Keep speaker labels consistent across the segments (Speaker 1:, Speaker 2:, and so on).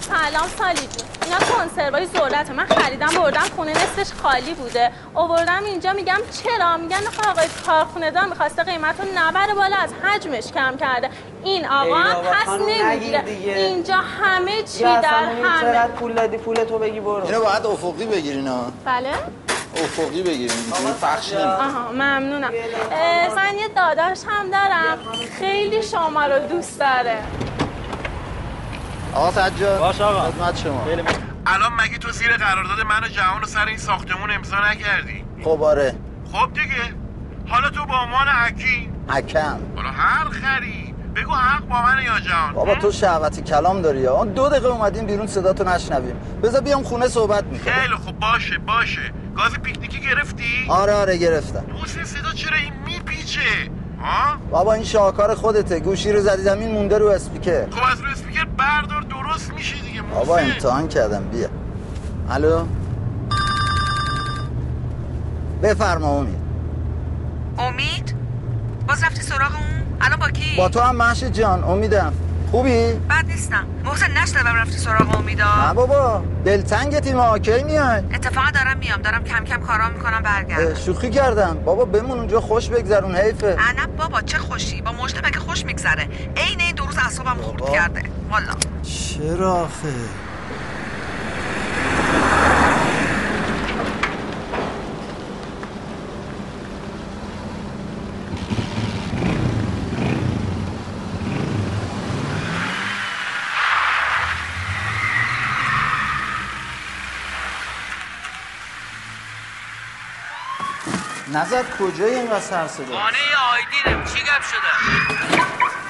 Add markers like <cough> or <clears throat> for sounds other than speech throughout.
Speaker 1: سلام سالی جون اینا کنسروای ذرت من خریدم بردم خونه نصفش خالی بوده آوردم اینجا میگم چرا میگن آخه آقای کارخونه دار میخواسته قیمت رو نبره بالا از حجمش کم کرده این آقا
Speaker 2: ای
Speaker 1: هم
Speaker 2: بابا،
Speaker 1: پس
Speaker 2: خانم،
Speaker 1: نمیگیره
Speaker 2: نگیر دیگه.
Speaker 1: اینجا همه چی
Speaker 2: یا
Speaker 1: در
Speaker 2: اصلا ببین
Speaker 1: همه
Speaker 2: چقدر پول دادی پول تو بگی برو
Speaker 3: اینو باید افقی بگیرین ها
Speaker 1: بله
Speaker 3: افقی بگیرین اینجوری پخش
Speaker 2: بیا.
Speaker 3: نمی‌کنه.
Speaker 1: آها ممنونم اه، من یه داداش هم دارم خیلی شما رو دوست داره
Speaker 3: آقا سجاد
Speaker 4: باش آقا.
Speaker 3: خدمت شما
Speaker 5: الان مگه تو زیر قرارداد من و جهان رو سر این ساختمون امضا نکردی
Speaker 3: خب آره
Speaker 5: خب دیگه حالا تو به عنوان حکیم
Speaker 3: حکم
Speaker 5: حالا هر خری بگو حق با من یا جهان
Speaker 3: بابا تو شهوت کلام داری ها دو دقیقه اومدیم بیرون صدا تو نشنویم بذار بیام خونه صحبت میکنم
Speaker 5: خیلی خب باشه باشه گاز پیکنیکی گرفتی
Speaker 3: آره آره گرفتم
Speaker 5: محسن صدا چرا این میپیچه ها
Speaker 3: بابا این شاهکار خودته گوشی رو زدی زمین مونده رو اسپیکر
Speaker 5: خب از روی اسپیکر بردار درست میشه دیگه محسن
Speaker 3: بابا امتحان کردم بیا الو بفرما امید
Speaker 6: امید باز رفتی سراغ اون الان با کی
Speaker 3: با تو هم محشید جان امیدم خوبی؟
Speaker 6: بد نیستم محسن نشنوم رفتی سراغ
Speaker 3: نه
Speaker 6: امیدا
Speaker 3: بابا دلتنگ تیم هاکی میای
Speaker 6: اتفاقا دارم میام دارم کم کم کارا میکنم
Speaker 3: اه،
Speaker 6: برگردم
Speaker 3: شوخی کردم بابا بمون اونجا خوش بگذرون حیفه
Speaker 6: عنب بابا چه خوشی با مژده مگه خوش میگذره عین این دو روز اعصابم
Speaker 3: بابا.
Speaker 6: خورد کرده والا
Speaker 3: چرا آخه نظر کجای اینقدر سر صدا
Speaker 4: آیدینم چی گپ شده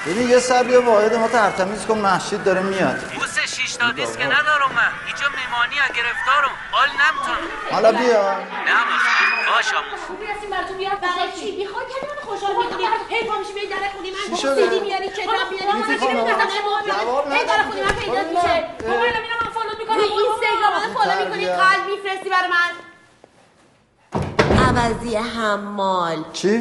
Speaker 3: ببین یه سر بیا واحد ما ترتمیز کن محشید داره میاد
Speaker 4: بوس شیش تا دیست که ندارم من اینجا میمانی ها گرفتارم حال نمتونم
Speaker 3: حالا بیا
Speaker 4: نه باش باش آموز
Speaker 7: میرسیم برای تو بیارم برای چی میخوای که من خوشحال میکنی خب هی پا میشی میری در خونه من
Speaker 3: چی شده؟
Speaker 7: سیدی میاری کتاب
Speaker 8: خب،
Speaker 7: میاری
Speaker 3: میتی
Speaker 7: من چه
Speaker 3: خانم؟
Speaker 7: می‌دونم، شما می‌دونید.
Speaker 3: جواب
Speaker 7: هی در
Speaker 3: ندادی
Speaker 7: خونه
Speaker 3: که.
Speaker 7: من پیدا
Speaker 3: خب
Speaker 7: میشه
Speaker 3: نه.
Speaker 7: خب من الان میرم من فالو میکنم خب،
Speaker 8: روی اینستاگرام منو
Speaker 3: زودتر
Speaker 7: فالو میکنی
Speaker 3: بیا.
Speaker 7: قلب میفرستی برای من
Speaker 8: عوضی حمال
Speaker 3: چی؟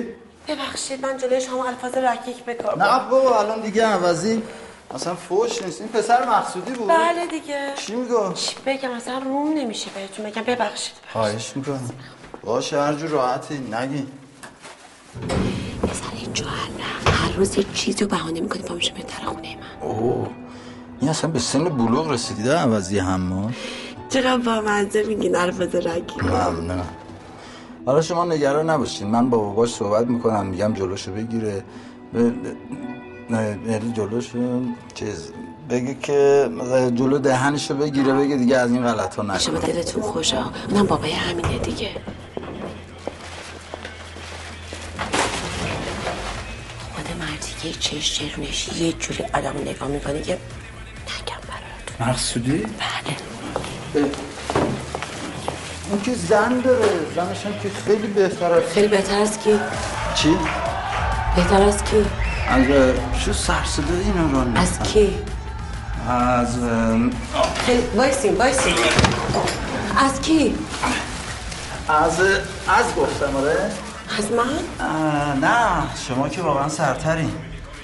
Speaker 8: ببخشید من جلوی شما الفاظ رکیک بکار
Speaker 3: نه بابا الان دیگه عوضی اصلا فوش نیست این پسر مقصودی بود
Speaker 8: بله دیگه
Speaker 3: چی میگو؟
Speaker 8: چی بگم اصلا روم نمیشه بهتون بگم ببخشید
Speaker 3: خواهش میکنم باشه هر جور راحتی نگی
Speaker 8: پسر این جوهر هر روز یه چیزی رو بهانه میکنه پا میشه میره در خونه من
Speaker 3: اوه این اصلا به سن بلوغ رسیده عوضی همه
Speaker 8: چقدر با مزه میگین الفاظ رکیک
Speaker 3: ممنونم حالا شما نگران نباشین من با باباش صحبت میکنم میگم جلوشو بگیره ب- ب- نه، یعنی جلوشو چیز بگه که مثلا جلو دهنشو بگیره بگه دیگه از این غلط ها
Speaker 8: شما
Speaker 3: نکنه
Speaker 8: دلتون خوشا اونم بابای همینه دیگه خود مردی که چش چرونش یه جوری آدم نگاه میکنه که نگم براتون
Speaker 3: مقصودی؟
Speaker 8: بله
Speaker 3: اون که زن داره زنش هم که خیلی بهتره
Speaker 8: خیلی بهتر است که
Speaker 3: چی؟
Speaker 8: بهتر است که
Speaker 3: از شو سرسده اینا رو
Speaker 8: از کی
Speaker 3: از
Speaker 8: خیلی وایسین وایسین از کی
Speaker 3: از از گفتم آره
Speaker 8: از من
Speaker 3: اه، نه شما که واقعا سرترین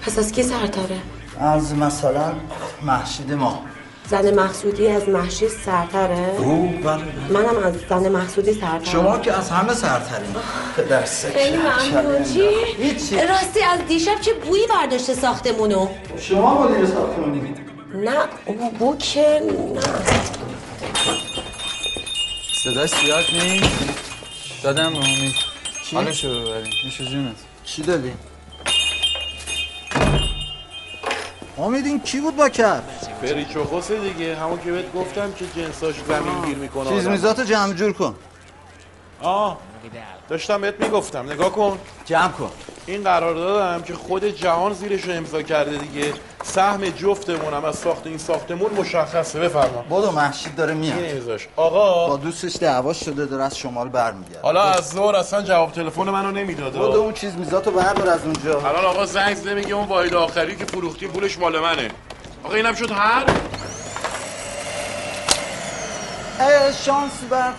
Speaker 8: پس از کی سرتره
Speaker 3: از مثلا محشید ما
Speaker 8: زن مقصودی از محشید سرتره
Speaker 3: او بله
Speaker 8: منم از زن مقصودی سرترم
Speaker 3: شما که از همه سرترین پدر سکه
Speaker 8: خیلی ممنون چی؟
Speaker 3: هیچی
Speaker 8: راستی از دیشب چه بویی برداشته ساختمونو
Speaker 3: شما مدیر ساختمونی
Speaker 8: نه او بو که نه
Speaker 9: صداش زیاد نیست دادم به امید
Speaker 3: چی؟
Speaker 9: حالشو ببریم میشه جونت
Speaker 3: چی دادی؟ امید این کی بود با کف؟
Speaker 5: بریچوخوسه دیگه همون که بهت گفتم که جنساش زمین گیر میکنه
Speaker 3: چیز میزات جمع جور کن
Speaker 5: آه داشتم بهت میگفتم نگاه کن
Speaker 3: جمع کن
Speaker 5: این قرار دادم که خود جهان زیرش رو امضا کرده دیگه سهم جفتمونم از ساخت این ساختمون مشخصه بفرما
Speaker 3: بدو محشید داره
Speaker 5: این
Speaker 3: میاد
Speaker 5: امضاش
Speaker 3: با
Speaker 5: آقا
Speaker 3: دوستش دعوا شده داره از شمال برمیگرده
Speaker 5: حالا از ظهر اصلا جواب تلفن منو نمیداد
Speaker 3: بدو
Speaker 5: آه.
Speaker 3: اون چیز میزاتو بردار از اونجا
Speaker 5: الان آقا زنگ زده میگه اون واحد آخری که فروختیم پولش مال منه آقا اینم شد هر
Speaker 3: ای شانس برق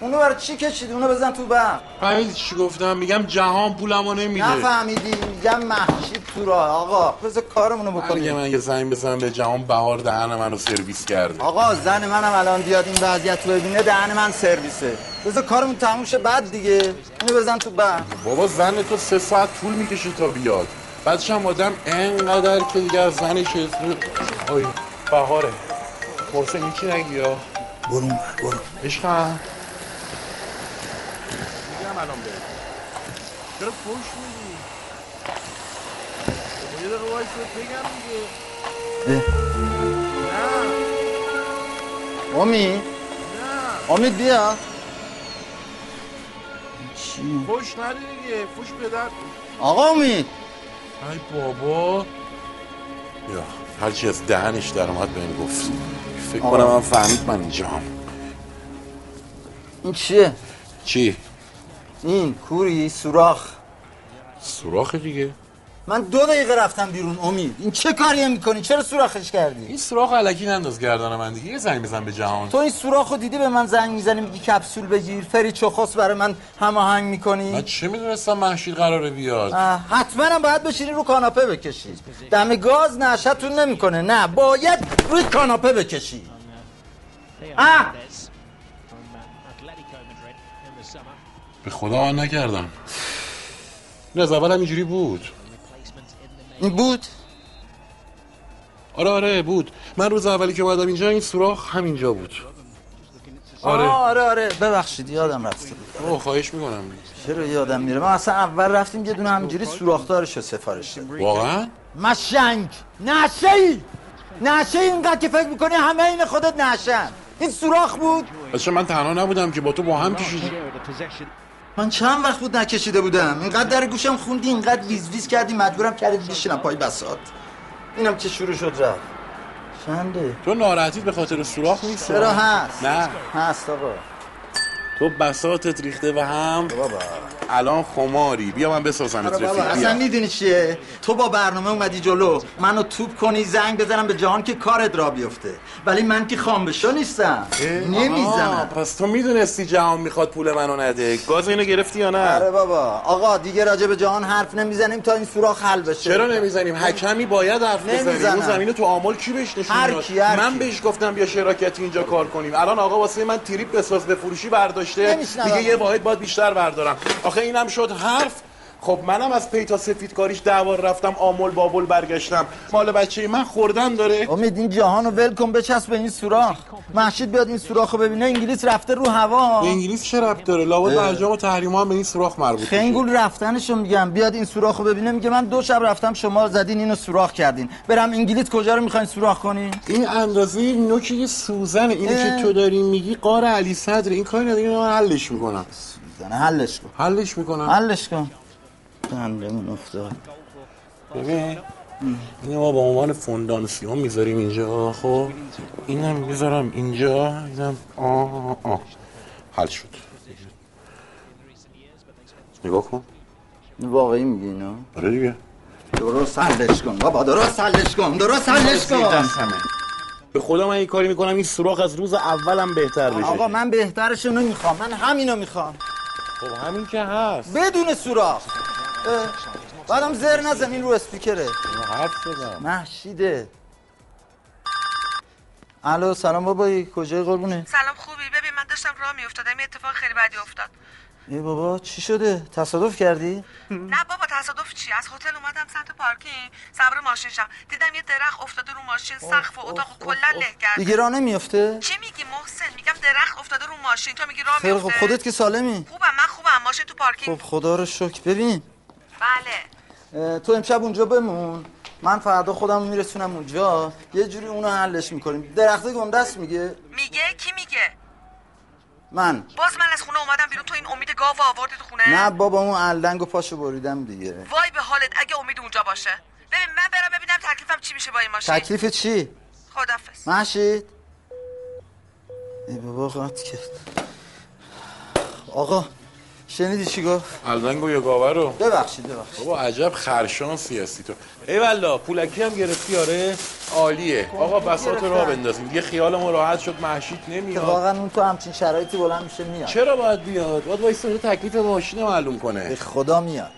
Speaker 3: اونو برای چی کشید اونو بزن تو برق
Speaker 5: فهمیدی چی گفتم میگم جهان پولمو نمیده
Speaker 3: نفهمیدی میگم محشید تو راه آقا بذار کارمونو
Speaker 5: اگه
Speaker 3: بکنیم
Speaker 5: من یه زنگ بزنم به جهان بهار دهن منو سرویس کرده
Speaker 3: آقا زن منم الان بیاد این وضعیت رو ببینه دهن من سرویسه بذار کارمون تموم شه بعد دیگه اینو بزن تو بند
Speaker 5: بابا زن تو سه ساعت طول میکشه تا بیاد بعدش هم آدم انقدر که دیگه از زنش اطمینان- آی بهاره محسن این چی نگی یا
Speaker 3: برو اون ور، برو
Speaker 5: عشقم
Speaker 3: امید امید بیا چی؟
Speaker 5: خوش نده دیگه فوش پدر
Speaker 3: آقا امید
Speaker 5: ای بابا یا هرچی از دهنش در اومد به این گفت فکر کنم من فهمید من اینجام
Speaker 3: این چیه
Speaker 5: چی؟
Speaker 3: این کوری سوراخ
Speaker 5: سوراخ دیگه
Speaker 3: من دو دقیقه رفتم بیرون امید این چه کاریه میکنی چرا سوراخش کردی
Speaker 5: این سوراخ علکی ننداز گردن من دیگه یه زنگ بزن به جهان
Speaker 3: تو این سوراخ رو دیدی به من زنگ میزنی میگی کپسول بگیر فری چخوس برای من هماهنگ
Speaker 5: من
Speaker 3: میکنی
Speaker 5: چه میدونستم محشید قراره بیاد
Speaker 3: حتما هم باید بشینی رو کاناپه بکشی دم گاز نشتون نمیکنه نه باید روی کاناپه بکشی اه
Speaker 5: به خدا من نکردم این از اول هم اینجوری بود
Speaker 3: این بود
Speaker 5: آره آره بود من روز اولی که اومدم اینجا این سوراخ همینجا بود
Speaker 3: آره
Speaker 5: آره
Speaker 3: آره آره ببخشید یادم رفته بود
Speaker 5: اوه خواهش میکنم
Speaker 3: چرا یادم میره ما اصلا اول رفتیم یه دونه همینجوری سوراخدارش رو سفارش دادیم
Speaker 5: واقعا
Speaker 3: مشنگ نشه ای نشه ای اینقدر که فکر میکنی همه این خودت نشن این سوراخ بود
Speaker 5: بچه من تنها نبودم که با تو با هم کشیدی
Speaker 3: من چند وقت بود نکشیده بودم اینقدر در گوشم خوندی اینقدر ویز ویز کردی مجبورم کردی بشینم پای بسات اینم که شروع شد رفت چنده
Speaker 5: تو ناراحتیت به خاطر سوراخ نیست
Speaker 3: چرا هست
Speaker 5: نه
Speaker 3: هست آقا
Speaker 5: تو بساتت ریخته و هم
Speaker 3: بابا
Speaker 5: الان خماری بیا من بسازم
Speaker 3: آره بابا
Speaker 5: رفیق
Speaker 3: اصلا
Speaker 5: بیا
Speaker 3: میدونی چیه تو با برنامه اومدی جلو منو توپ کنی زنگ بزنم به جهان که کارت را بیفته ولی من که خامبشو نیستم
Speaker 5: آها،
Speaker 3: نمیزنم
Speaker 5: پس تو میدونستی جهان میخواد پول منو نده گاز اینو گرفتی یا
Speaker 3: آره
Speaker 5: نه
Speaker 3: بابا آقا دیگه راجع به جهان حرف نمیزنیم تا این سوراخ حل بشه
Speaker 5: چرا نمیزنیم حکمی باید حرف بزنیم
Speaker 3: نمی‌زنم.
Speaker 5: اون زمینه تو آمل کی بهش نشون
Speaker 3: هر
Speaker 5: داد؟
Speaker 3: کی، هر
Speaker 5: من
Speaker 3: کی.
Speaker 5: بهش گفتم بیا شراکتی اینجا کار کنیم الان آقا واسه من تریپ بساز به فروشی برداشته
Speaker 3: نمی‌شنوم.
Speaker 5: دیگه یه واحد باید بیشتر بردارم آخه اینم شد حرف خب منم از پیتا سفید کاریش دوار رفتم آمل بابل برگشتم مال بچه من خوردن داره
Speaker 3: امید این جهان رو ول کن بچسب به این سوراخ محشید بیاد این سوراخ رو ببینه انگلیس رفته رو هوا
Speaker 5: به انگلیس چه ربط داره لابد
Speaker 3: اه.
Speaker 5: برجام و تحریما هم به این سوراخ مربوط میشه.
Speaker 3: خنگول رفتنشو میگم بیاد این سوراخ رو ببینه میگه من دو شب رفتم شما زدین اینو سوراخ کردین برم انگلیس کجا رو میخواین سوراخ کنین
Speaker 5: این اندازه نوک یه سوزنه اینی
Speaker 3: اه.
Speaker 5: که تو داری میگی قار علی صدر این کاری نداری اینو من حلش میکنم
Speaker 3: زنه حلش کن
Speaker 5: حلش میکنم
Speaker 3: حلش کن بندمون افتاد
Speaker 5: ببین اینو ما به عنوان فوندانسیون میذاریم اینجا خب اینم میذارم اینجا اینم آه آه آه حل شد نگاه کن
Speaker 3: واقعی میگی اینا
Speaker 5: آره دیگه
Speaker 3: درست حلش کن بابا درست حلش کن درست حلش کن
Speaker 5: به خدا من این کاری میکنم این سوراخ از روز اولم بهتر بشه
Speaker 3: آقا من بهترشونو میخوام من همینو میخوام
Speaker 5: خب همین که هست
Speaker 3: بدون سوراخ اه، بعدم زر نزن این رو اسپیکره
Speaker 5: من حرف زدم
Speaker 3: محشیده الو سلام بابایی کجای قربونه
Speaker 6: سلام خوبی ببین من داشتم راه میافتادم یه اتفاق خیلی بدی افتاد
Speaker 3: ای بابا چی شده تصادف کردی
Speaker 6: نه بابا تصادف چی از هتل اومدم سمت پارکینگ سوار ماشین شم دیدم یه درخت افتاده رو ماشین سقف و اتاق و کلا له کرد
Speaker 3: دیگه راه نمیافته
Speaker 6: چی میگی محسن میگم درخت افتاده رو ماشین تو میگی راه
Speaker 3: خیلی خب
Speaker 6: میفته
Speaker 3: خودت که سالمی
Speaker 6: خوبم من خوبم ماشین تو
Speaker 3: خب
Speaker 6: پارکینگ
Speaker 3: خدا رو شکر ببین
Speaker 6: بله
Speaker 3: اه، تو امشب اونجا بمون من فردا خودم میرسونم اونجا یه جوری اونو حلش میکنیم درخته گنده است میگه
Speaker 6: میگه کی میگه
Speaker 3: من
Speaker 6: باز من از خونه اومدم بیرون تو این امید گاو رو آوردی تو خونه
Speaker 3: نه بابا اون الدنگ و پاشو بریدم دیگه
Speaker 6: وای به حالت اگه امید اونجا باشه ببین من برم ببینم تکلیفم چی میشه با این ماشین
Speaker 3: تکلیف چی
Speaker 6: خدافظ
Speaker 3: محشید ای بابا قطع کرد آقا شنیدی چی گفت
Speaker 5: الدنگو یا گاوه رو
Speaker 3: ببخشید ببخشید
Speaker 5: بابا عجب خرشانسی هستی تو ای والا پولکی هم گرفتی آره عالیه
Speaker 3: خب،
Speaker 5: آقا بساط رو بندازیم دیگه خیالمون راحت شد محشید نمیاد
Speaker 3: اتفاقا اون تو همچین شرایطی بلند میشه میاد
Speaker 5: چرا باید بیاد باید وایس تکلیف ماشین رو معلوم
Speaker 3: به
Speaker 5: کنه
Speaker 3: خدا میاد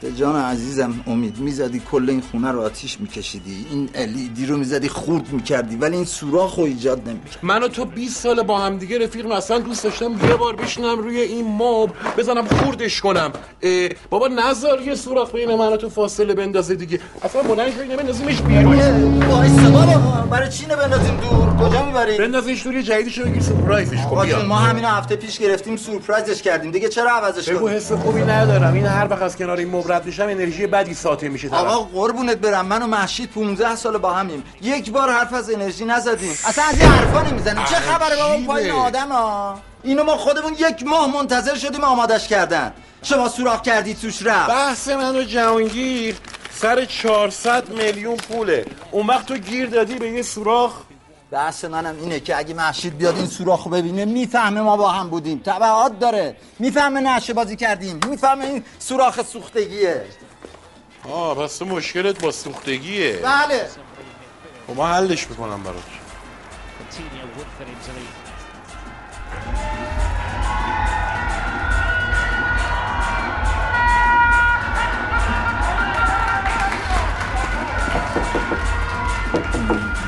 Speaker 3: به جان عزیزم امید میزدی کل این خونه رو آتیش میکشیدی این الیدی رو میزدی خورد میکردی ولی این سوراخ رو ایجاد نمیکرد
Speaker 5: من و تو 20 سال با هم دیگه رفیق اصلا دوست داشتم یه بار بشینم روی این ماب بزنم خوردش کنم اه، بابا نزار یه سوراخ بین من و تو فاصله بندازه دیگه اصلا بلند شو اینو بندازیمش بیرون
Speaker 3: وایسا بابا برای چی اینو بندازیم دور کجا میبری
Speaker 5: بندازش توری جدیدشو بگیر سورپرایزش کن
Speaker 3: آقا جون،
Speaker 5: بیا
Speaker 3: ما همین رو هفته پیش گرفتیم سورپرایزش کردیم دیگه چرا عوضش
Speaker 5: بگو
Speaker 3: کنیم
Speaker 5: حس خوبی ندارم این هر وقت از کنار این مبرد میشم انرژی بدی ساطع میشه طرف.
Speaker 3: آقا قربونت برم من و محشید 15 سال با همیم یک بار حرف از انرژی نزدیم اصلا از این حرفا نمیزنیم چه خبره با اون
Speaker 5: عجیبه.
Speaker 3: پایین آدم ها اینو ما خودمون یک ماه منتظر شدیم آمادش کردن شما سوراخ کردی توش رفت
Speaker 5: بحث من و جهانگیر سر 400 میلیون پوله اون وقت تو گیر دادی به یه سوراخ
Speaker 3: بحث منم اینه که اگه محشید بیاد این سوراخ رو ببینه میفهمه ما با هم بودیم تبعات داره میفهمه نقشه بازی کردیم میفهمه این سوراخ سوختگیه
Speaker 5: آه پس تو مشکلت با سوختگیه
Speaker 3: بله
Speaker 5: خب ما حلش میکنم برات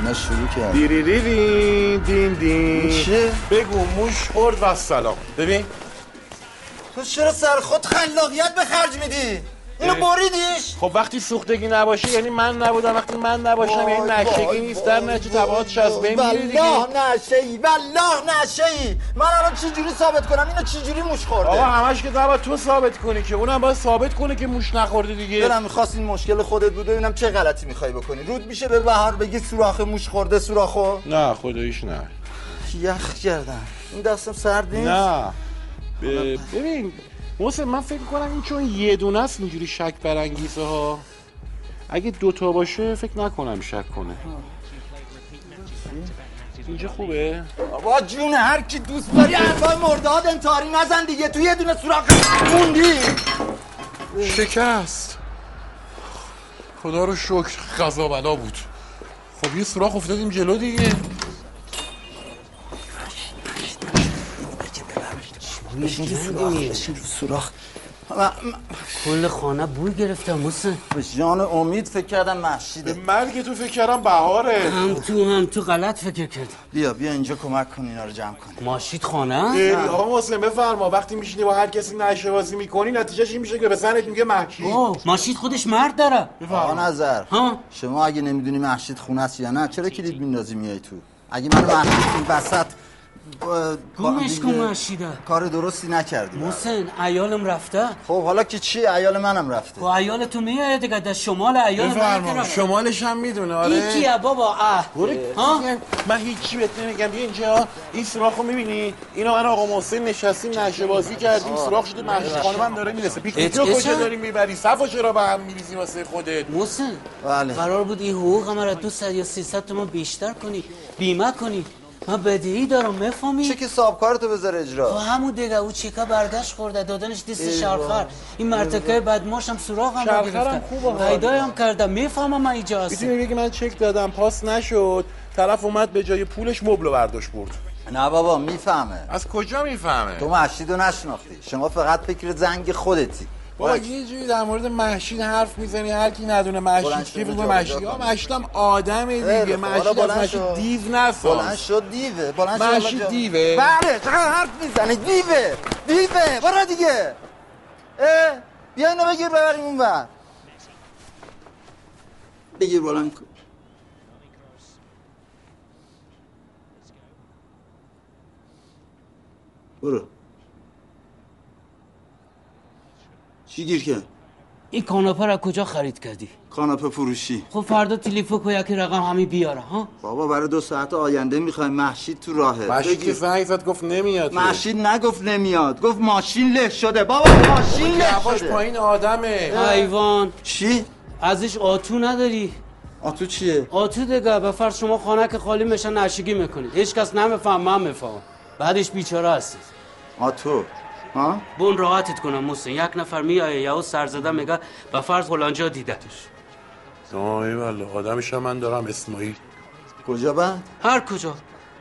Speaker 3: نه شروع کرد
Speaker 5: دیریری دین دین
Speaker 3: چه؟
Speaker 5: بگو موش خورد و سلام ببین
Speaker 3: تو چرا سر خود خلاقیت به خرج میدی اینو بریدیش
Speaker 5: خب وقتی سوختگی نباشه یعنی من نبودم وقتی من نباشم یعنی
Speaker 3: وای، وای،
Speaker 5: نشگی نیست در
Speaker 3: وای،
Speaker 5: نتیجه تبعاتش از بین میره دیگه
Speaker 3: والله نشه ای والله نشه ای من الان چجوری ثابت کنم اینو چجوری موش
Speaker 5: آقا
Speaker 3: خورده
Speaker 5: همش که نباید تو ثابت کنی که اونم باید ثابت کنه که موش نخورده دیگه
Speaker 3: دلم میخواست این مشکل خودت بود ببینم چه غلطی میخوای بکنی رود میشه به بهار بگی سوراخ موش خورده سوراخو
Speaker 5: نه خداییش نه
Speaker 3: یخ کردم این دستم سرد نیست
Speaker 5: نه ب- ببین محسن من فکر کنم این چون یه دونه است اینجوری شک برانگیزه ها اگه دوتا باشه فکر نکنم شک کنه اینجا خوبه؟
Speaker 3: بابا جون هر کی دوست داری انواع مرداد انتحاری نزن دیگه تو یه دونه سوراخ موندی
Speaker 5: شکست خدا رو شکر غذا بلا بود خب یه سوراخ افتادیم جلو دیگه
Speaker 3: بشین تو سوراخ بشین تو سوراخ من- من-
Speaker 9: کل خانه بوی گرفتم موسه
Speaker 3: به جان امید فکر کردم محشیده
Speaker 5: من که تو فکر کردم بهاره
Speaker 9: هم تو هم تو غلط فکر کردم
Speaker 3: بیا بیا اینجا کمک کن اینا رو جمع کن
Speaker 9: ماشید خانه
Speaker 5: آقا محسن بفرما وقتی میشینی با هر کسی نشه بازی میکنی نتیجهش این میشه که به زنت میگه محکی
Speaker 9: اوه ماشید خودش مرد داره
Speaker 3: آقا نظر
Speaker 9: ها.
Speaker 3: شما اگه نمیدونی محشید خونه است یا نه چرا کلید میندازی میای تو اگه من محشید این وسط با- با-
Speaker 9: گمش کن ماشیده
Speaker 3: کار درستی نکردی
Speaker 9: محسن ایالم رفته خب
Speaker 3: خب حالا که چی عیال منم رفته
Speaker 9: با ایال تو میاد دیگه در شمال ایال من که
Speaker 5: بفرما
Speaker 9: رفته.
Speaker 5: شمالش هم میدونه آره.
Speaker 9: این کیه بابا اه ها
Speaker 5: ها؟ من هیچی بهت نمیگم بیا اینجا این سوراخ رو میبینی اینا من و آقا محسن نشستیم نشه بازی کردیم سوراخ شده محشید خانم هم داره میرسه پیک
Speaker 9: ات-
Speaker 5: تو کجا
Speaker 9: اتشم؟
Speaker 5: داری میبری صفا چرا به هم میریزی واسه خودت
Speaker 9: محسن
Speaker 3: بله.
Speaker 9: قرار بود این حقوق هم را 200 یا 300 تومن بیشتر کنی بیمه کنی من بدهی دارم
Speaker 3: چه
Speaker 9: میفهمی
Speaker 3: که صاحب کارتو بذار
Speaker 9: با
Speaker 3: اجرا
Speaker 9: همون دیگه او چیکا برداشت خورده دادنش دست شرخر این مرتکه بدماش هم سوراخ هم را
Speaker 5: شرخرم خوبه
Speaker 9: گرفته
Speaker 5: حالا.
Speaker 9: پیدای هم کرده میفهمم من اینجا هستم
Speaker 5: میتونی بگی من چک دادم پاس نشد طرف اومد به جای پولش مبلو برداشت برد
Speaker 3: نه بابا میفهمه
Speaker 5: از کجا
Speaker 3: تو
Speaker 5: میفهمه
Speaker 3: محشید رو نشناختی شما فقط فکر زنگ خودتی
Speaker 5: بابا یه جوری در مورد محشید حرف میزنی هر کی ندونه محشید
Speaker 3: بلند شو،
Speaker 5: کی بگو
Speaker 3: جابجا
Speaker 5: محشید
Speaker 3: کن.
Speaker 5: آه، محشید هم آدمه
Speaker 3: خیلی
Speaker 5: دیگه
Speaker 3: خب، حالا
Speaker 5: محشید از
Speaker 3: بلند شو.
Speaker 5: محشید دیو نساز
Speaker 3: بلند شد دیوه بلند شد
Speaker 5: محشید
Speaker 3: حالا جا-
Speaker 5: دیوه؟
Speaker 3: بله چقدر حرف میزنه دیوه دیوه برو دیگه اه، بیا اینو بگیر ببریم اون بر بگیر بلند کن برو چی گیر که؟
Speaker 9: این کاناپه را کجا خرید کردی
Speaker 3: کاناپه فروشی
Speaker 9: خب فردا تلفن کو یکی رقم همین بیاره ها
Speaker 3: بابا برای دو ساعت آینده میخوایم محشید تو راهه
Speaker 5: محشید که
Speaker 3: بگیر.
Speaker 5: زنگ زد گفت نمیاد
Speaker 3: ماشین نگفت نمیاد گفت ماشین له شده بابا ماشین له
Speaker 5: هواش
Speaker 3: شده
Speaker 5: پایین آدمه
Speaker 9: حیوان
Speaker 3: چی؟
Speaker 9: ازش آتو نداری
Speaker 3: آتو چیه؟
Speaker 9: آتو دیگه به فرض شما خانه که خالی میشن نشگی میکنید هیچ کس نمیفهم من میفهمم بعدش بیچاره هستید
Speaker 3: آتو ها؟
Speaker 9: بون راحتت کنم محسن یک نفر میایه یا او سرزده میگه به فرض فلانجا دیدتش
Speaker 5: آی والا آدمش هم من دارم اسماعیل
Speaker 3: کجا بعد؟
Speaker 9: هر کجا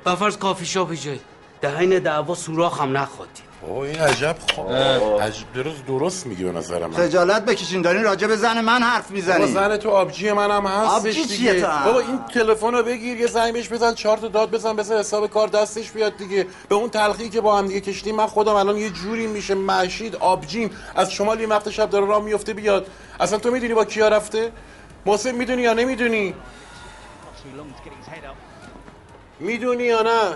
Speaker 9: به فرض کافی شاپی جای دهن دعوا سوراخ هم نخوردی
Speaker 5: بابا این عجب خواه عجب درست درست میگی به نظر من
Speaker 3: خجالت بکشین دارین راجع به زن من حرف
Speaker 5: بابا
Speaker 3: میزنین
Speaker 5: زن تو آبجی منم هست
Speaker 3: آبجی چیه تو هم؟
Speaker 5: بابا این تلفن رو بگیر یه زنگ بهش بزن چهار تا داد بزن بزن حساب کار دستش بیاد دیگه به اون تلخی که با هم دیگه کشیدیم من خودم الان یه جوری میشه مشید آبجیم از شمال یه وقت شب داره راه میفته بیاد اصلا تو میدونی با کیا رفته محسن میدونی یا نمیدونی میدونی یا نه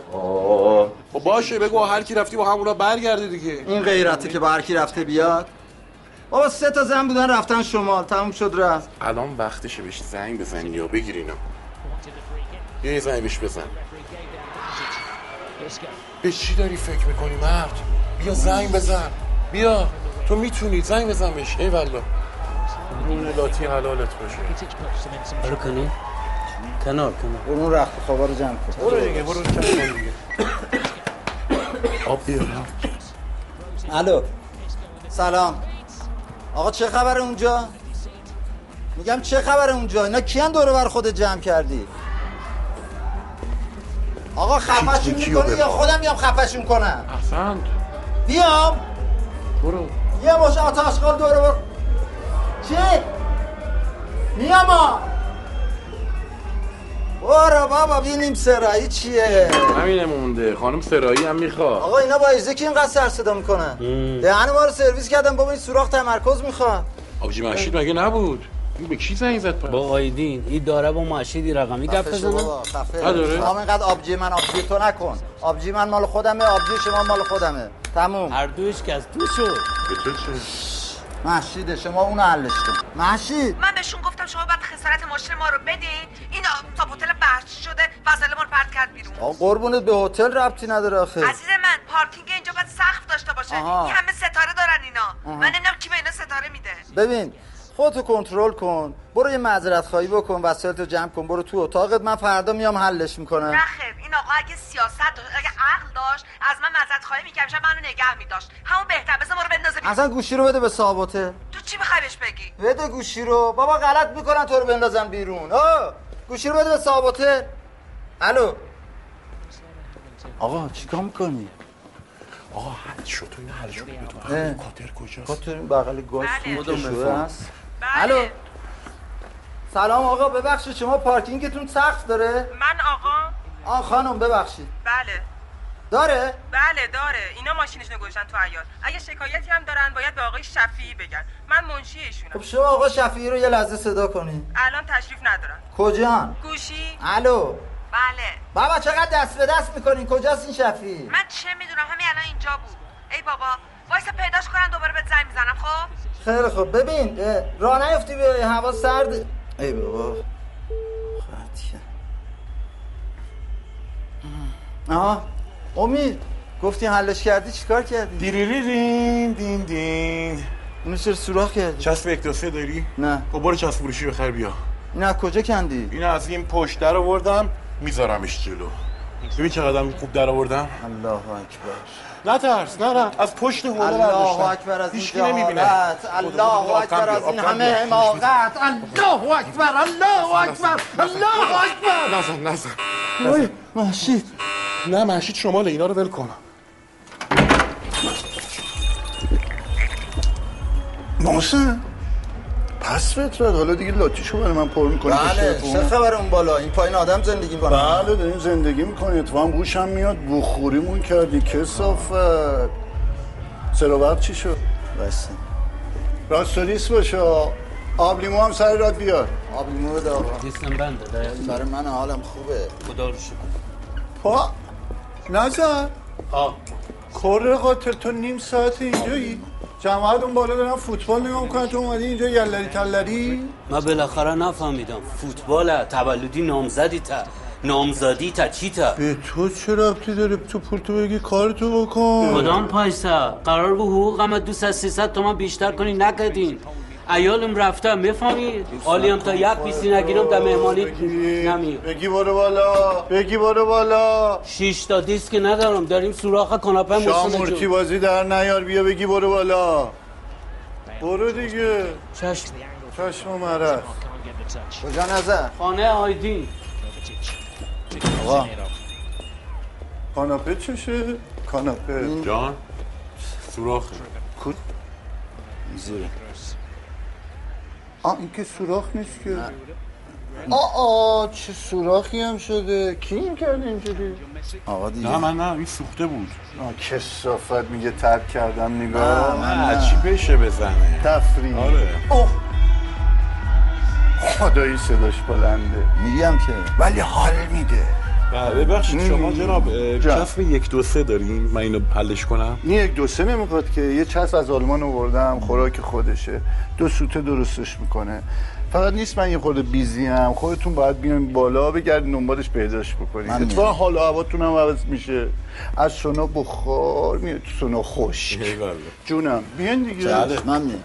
Speaker 5: خب باشه بگو هر کی رفتی با همونا برگرده دیگه
Speaker 3: این غیرته که با هر کی رفته بیاد بابا سه تا زن بودن رفتن شمال تموم شد رفت
Speaker 5: الان وقتشه بهش زنگ بزنی یا بگیر اینا یه زنگ بهش بزن به چی داری فکر میکنی مرد بیا زنگ بزن بیا تو میتونی زنگ بزن بهش ای والا نون لاتی حلالت باشه
Speaker 9: برو کنی کنار کنار
Speaker 3: برون رخت خوابا رو جمع کن
Speaker 5: برو دیگه برو کم کن دیگه آب بیار
Speaker 3: الو سلام آقا چه خبر اونجا میگم چه خبر اونجا اینا کیان دور و بر خودت جمع کردی آقا خفشون
Speaker 5: کیو
Speaker 3: میکنی یا
Speaker 5: ببر؟
Speaker 3: خودم میام خفشون کنم
Speaker 5: احسنت
Speaker 3: بیام
Speaker 5: برو
Speaker 3: یه مش آتاشقال دور و بر چی میام آ برو بابا بینیم سرایی چیه
Speaker 5: همینه مونده خانم سرایی هم میخواد
Speaker 3: آقا اینا با اجزه که اینقدر سر صدا میکنن دهن ما رو سرویس کردن بابا این سوراخ تمرکز میخوان
Speaker 5: آبجی مشید مگه نبود این به کی زنگ زد پس؟
Speaker 9: با آیدین این داره با معشیدی رقمی گپ بزنه
Speaker 5: نداره؟
Speaker 3: خفه آقا اینقدر آبجی من آبجی تو نکن آبجی من مال خودمه آبجی شما مال خودمه تموم
Speaker 9: هر دوش که از تو شد
Speaker 5: به تو چه؟
Speaker 3: محشیده شما اونو حلش کن محشید
Speaker 6: من بهشون گفتم شما بعد خسارت ماشین ما رو بدین این آب- تا هتل بحث شده وسایل ما رو پرت کرد بیرون
Speaker 3: آقا قربونت به هتل ربطی نداره آخه
Speaker 6: عزیز من پارکینگ اینجا باید سقف داشته باشه
Speaker 3: آها.
Speaker 6: این همه ستاره دارن اینا من نمیدونم کی به اینا ستاره میده
Speaker 3: ببین خودتو کنترل کن برو یه معذرت خواهی بکن وسایلتو جمع کن برو تو اتاقت من فردا میام حلش میکنم
Speaker 6: نه خیر این آقا اگه سیاست داشت اگه عقل داشت از من مزد خواهی میکرد شب منو نگه میداشت همون بهتر بذار ما رو بندازه بیرون.
Speaker 3: اصلا گوشی رو بده به صاحبته
Speaker 6: تو چی میخوای بهش بگی
Speaker 3: بده گوشی رو بابا غلط میکنن تو رو بندازن بیرون آه گوشی رو بده به صاحباته الو آقا چیکار میکنی؟
Speaker 5: آقا حل شد تو این حل شد به تو
Speaker 3: اه.
Speaker 5: کاتر
Speaker 3: با
Speaker 5: کجاست
Speaker 3: تو این بغل گاز
Speaker 6: بله.
Speaker 3: سوت شده هست
Speaker 6: بله.
Speaker 3: الو. سلام آقا ببخشید شما پارکینگتون سقف داره؟
Speaker 6: من آقا
Speaker 3: آن خانم ببخشید
Speaker 6: بله
Speaker 3: داره؟
Speaker 6: بله داره اینا ماشینش نگوشتن تو عیار اگه شکایتی هم دارن باید به آقای شفیعی بگن من منشی
Speaker 3: خب
Speaker 6: ایشونم
Speaker 3: شما آقا شفیعی رو یه لحظه صدا کنی
Speaker 6: الان تشریف ندارن
Speaker 3: کجان؟
Speaker 6: گوشی
Speaker 3: الو
Speaker 6: بله
Speaker 3: بابا چقدر دست به دست میکنین کجاست این شفیعی؟
Speaker 6: من چه میدونم همین الان اینجا بود ای بابا وایسا پیداش کنن دوباره بهت زنگ میزنم خب
Speaker 3: خیلی خب ببین اه، راه نیفتی به هوا سرد ای بابا خطیه آها امید گفتی حلش کردی چیکار کردی؟
Speaker 5: دیریرین دین دین
Speaker 3: اونو چرا سوراخ کردی؟
Speaker 5: چسب یک دو سه داری؟
Speaker 3: نه
Speaker 5: خب برو چسب فروشی بخر بیا
Speaker 3: این از کجا کندی؟
Speaker 5: این از این پشت در آوردم میذارمش جلو ببین چقدر هم خوب در آوردم
Speaker 3: الله اکبر
Speaker 5: نه ترس نه نه از پشت حوله
Speaker 3: الله اکبر از این جهالت الله اکبر از این همه حماقت الله اکبر الله اکبر الله اکبر
Speaker 5: نزن نزن
Speaker 3: وای، محشید
Speaker 5: نه محشید شماله اینا رو ول کن
Speaker 10: محسن پس فطرت حالا دیگه لاتیشو برای من پر میکنی
Speaker 3: بله چه خبر اون بالا این پایین آدم زندگی کنه
Speaker 10: بله داریم زندگی میکنی اتفاقا گوشم میاد بخوریمون کردی کسافت سراوب چی شد؟
Speaker 3: بس
Speaker 10: راستوریس باشه آب لیمو هم سر راد بیار
Speaker 3: آب لیمو بده آقا
Speaker 9: دیستم بنده دقیقاً.
Speaker 3: برای من حالم خوبه
Speaker 9: خدا رو شکر
Speaker 10: پا نزن
Speaker 9: آه
Speaker 10: کره قاتل تو نیم ساعت اینجایی جماعت اون بالا دارن فوتبال نگاه میکنن تو اومدی اینجا یلری تلری
Speaker 9: من بالاخره نفهمیدم فوتبال تولدی نامزدی تا نامزدی تا چی تا
Speaker 10: به تو چه ربطی داره تو پول تو بگی کار تو بکن
Speaker 9: کدام پایسا قرار بود حقوقم از دوست از 300 تومن بیشتر کنی نکردین ایالم رفته میفهمی آلیم تا یک بیسی نگیرم در مهمانی نمی
Speaker 10: بگی برو بالا بگی برو بالا
Speaker 9: شیش تا دیسک ندارم داریم سوراخ کاناپه مسونه
Speaker 10: شامورتی
Speaker 9: جو
Speaker 10: بازی در نیار بیا بگی برو بالا برو دیگه
Speaker 9: چشم
Speaker 10: چشم و مرخ
Speaker 3: کجا نظر
Speaker 9: خانه آیدین
Speaker 3: آقا
Speaker 10: کاناپه چشه کاناپه
Speaker 11: جان سوراخ
Speaker 10: کو
Speaker 3: زیره
Speaker 10: آه این که سوراخ نیست که آه آه چه سوراخی هم شده کی این کرده اینجوری
Speaker 3: آقا دیگه
Speaker 10: نه، من
Speaker 11: نه این سوخته بود
Speaker 10: آه کسافت میگه ترک کردم نگاه
Speaker 11: نه چی بشه بزنه
Speaker 10: تفریح
Speaker 11: آره.
Speaker 10: اوه خدایی صداش بلنده
Speaker 3: میگم که
Speaker 10: ولی حال میده
Speaker 11: بله، ببخشید شما
Speaker 10: مم.
Speaker 11: جناب اه،
Speaker 10: جان.
Speaker 11: کف یک دو سه داریم من اینو حلش کنم
Speaker 10: این یک دو سه نمیخواد که یه چسب از آلمان آوردم خوراک خودشه دو سوته درستش میکنه فقط نیست من یه خورده بیزیم خودتون باید بیاین بالا بگردین دنبالش پیداش بکنین
Speaker 3: من
Speaker 10: اتفاقا
Speaker 3: میام.
Speaker 10: حال و هواتون هم عوض میشه از سونا بخار میاد تو سونا خوش جونم بیاین دیگه
Speaker 3: چاله من میام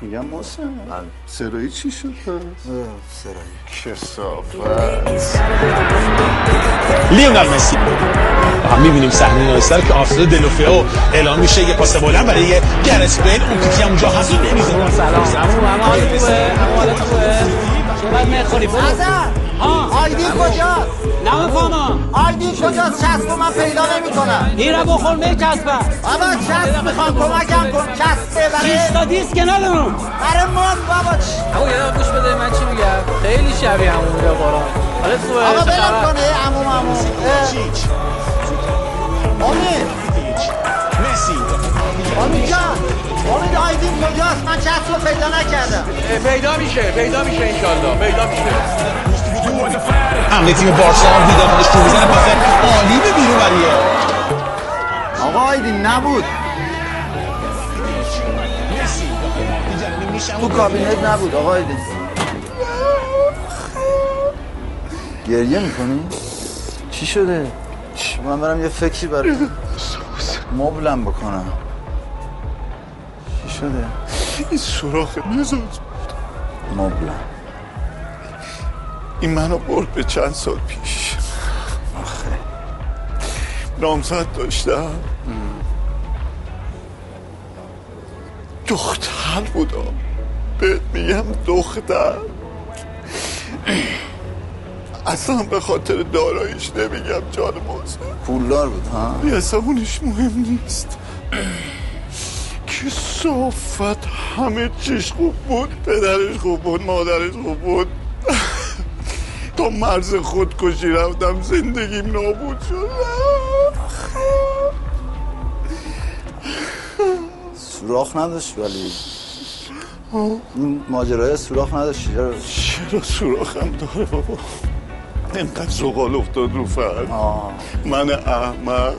Speaker 10: میگم محسن سرایی چی شد پس؟
Speaker 3: سرایی
Speaker 10: کسافت
Speaker 5: لیونل مسی و هم میبینیم صحنه نایستر که آفساید دلوفئو اعلام میشه یه پاس بلند برای یه گرس بیل اون تیکی هم اونجا هست نمیزه سلام
Speaker 9: چقدر میخوری برو ها
Speaker 8: آیدی کجاست؟
Speaker 9: نمیفهمم
Speaker 8: آیدی کجاست چسب رو من پیدا نمیکنم
Speaker 9: هیره بخور میچسبه
Speaker 8: بابا چسب میخوام کمکم کن چسب
Speaker 9: شیش تا
Speaker 8: ببره
Speaker 9: دیست که ندارم
Speaker 8: برای من بابا چ-
Speaker 7: آقا یه دقیقه گوش بده من چی میگم خیلی شبیه همون یا قرآن حالا تو
Speaker 8: آقا
Speaker 5: بله.
Speaker 8: بلم کنه اه، عموم عموم اه. امید
Speaker 5: مسی
Speaker 8: امید جان امید آیدی کجاست من چسب رو پیدا نکردم
Speaker 7: پیدا میشه پیدا میشه انشالله پیدا میشه
Speaker 5: حمله تیم بارسلونا بیدار خودش رو میزنه پاس عالی به بیرون بریه
Speaker 10: آقا آیدی نبود
Speaker 8: تو کابینت نبود آقا آیدی
Speaker 3: گریه میکنی؟ چی شده؟ چی؟ من برم یه فکری برای <laughs> مبلم بکنم چی شده؟
Speaker 10: این سوراخ بزن
Speaker 3: مبلم
Speaker 10: این منو برد به چند سال پیش
Speaker 3: آخه
Speaker 10: نامزد داشتم دختر بودا بهت میگم دختر اصلا به خاطر داراییش نمیگم جان محسن
Speaker 3: پولدار بود ها؟
Speaker 10: عصبونش مهم نیست که صافت همه چیش خوب بود پدرش خوب بود مادرش خوب بود تا مرز خودکشی رفتم زندگیم نابود شد
Speaker 3: سوراخ نداشت ولی این ماجرای سوراخ نداشت چرا؟
Speaker 10: چرا سوراخم داره بابا اینقدر زغال افتاد رو فرد من احمق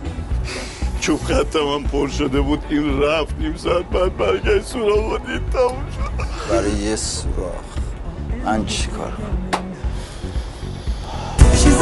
Speaker 10: چوب خط من پر شده بود این رفت نیم ساعت بعد برگشت سوراخ و دید تموم شد
Speaker 3: برای یه سوراخ من چی کار کنم؟
Speaker 12: She's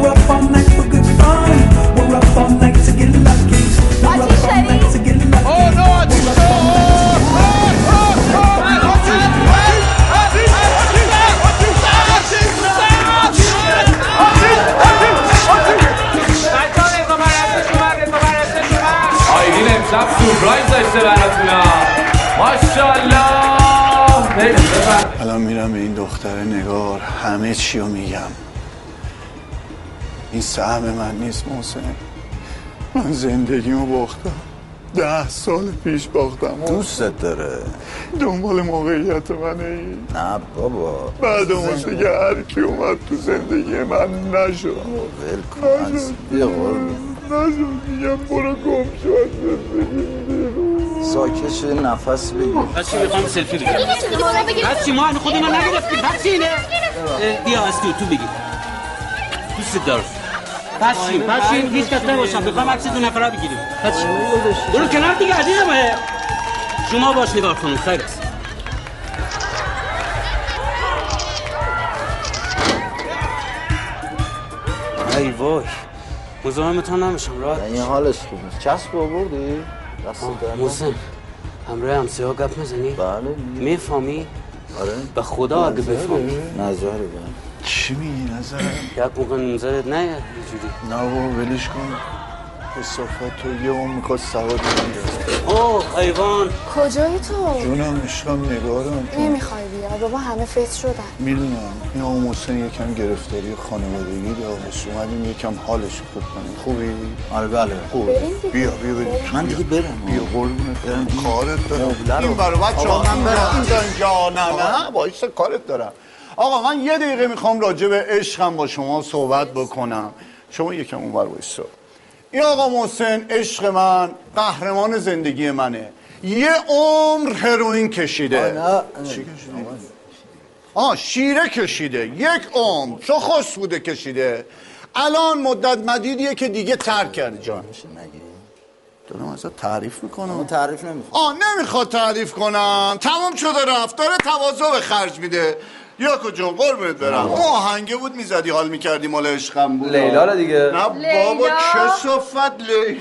Speaker 12: We're up all night for good fun. We're up all night to get lucky. We're up all night to get lucky. Oh no, I just
Speaker 7: آیدین امشب سورپرایز داشته براتون ماشاءالله بریم، بفرمایید.
Speaker 10: الان میرم به این دختر نگار همه چی رو میگم این سهم من نیست محسن من زندگیمو باختم ده سال پیش باختم
Speaker 3: دوستت داره
Speaker 10: دنبال موقعیت منه این
Speaker 3: نه بابا
Speaker 10: بعد اون دیگه هر کی اومد تو زندگی من نشد
Speaker 3: ول کن یه قربون
Speaker 10: نشد میگم برو گم شو از زندگی
Speaker 3: ساکت شو، یه نفس بگیر
Speaker 9: بچه میخوام سلفی بگیرم
Speaker 13: نمیتونی ما رو بگیری.
Speaker 9: بچه ما هنو خودمون نگرفتیم بچه اینه اه، بیا از تو تو بگیر دوست دار پشین پشین هیچ کس نباشم بخوام عکس دو نفره بگیریم پشین برو کنار دیگه عزیزم اه. شما باش نگار خانم خیر است ای وای مزاحمتان نمیشم راحت
Speaker 3: این حالش خوب نیست چسب آوردی؟ دست
Speaker 9: محسن همراه همسایه ها گپ میزنی؟
Speaker 3: بله
Speaker 9: میفهمی؟
Speaker 3: آره
Speaker 9: به خدا اگه بفهمی
Speaker 3: نظره بله
Speaker 10: چی میگی نظر
Speaker 9: یک موقع نظرت نه یه جوری
Speaker 10: نه بابا ولش کن کسافت و یه اون میخواد سواد میگرد
Speaker 12: اوه حیوان
Speaker 14: کجایی تو؟
Speaker 10: جونم عشقم نگارم
Speaker 14: نمیخوای بیا بابا همه فیت شدن
Speaker 10: میدونم این آقا محسن یکم گرفتاری خانوادگی داشت اومدیم یکم حالش خوب کنیم خوبی؟
Speaker 15: آره بله
Speaker 10: خوبه
Speaker 14: بریم دیگه.
Speaker 10: بیا بیا بریم
Speaker 15: من دیگه برم
Speaker 10: بیا قربونت بله. برم کارت دارم
Speaker 15: رو-
Speaker 10: این برو بچه
Speaker 15: آقا، من
Speaker 10: من
Speaker 15: برم.
Speaker 10: برم اینجا اینجا نه نه باعث کارت دارم آقا من یه دقیقه میخوام راجع به عشقم با شما صحبت بکنم شما یکم اونور وایسا این آقا محسن عشق من قهرمان زندگی منه یه عمر هروئین کشیده چی کشیده؟ آه شیره کشیده یک عمر چه خوش بوده کشیده الان مدت مدیدیه که دیگه ترک کرد جان دارم ازت تعریف میکنم
Speaker 15: تعریف نمیخوام
Speaker 10: آه نمیخواد تعریف کنم تمام شده رفت داره تواضع به خرج میده یا جون قربونت برم اون آهنگه بود میزدی حال میکردی مال عشقم بود
Speaker 12: لیلا رو دیگه.
Speaker 10: نه بابا
Speaker 12: لیلا.
Speaker 10: کسافت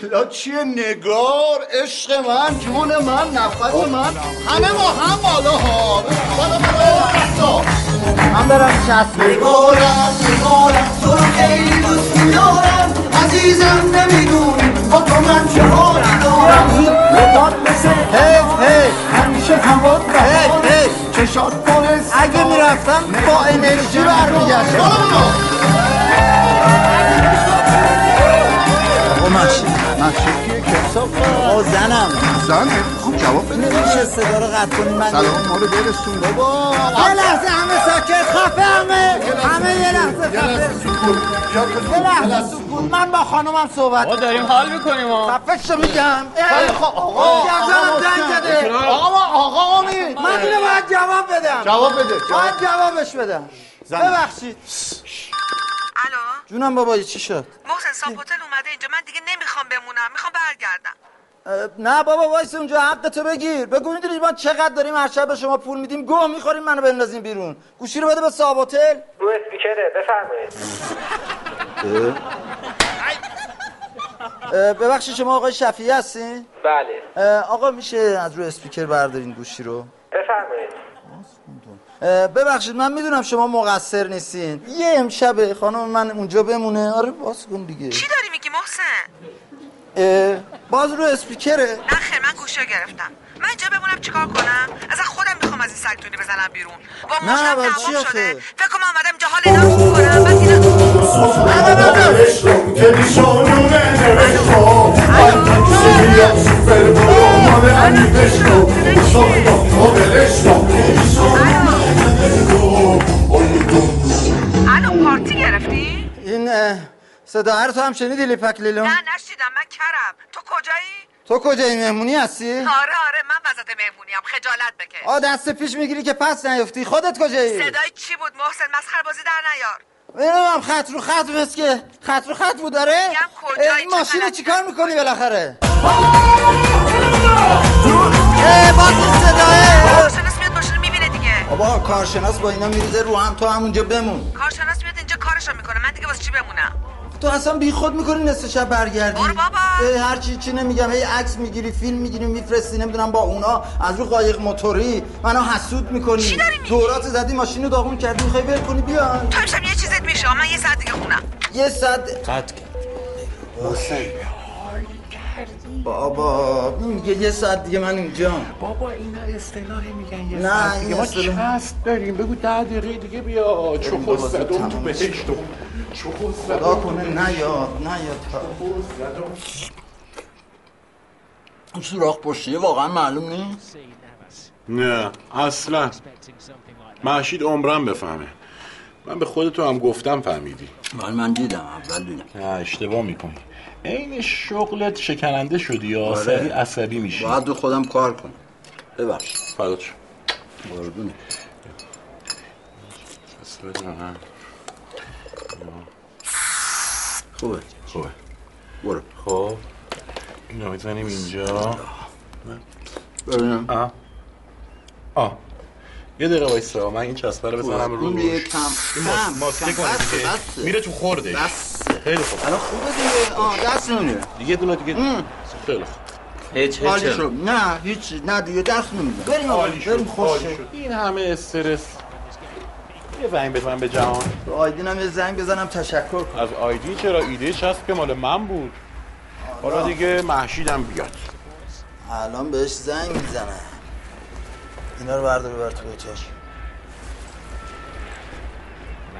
Speaker 10: لیلا چیه نگار عشق من جون من نفس من همه ما هم بالا ها بالا بالا
Speaker 3: من برم شست نگارم نگارم تو رو خیلی دوست میدارم عزیزم نمیدونی با تو من چه حال دارم نگار مثل هف هف همیشه هوات هف هف چشات پرست اگه میرفتم با انرژی برمیگشتم
Speaker 10: آقا مهشید مهشید کیه کسافت آقا زنم زن خب جواب بده
Speaker 3: میشه صدا رو قطع کنی من
Speaker 10: سلام ما رو برسون بابا
Speaker 3: یه لحظه همه ساکت خفه همه همه یه لحظه خفه یه لحظه سکون من با خانومم صحبت
Speaker 7: ما داریم حال میکنیم ها
Speaker 3: خفه شو میگم
Speaker 7: خیلی
Speaker 3: آقا
Speaker 7: خوب.
Speaker 3: آقا
Speaker 7: آقا،
Speaker 3: گردنم
Speaker 7: آقا،
Speaker 3: زنگ زده
Speaker 7: کنار.
Speaker 3: آقا ما- آقا آمی من اینو باید جواب بدم
Speaker 10: جواب بده، جواب.
Speaker 3: باید جوابش بدم
Speaker 6: زن.
Speaker 3: ببخشید
Speaker 6: الو
Speaker 3: جونم بابا چی شد
Speaker 6: محسن صاحب هتل اومده اینجا من دیگه نمیخوام بمونم میخوام برگردم
Speaker 3: اه، نه بابا وایس اونجا حق تو بگیر بگو میدونی ما چقدر داریم هر شب به شما پول میدیم گوه میخوریم منو بندازین بیرون گوشی رو بده به صاحب هتل
Speaker 9: رو اسپیکره بفرمایید
Speaker 3: اه، ببخشید شما آقای شفیعی هستین
Speaker 9: بله
Speaker 3: اه، آقا میشه از روی اسپیکر بردارین گوشی رو
Speaker 9: بفرمایید
Speaker 3: اه، ببخشید من میدونم شما مقصر نیستین یه امشب خانم من اونجا بمونه آره باز کن دیگه
Speaker 6: چی داری میگی محسن
Speaker 3: اه، باز رو اسپیکره
Speaker 6: نه خیر من گوشی رو گرفتم من اینجا بمونم چیکار کنم اصلا خودم میخوام از این سگدونی بزنم بیرون با
Speaker 3: نه،
Speaker 6: مشم
Speaker 3: برای چی
Speaker 6: تمام
Speaker 3: آخه؟
Speaker 6: شده فکر کنم آمدم اینجا حال اینا رو خوب کنم بعد اینا الو پارتی گرفتی
Speaker 3: این اه، صدا رو تو هم شنیدی لیپک لیلون
Speaker 6: نه نشیدم من کرم تو کجایی
Speaker 3: تو کجای مهمونی هستی
Speaker 6: آره آره من وسط مهمونیم خجالت بکش
Speaker 3: آ دست پیش میگیری که پس نیفتی خودت کجایی
Speaker 6: صدای چی بود محسن مسخره بازی در نیار
Speaker 3: نمیدونم خط رو خط بس که خط رو خط بود داره
Speaker 6: کجایی،
Speaker 3: این ماشین رو چیکار میکنی بالاخره
Speaker 6: کارشناس میاد ماشین رو میبینه دیگه
Speaker 3: بابا کارشناس با اینا میریزه رو هم تو همونجا بمون
Speaker 6: کارشناس میاد اینجا کارشو میکنه من دیگه واسه چی بمونم
Speaker 3: تو اصلا بی خود میکنی نصف شب برگردی
Speaker 6: برو بابا.
Speaker 3: اه، هر چی چی نمیگم هی عکس میگیری فیلم میگیری میفرستی نمیدونم با اونا از رو قایق موتوری منو حسود میکنی چی داری دورات زدی ماشین رو داغون کردی میخوای ول کنی بیا
Speaker 6: تو امشب یه چیزت میشه من یه ساعت دیگه خونم
Speaker 3: یه صد
Speaker 12: قطع کرد
Speaker 3: بابا میگه یه ساعت دیگه من اینجام
Speaker 5: بابا اینا اصطلاحی میگن یه
Speaker 3: نه،
Speaker 5: ساعت دیگه
Speaker 3: این
Speaker 5: ما
Speaker 3: اصطلاح-
Speaker 5: چست داریم بگو ده دقیقه دیگه بیا چو
Speaker 3: بابا،
Speaker 5: خود زدم تو
Speaker 3: تمام
Speaker 5: بهشت و چو خود زدم
Speaker 3: خدا
Speaker 5: تو
Speaker 3: کنه
Speaker 5: بهشت.
Speaker 3: نه یاد نه یاد
Speaker 15: اون سوراخ پشتیه واقعا معلوم نیست
Speaker 5: نه اصلا محشید عمرم بفهمه من به خودتو هم گفتم فهمیدی
Speaker 15: من من دیدم اول دیدم
Speaker 5: اشتباه میکنی عین شغلت شکننده شدی یا
Speaker 15: آره.
Speaker 5: سریع عصبی میشی
Speaker 15: باید رو خودم کار کنم ببخشید
Speaker 5: فدات شم.
Speaker 15: قربونه
Speaker 5: بس بدونم هم.
Speaker 15: خوبه
Speaker 5: خوبه
Speaker 15: برو
Speaker 5: خب اینو میزنیم اینجا
Speaker 15: ببینم
Speaker 5: آه آه یه دقیقه وایسا من این چسبه رو بزنم رو
Speaker 15: اون خب، یه
Speaker 5: روش
Speaker 15: کم
Speaker 5: این
Speaker 15: کم،
Speaker 5: ماس- ماسته
Speaker 15: کم.
Speaker 5: کنید
Speaker 15: بسه،
Speaker 5: که
Speaker 15: بسه.
Speaker 5: میره تو خوردش
Speaker 15: بسه.
Speaker 5: خیلی خوب
Speaker 15: الان خوبه دیگه آه دست نمیره
Speaker 5: دیگه دونه دیگه
Speaker 15: ام.
Speaker 5: خیلی خوب هیچ
Speaker 15: حالی شد نه هیچی نه دیگه دست نمیره بریم آقا
Speaker 5: عالی شد
Speaker 15: بریم خوش
Speaker 5: عالی شد. این همه استرس یه زنگ بزن به جهان
Speaker 3: به آیدینم یه زنگ بزنم تشکر کنم
Speaker 5: از آیدی چرا ایده چسب که مال من بود حالا دیگه محشیدم بیاد
Speaker 3: الان بهش زنگ میزنه اینا رو بردار ببر تو اتاق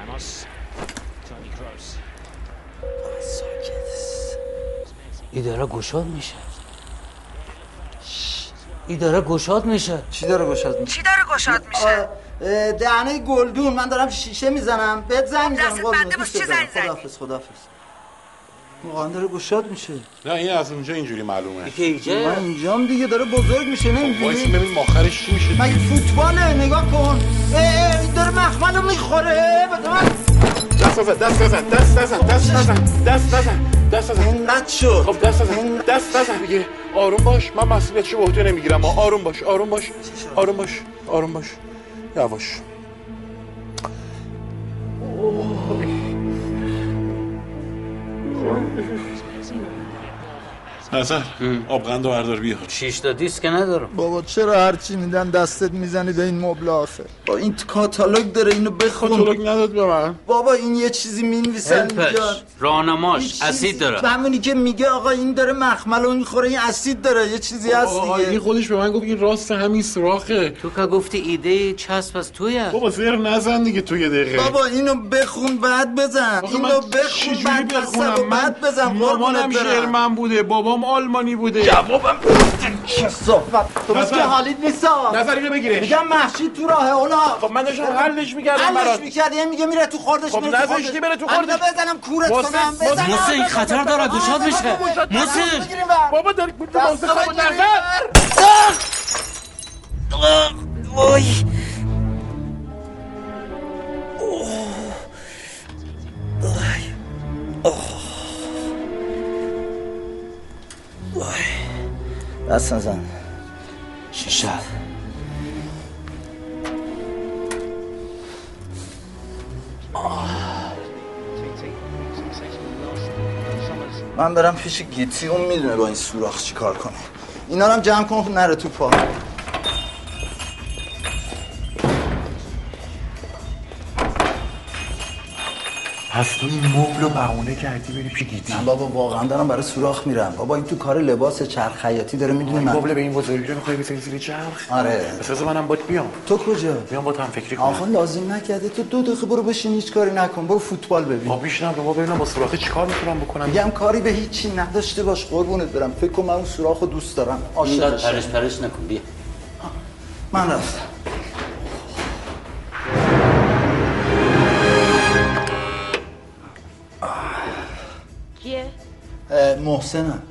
Speaker 16: راموس تونی کروس
Speaker 9: اداره گشاد میشه اداره گشاد میشه
Speaker 3: چی داره گشاد میشه
Speaker 6: چی داره گشاد میشه
Speaker 3: اه، دهنه گلدون من دارم شیشه میزنم بهت زنگ میزنم
Speaker 6: دستت بنده باش، چه زنگ زدی؟
Speaker 3: خدافز خدافز مقام داره گشاد میشه
Speaker 5: نه این از اونجا اینجوری معلومه
Speaker 3: من اینجام دیگه داره بزرگ میشه نه
Speaker 5: وایس
Speaker 3: اینجوری
Speaker 5: ببین آخرش چی میشه
Speaker 3: مگه فوتباله نگاه کن اه، اه، این داره مخمل رو میخوره بده من
Speaker 5: دست نزن دست نزن دست نزن دست نزن دست نزن دست نزن
Speaker 3: اینقدر شد
Speaker 5: خب دست نزن دست نزن دیگه آروم باش من مسئولیتشو به عهده نمیگیرم اما آروم باش آروم باش آروم باش آروم باش یواش نظر آبغند و بردار بیار
Speaker 9: شیش تا دیسک ندارم
Speaker 17: بابا چرا هرچی میدن دستت میزنی به این مبل آخه
Speaker 3: با این کاتالوگ داره اینو بخون
Speaker 5: کاتالوگ نداد به من
Speaker 3: بابا این یه چیزی مینویسن
Speaker 9: هلپش
Speaker 3: اینجا
Speaker 9: راهنماش اسید داره
Speaker 3: همونی که میگه آقا این داره مخمل رو میخوره این اسید داره یه چیزی هست
Speaker 5: آقا این
Speaker 3: دیگه
Speaker 5: خودش به من گفت این راست همین سراخه
Speaker 9: تو که گفتی ایده چسب از تویه
Speaker 5: بابا زر نزن دیگه تو یه دقیقه
Speaker 3: بابا اینو بخون بعد بزن
Speaker 5: آخه من
Speaker 3: اینو
Speaker 5: چجوری بخونم
Speaker 3: بخون بعد بزن
Speaker 5: من
Speaker 3: و بعد بزن
Speaker 5: مامانم
Speaker 3: قربونت برم
Speaker 5: شرمن بوده بابام آلمانی بوده جوابم
Speaker 3: کسافت تو بس
Speaker 5: نظر-
Speaker 3: که حالیت نیستا
Speaker 5: نظر اینو بگیرش.
Speaker 3: میگم محشید تو راهه اونا
Speaker 5: خب من داشتم حلش می‌کردم
Speaker 3: حلش
Speaker 5: برات.
Speaker 3: میکرد یه میگه میره تو خوردش
Speaker 5: خب
Speaker 3: میره تو
Speaker 5: نذاشتی
Speaker 3: خوردش.
Speaker 5: بره تو
Speaker 3: من
Speaker 5: خوردش.
Speaker 3: اینو بزنم کورت
Speaker 5: محسن،
Speaker 3: کنم بزنم
Speaker 9: محسن، این خطر داره، گشاد میشه. محسن.
Speaker 5: بابا داری گفت واسه خود نظر
Speaker 3: وای دست نزن شیشه من برم پیش گیتی اون میدونه با این سوراخ چی کار کنه اینا رو هم جمع کن خب نره تو پا
Speaker 5: پس تو این مبل و بهونه کردی بری پیش گیتی
Speaker 3: من بابا واقعا دارم برای سوراخ میرم بابا این تو کار لباس چرخ خیاطی داره میدونه
Speaker 5: این
Speaker 3: من
Speaker 5: مبل به این بزرگی رو می‌خوای بزنی زیر چرخ
Speaker 3: آره.
Speaker 5: پس بذار منم باید بیام
Speaker 3: تو کجا
Speaker 5: بیام با تو هم فکری
Speaker 3: آخه
Speaker 5: کنم
Speaker 3: لازم نکرده تو دو دقیقه برو بشین هیچ کاری نکن برو فوتبال ببین
Speaker 5: ما بیشنم به ما ببینم با سوراخه چیکار میتونم بکنم
Speaker 3: میگم کاری به هیچی نداشته باش قربونت برم فکر کن من اون سوراخ رو دوست دارم
Speaker 9: اینقدر
Speaker 3: عاشقشم
Speaker 9: پرش پرش نکن بیا
Speaker 3: من رفتم
Speaker 7: کیه؟
Speaker 3: اه، محسنم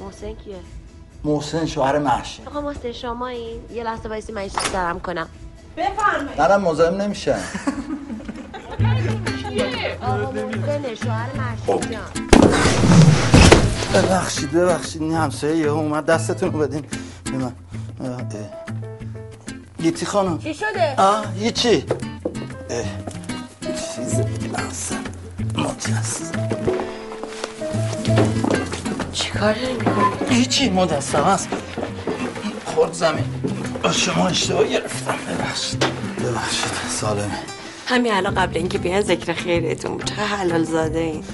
Speaker 7: محسن کیه؟
Speaker 3: محسن شوهر محشی
Speaker 7: آقا محسن شما این یه لحظه بایستی من ایش سرم کنم بفرمایید
Speaker 3: منم مزاحم نمیشم
Speaker 7: آقا محسن شوهر مرشد جان
Speaker 3: ببخشید ببخشید این همسایه یه اومد دستتون رو بدین به من اه، اه. گیتی خانم
Speaker 7: چی شده؟
Speaker 3: آه هیچی اه، چیز لازم مجسم
Speaker 8: چی کار داری میکنی؟
Speaker 3: هیچی مجسم هست این خورد زمین از شما اشتباه گرفتم ببخشید ببخشید سالمه
Speaker 8: همین الان قبل اینکه بیان ذکر خیرتون بود چقدر حلال زاده این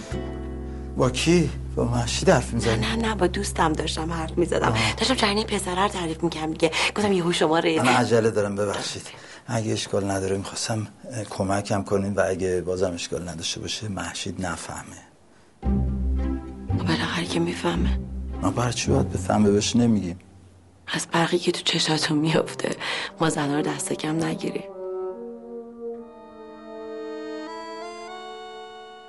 Speaker 3: با کی؟ با محشید حرف میزنی؟
Speaker 8: نه نه با دوستم داشتم حرف میزدم داشتم جنین پسره رو تعریف میکردم دیگه گفتم یهو شما
Speaker 3: من
Speaker 8: رئیس
Speaker 3: عجله دارم ببخشید اگه اشکال نداره میخواستم اه، کمکم کنین و اگه بازم اشکال نداشته باشه محشید نفهمه
Speaker 8: خب بالاخره که میفهمه
Speaker 3: ما برای چی باید بفهمه بهش نمیگیم
Speaker 8: از برقی که تو چشاتون میافته ما زنها رو دست کم نگیریم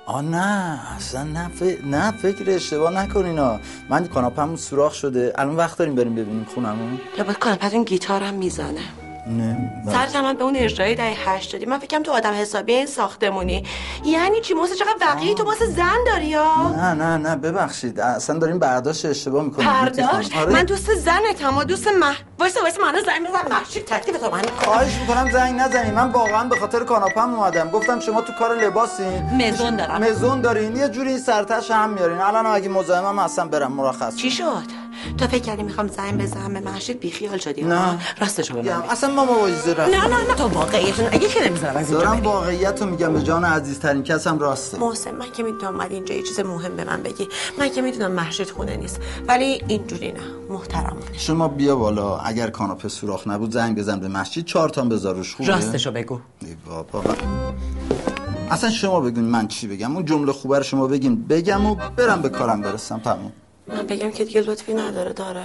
Speaker 3: آ نه اصلا نه, ف- نه فکر اشتباه نکنین ها من کاناپمون سوراخ شده الان وقت داریم بریم ببینیم خونمون
Speaker 8: یا باید کنم پس اون گیتار هم میزنه
Speaker 3: نه من-
Speaker 8: سر من به اون اجرای دهه هشت دادی من فکرم تو آدم حسابی این ساختمونی یعنی چی موسه چقدر وقیه تو واسه زن داری یا
Speaker 3: نه نه نه ببخشید اصلا داریم برداشت اشتباه میکنیم
Speaker 8: پرداش
Speaker 3: آره.
Speaker 8: من دوست زنت هم و دوست مح وایسا وایسا من الان زنگ بزن محشید تکلیف تو من
Speaker 3: خواهش میکنم زنگ نزنی من واقعا به خاطر کاناپم اومدم گفتم شما تو کار لباسین
Speaker 8: مزون دارم
Speaker 3: مزون دارین یه جوری این سرتش هم میارین الان اگه مزاحمم هستم برم مرخص
Speaker 8: چی شد تو فکر کردی میخوام زنگ بزنم به محشید بیخیال شدی
Speaker 3: نه.
Speaker 8: راستشو بگم
Speaker 3: یا، اصلا ما موازی
Speaker 8: نه نه نه تو واقعیتون اگه که نمیذارم از اینجا
Speaker 3: دارم
Speaker 8: بری.
Speaker 3: واقعیت رو میگم به جان عزیزترین کسم راسته
Speaker 8: محسن من که میدونم اومدی اینجا یه چیز مهم به من بگی من که میدونم محشید خونه نیست ولی اینجوری نه محترم
Speaker 3: شما بیا بالا اگر کاناپه سوراخ نبود زنگ بزن به مسجد چهار تام بذار روش خوبه
Speaker 8: راستشو بگو
Speaker 3: ای بابا من- اصلا شما بگین من چی بگم اون جمله خوبه رو شما بگین بگم و برم به کارم برسم تموم
Speaker 8: من بگم که دیگه لطفی نداره داره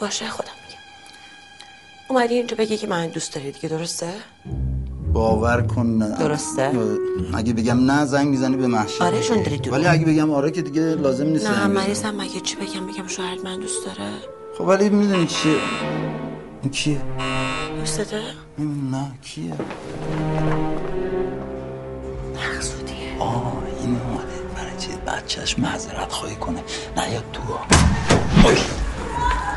Speaker 8: باشه خودم میگم اومدی اینجا بگی که من دوست داری دیگه درسته
Speaker 3: باور کن نه.
Speaker 8: درسته؟
Speaker 3: اه، اگه بگم نه زنگ میزنی به محشید
Speaker 8: آره، چون داری دروغ
Speaker 3: ولی اگه بگم آره که دیگه لازم نیست
Speaker 8: نه
Speaker 3: زنگ بزنی.
Speaker 8: مریضم مگه چی بگم بگم شوهرت من دوست داره
Speaker 3: خب ولی میدونی چیه این کیه
Speaker 8: دوست داره
Speaker 3: نه کیه
Speaker 8: مقصودیه
Speaker 3: آه این اومده برای چی بچهش معذرت خواهی کنه نه یا تو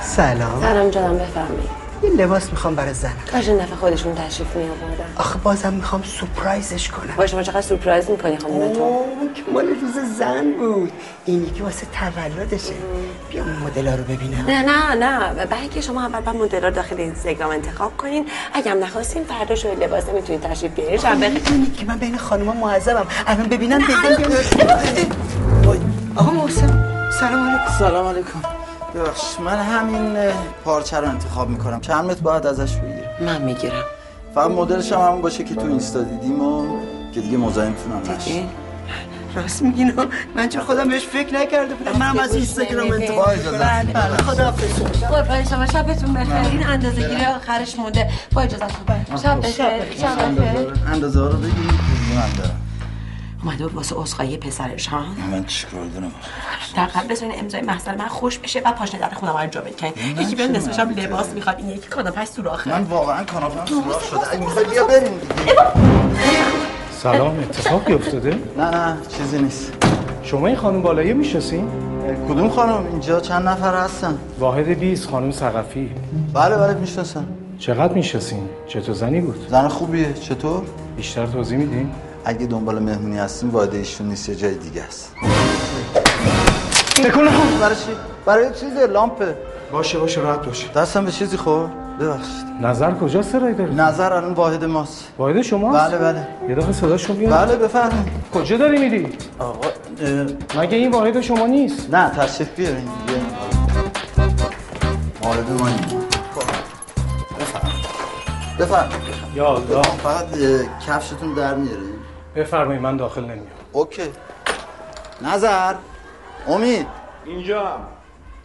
Speaker 12: سلام
Speaker 8: سلام جانم بفرمایید
Speaker 12: یه لباس میخوام برای زنم
Speaker 8: کاش این دفعه خودشون تشریف می آوردن
Speaker 12: آخه بازم میخوام سپرایزش کنم
Speaker 8: باشه ما چقدر سورپرایز میکنی خانم تو
Speaker 12: اوه، که مال روز زن بود این یکی واسه تولدشه بیا اون مدلا رو ببینم
Speaker 8: نه نه نه برای که شما اول بعد مدل رو داخل اینستاگرام انتخاب کنین اگه هم نخواستین فردا شوی لباس نمیتونین تشریف بیارین شنبه
Speaker 12: میدونی که من بین خانوما معذبم الان ببینم
Speaker 8: نه،
Speaker 12: بگم که- وای. آقا محسن سلام علیکم
Speaker 3: سلام علیکم ببخش من همین اه، پارچه رو انتخاب میکنم چند متر باید ازش بگیرم
Speaker 8: من میگیرم
Speaker 3: فقط مدلش هم همون باشه که تو اینستا دیدیم و که دیگه مزاحمتونم نشه
Speaker 12: راست میگین ها؟ من چه خودم بهش فکر نکرده بودم منم از
Speaker 18: بله.
Speaker 12: اینستاگرام انتخاب میکنم بله خداحافظ
Speaker 18: قربان شما شبتون بخیر این اندازه گیری آخرش مونده با اجازتون شب بخیر شب بخیر
Speaker 3: اندازه ها رو بگیریم من دارم
Speaker 8: اومده بود واسه عذرخواهی پسرش ها
Speaker 3: من چیکار دارم
Speaker 8: در قبل از این امضای محصول من خوش بشه و پاشنه در خونم انجام بدین یکی بیاد نصفش هم لباس میخواد این یکی کاناپش سوراخه
Speaker 3: من واقعا کاناپم سوراخ شده اگه میخوای بیا بریم دیگه
Speaker 19: سلام اتفاقی افتاده؟
Speaker 3: نه نه چیزی نیست
Speaker 19: شما این خانم بالایی میشناسین؟
Speaker 3: کدوم خانم اینجا چند نفر هستن
Speaker 19: واحد 20 خانم ثقفی
Speaker 3: بله بله میشناسم
Speaker 19: چقدر میشناسین؟ چطور زنی بود؟
Speaker 3: زن خوبیه چطور
Speaker 19: بیشتر توضیح میدین
Speaker 3: اگه دنبال مهمونی هستیم وارد ایشون نیست یه جای دیگه است
Speaker 19: تکون
Speaker 3: نخور برای چی برای چیزه لامپه
Speaker 19: باشه باشه راحت باشه
Speaker 3: دستم به چیزی خورد ببخشید
Speaker 19: نظر کجا سرای داری؟
Speaker 3: نظر الان واحد ماست
Speaker 19: واحد شما
Speaker 3: بله بله
Speaker 19: یه دقیقه صداشو بیار
Speaker 3: بله بفرمایید
Speaker 19: کجا داری میری؟
Speaker 3: آقا
Speaker 19: مگه این واحد شما نیست؟
Speaker 3: نه تشریف بیارین دیگه وارد ما این بفرمایید
Speaker 19: یا الله
Speaker 3: فقط اه، کفشتون در میارین
Speaker 19: بفرمایید من داخل نمیام
Speaker 3: اوکی نظر امید
Speaker 5: اینجا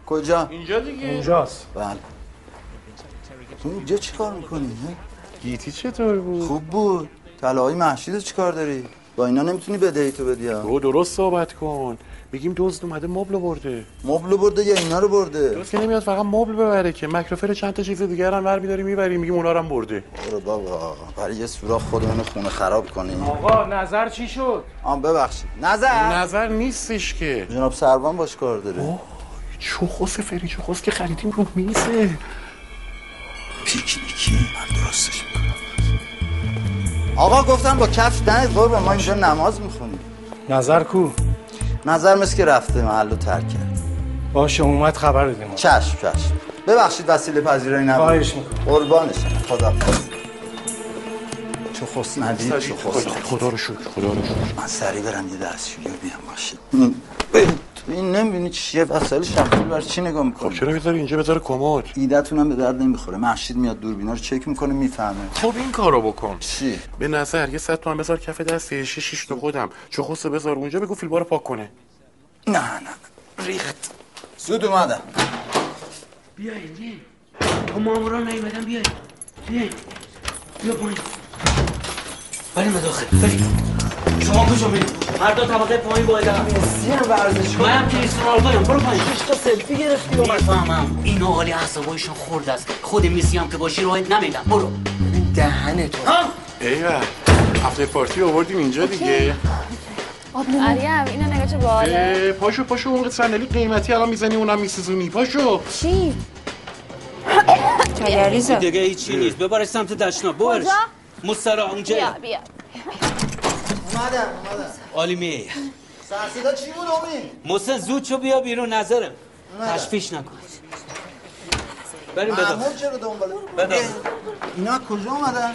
Speaker 3: کجا
Speaker 5: اینجا دیگه
Speaker 19: اونجاست
Speaker 3: بله تو اینجا چی کار میکنی؟
Speaker 19: گیتی چطور بود؟
Speaker 3: خوب بود طلاهای محشید رو چی کار داری؟ با اینا نمیتونی بدهی تو بدی ها
Speaker 5: رو درست صحبت کن میگیم دزد اومده مبل رو برده
Speaker 3: مبل برده یا اینا رو برده
Speaker 5: درست که نمیاد فقط مبل ببره که مکروفر چند تا چیز دیگه هم برمیداری میبری میگیم اونا رو هم برده
Speaker 3: برو بابا برای یه سوراخ خودمون خونه خراب کنیم
Speaker 19: آقا نظر چی شد؟
Speaker 3: آم ببخشید نظر
Speaker 5: نظر نیستش که
Speaker 3: جناب سروان باش کار داره
Speaker 5: چوخوس فری چوخوس که خریدیم رو میزه
Speaker 3: پیکنیکی من درستش میکنم آقا گفتم با کفش دنت قربه ما اینجا نماز میخونیم
Speaker 19: نظر کو
Speaker 3: نظر مثل که رفته محل رو ترک کرد
Speaker 19: باشه اومد خبر بدیم
Speaker 3: چشم چشم ببخشید وسیله پذیرایی نبود
Speaker 19: خواهش می‌کنم.
Speaker 3: قربانش خدا چو خست ندید چو خست
Speaker 5: خدا رو شکر خدا رو شکر
Speaker 3: من سریع برم یه دستشویی رو بیام باشه تو این نمیبینی چیه وسایل شخصی بر چی نگاه میکنی
Speaker 5: خب چرا بذاری اینجا بذاره کمد
Speaker 3: ایدتون هم به درد نمیخوره محشید میاد دوربینا رو چک میکنه میفهمه
Speaker 5: خب این کارو بکن
Speaker 3: چی
Speaker 5: به نظر یه صد تومن بذار کف دست شیش شیش تا خودم چوخوس رو بذار اونجا بگو فیلبارو پاک کنه
Speaker 3: نه نه ریخت زود اومدم
Speaker 9: بیاین بیاین با مامورا نیمدن بیاین بیاین بیا پایین بریم به داخل بریم شما کجا میرید هر دو طبقه پایین بایدم
Speaker 12: سیم ورزش
Speaker 9: من هم کریستون آلبایم برو پایین
Speaker 12: شش تا سلفی گرفتی و
Speaker 9: میفهمم این حالی اعصابایشون خورد است خود میسی هم که باشی راحت نمیدم برو
Speaker 12: دهن تو
Speaker 5: ایوه هفته پارتی آوردیم اینجا دیگه
Speaker 18: مریم اینو نگاه چه
Speaker 14: آره.
Speaker 18: باله
Speaker 5: اه، پاشو پاشو اون صندلی قیمتی الان میزنی اونم میسوزونی پاشو
Speaker 18: چی؟
Speaker 9: این دیگه هیچی نیست ببرش سمت دشنا ببرش
Speaker 18: کجا؟
Speaker 9: مسترا
Speaker 18: بیا
Speaker 9: اونجا
Speaker 18: بیا
Speaker 3: اومدم اومدم
Speaker 9: عالی می
Speaker 3: سرصدا چی بود امید
Speaker 9: محسن زود شو بیا بیرون نظرم تشویش نکن بریم بدم
Speaker 3: محمود چرا دنباله
Speaker 9: بدم
Speaker 3: اینا کجا اومدن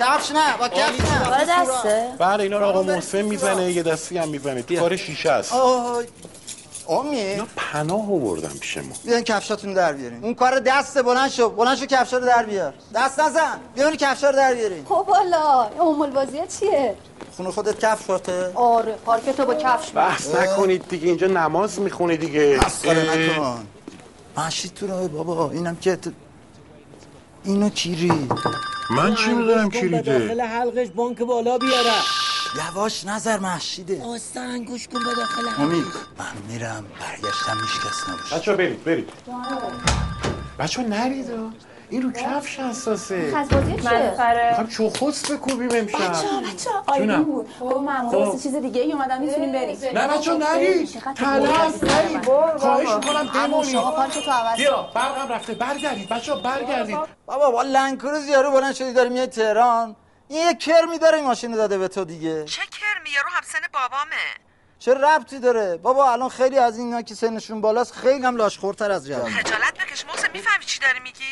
Speaker 3: کفش نه با کفش نه
Speaker 14: با دسته
Speaker 5: بله اینا رو آقا محسن میزنه یه دستی هم میزنه کار شیشه است
Speaker 3: آه آمی
Speaker 5: پناه آوردم پیش ما
Speaker 3: بیان کفشاتون رو در بیارین اون کار دست بلند شو بلند شو کفشا رو در بیار دست نزن بیان کفشا رو در بیارین
Speaker 14: خب حالا امول بازی چیه؟
Speaker 3: خونه خودت کفشاته
Speaker 14: آره پارک تو با کفش
Speaker 5: بحث نکنید دیگه اینجا نماز میخونه دیگه
Speaker 3: مسخره
Speaker 5: اه.
Speaker 3: نکن مشید تو راه بابا اینم که ت- اینو کیری
Speaker 5: من چی میدونم
Speaker 9: داخل حلقش بانک بالا بیاره
Speaker 3: یواش نظر محشیده
Speaker 9: آستان گوش کن به داخل
Speaker 3: امید من میرم برگشتم میشکست نباشه
Speaker 5: بچه برید برید بچه نرید آه. این رو کفش حساسه میخوام چوخوس بکوبیم امشب
Speaker 20: بچه
Speaker 5: جونم.
Speaker 20: بابا
Speaker 3: خب.
Speaker 20: معمولا واسه خب، چیز دیگه ای اومدم میتونیم بریم
Speaker 5: نه بچه نرید تلف نرید خواهش میکنم بمونید
Speaker 3: تو عوض
Speaker 5: بیا برقم رفته برگردید بچه برگردید
Speaker 3: بابا با لنکروز یارو بلند شدی داری میای تهران این یه کرمی داره این ماشین رو داده به تو دیگه چه
Speaker 6: کرمی یارو همسن بابامه
Speaker 3: چه ربطی داره بابا الان خیلی از اینا که سنشون بالاست خیلی هم لاشخورتر از جوان
Speaker 6: خجالت بکش محسن میفهمی چی داری میگی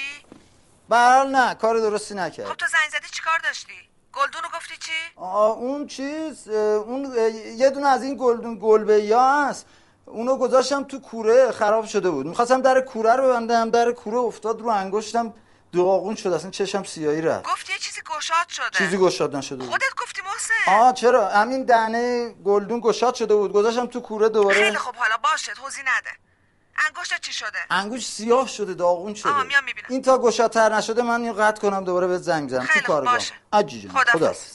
Speaker 3: برحال نه کار درستی
Speaker 6: خب
Speaker 3: نکرد
Speaker 6: تو زنگ زدی چیکار داشتی گلدونو گفتی چی
Speaker 3: آه، اون چیز اه، اون اه، یه دونه از این گلدون گلبه یا هست اونو گذاشتم تو کوره خراب شده بود میخواستم در کوره رو ببندم در کوره افتاد رو انگشتم داغون شد اصلا چشم سیاهی رفت
Speaker 6: گفتی یه چیزی گشاد شده
Speaker 3: چیزی گشاد نشده بود
Speaker 6: خودت گفتی محسن
Speaker 3: آه چرا همین دهنه گلدون گشاد شده بود گذاشتم تو کوره دوباره
Speaker 6: خیلی خب حالا باشه توضیح نده انگشتت چی شده
Speaker 3: انگوش سیاه شده داغون شده
Speaker 6: آه، میام میبینم.
Speaker 3: این تا گشادتر نشده من اینو قطع کنم دوباره بهت زنگ بزنم تو
Speaker 6: خیلی خوب،
Speaker 3: کارگاه
Speaker 6: باشه.
Speaker 3: عجی جان
Speaker 6: خداحافظ.
Speaker 3: خداحافظ.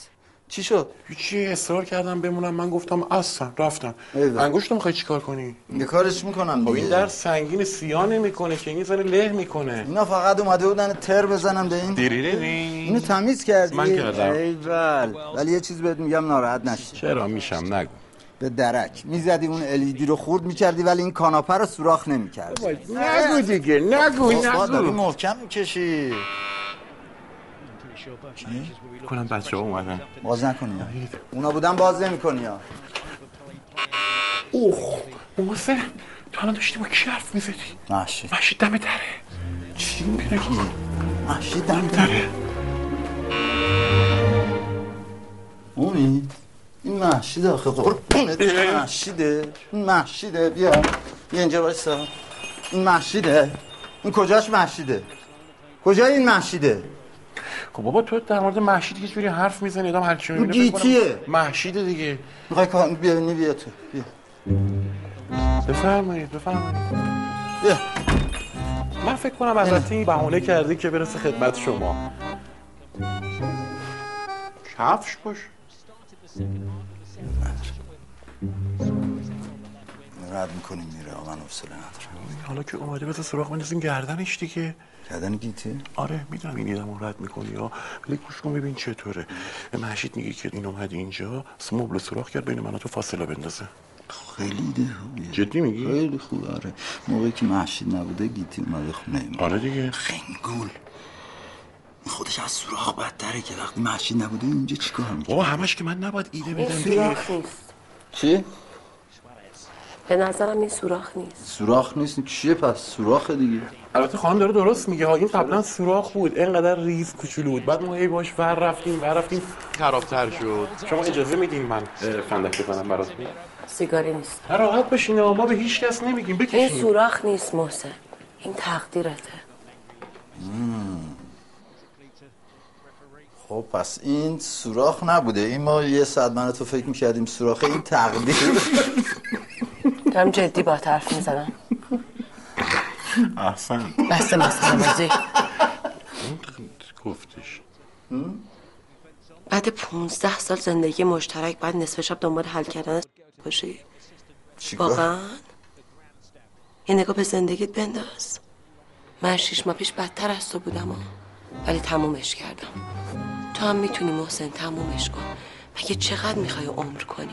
Speaker 3: چی شد
Speaker 5: چی اصرار کردم بمونم من گفتم اصلا رفتم انگشتو میخوای چیکار کنی
Speaker 3: یه کارش میکنم
Speaker 5: خب این در سنگین سیاه نمیکنه که این سر له میکنه
Speaker 3: اینا فقط اومده بودن تر بزنم به این
Speaker 5: دیریری.
Speaker 3: اینو تمیز کردی
Speaker 5: من کردم.
Speaker 3: ایول ولی یه چیز بهت میگم ناراحت نشی
Speaker 5: چرا میشم نگو
Speaker 3: به درک میزدی اون الیدی رو خورد میکردی ولی این کاناپه رو سوراخ نمیکردی
Speaker 5: نگو دیگه نگو
Speaker 3: خب، داری
Speaker 5: نگو
Speaker 3: محکم میکشی
Speaker 5: کنم بچه ها اومدن
Speaker 3: باز نکنی ها. اونا بودن باز نمیکنی ها
Speaker 5: اوه محسن تو الان داشتی با کی حرف میزدی
Speaker 3: محشید
Speaker 5: محشید دم دره چی میگی
Speaker 3: محشید دم دره امید این محشید آخه قربونت
Speaker 5: اه.
Speaker 3: محشیده این محشیده بیا بیا اینجا بایستا این محشیده این کجاش محشیده کجای این محشیده
Speaker 5: خب بابا تو در مورد محشید یه جوری حرف میزنی آدم هر چی
Speaker 3: اون
Speaker 5: میبینه فکر کنم
Speaker 3: گیتیه.
Speaker 5: محشید دیگه
Speaker 3: میخوای کار بیا ببینی، بیا تو بیا
Speaker 5: بفرمایید بفرمایید
Speaker 3: بیا.
Speaker 5: من فکر کنم از این بهونه کردی که برسه خدمت شما کفش باش
Speaker 3: رد میکنیم میره آقا من حوصله ندارم
Speaker 5: حالا که اومده بذار سراغ بندازیم گردنش دیگه
Speaker 3: کردن گیتی
Speaker 5: آره میدونم این یه رو رد میکنی یا ولی گوش کن ببین چطوره محشید میگه که این اومد اینجا مبل سراخ کرد بین من و تو فاصله بندازه
Speaker 3: خیلی ایده خوبیه
Speaker 5: جدی میگی؟
Speaker 3: خیلی خوب آره موقعی که محشید نبوده گیتی اومده خونه ما
Speaker 5: آره دیگه
Speaker 3: خنگول این خودش از سوراخ بدتره که وقتی محشید نبوده اینجا چیکار میکنه
Speaker 5: بابا همش که من نباید ایده
Speaker 8: این
Speaker 5: بدم دیگه
Speaker 8: سوراخ نیست
Speaker 3: چی
Speaker 8: به نظرم این سوراخ نیست
Speaker 3: سوراخ نیست چیه پس سوراخ دیگه
Speaker 5: البته خانم داره درست میگه ها این قبلا سوراخ بود اینقدر ریز کوچولو بود بعد ما هی باش ور رفتیم ور رفتیم خرابتر شد شما اجازه میدین من اه، فندک بزنم برات
Speaker 8: سیگاری نیست
Speaker 5: نه، راحت بشین ها، ما به هیچ کس
Speaker 8: این
Speaker 5: نمیگیم بکشین
Speaker 8: سوراخ نیست محسن این تقدیرته
Speaker 3: خب پس این سوراخ نبوده این ما یه ساعت من و تو فکر میکردیم سوراخ این تقدیر
Speaker 5: <laughs>
Speaker 8: دارم جدی با حرف میزنم
Speaker 5: احسن
Speaker 8: بسته مسخره بازی
Speaker 5: گفتش
Speaker 8: بعد 15 سال زندگی مشترک بعد نصف شب دنبال حل کردن باشی
Speaker 3: چیکار؟
Speaker 8: واقعا یه نگاه به زندگیت بنداز من شیش ماه پیش بدتر از تو بودم ها. ولی تمومش کردم تو هم میتونی محسن تمومش کن مگه چقدر میخوای عمر کنی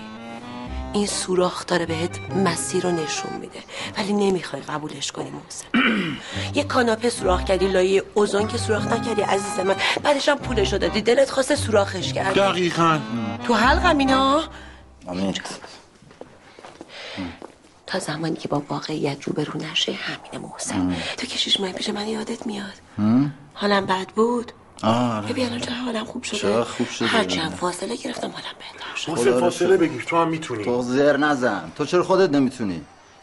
Speaker 8: این سوراخ داره بهت مسیر رو نشون میده ولی نمیخوای قبولش کنی
Speaker 3: <clears throat>
Speaker 8: محسن یه کاناپه سوراخ کردی لایه اوزون که سوراخ نکردی عزیز من بعدش هم پولش رو دادی دلت خواسته سوراخش کردی
Speaker 5: دقیقا
Speaker 8: تو حلقم اینا
Speaker 3: آمین
Speaker 8: تا تا زمانی که با واقعیت روبرو نشه همینه محسن تو که شش ماه پیش من یادت میاد
Speaker 3: هم؟
Speaker 8: حالم بد بود
Speaker 3: آره.
Speaker 8: ببین الان چه حالم خوب شده
Speaker 3: چقدر خوب شده.
Speaker 8: هر چند فاصله گرفتم حالم بهتر شد
Speaker 3: خدا رو شکر.
Speaker 5: تو هم میتونی
Speaker 3: تو زر نزن تو چرا خودت نمیتونی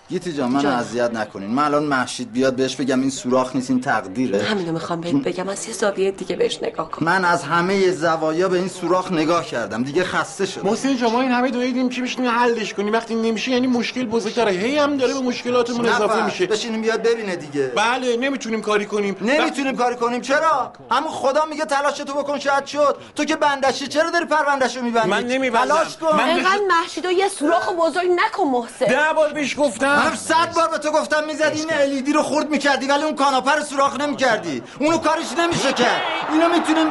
Speaker 3: گیتی جان منو
Speaker 8: جان.
Speaker 3: اذیت نکنین من الان محشید بیاد بهش بگم این سوراخ نیست این تقدیره
Speaker 8: همینو میخوام بهت بگم از یه زاویه دیگه بهش نگاه کن
Speaker 3: من از همه زوایا به این سوراخ نگاه کردم دیگه خسته شدم
Speaker 5: محسن جا ما این همه دویدیم که میشونی حلش کنی وقتی نمیشه یعنی مشکل بزرگتره هی هم داره به مشکلاتمون اضافه
Speaker 3: نفر.
Speaker 5: میشه
Speaker 3: بشینیم بیاد ببینه دیگه
Speaker 5: بله نمیتونیم کاری کنیم
Speaker 3: نمیتونیم کاری کنیم چرا همون خدا میگه تلاش تو بکن شاید شد تو که بندشی چرا داری پروندهشو میبندی
Speaker 5: من نمی‌بندم.
Speaker 3: تلاش کن
Speaker 5: من
Speaker 18: اینقدر محشید و یه سوراخ بزرگ نکن محسن
Speaker 5: ده بار بهش گفتم
Speaker 3: هم صد بار به تو گفتم میزدی این الیدی رو خورد میکردی ولی اون کاناپه رو سوراخ نمیکردی اونو کارش نمیشه کرد اینو میتونیم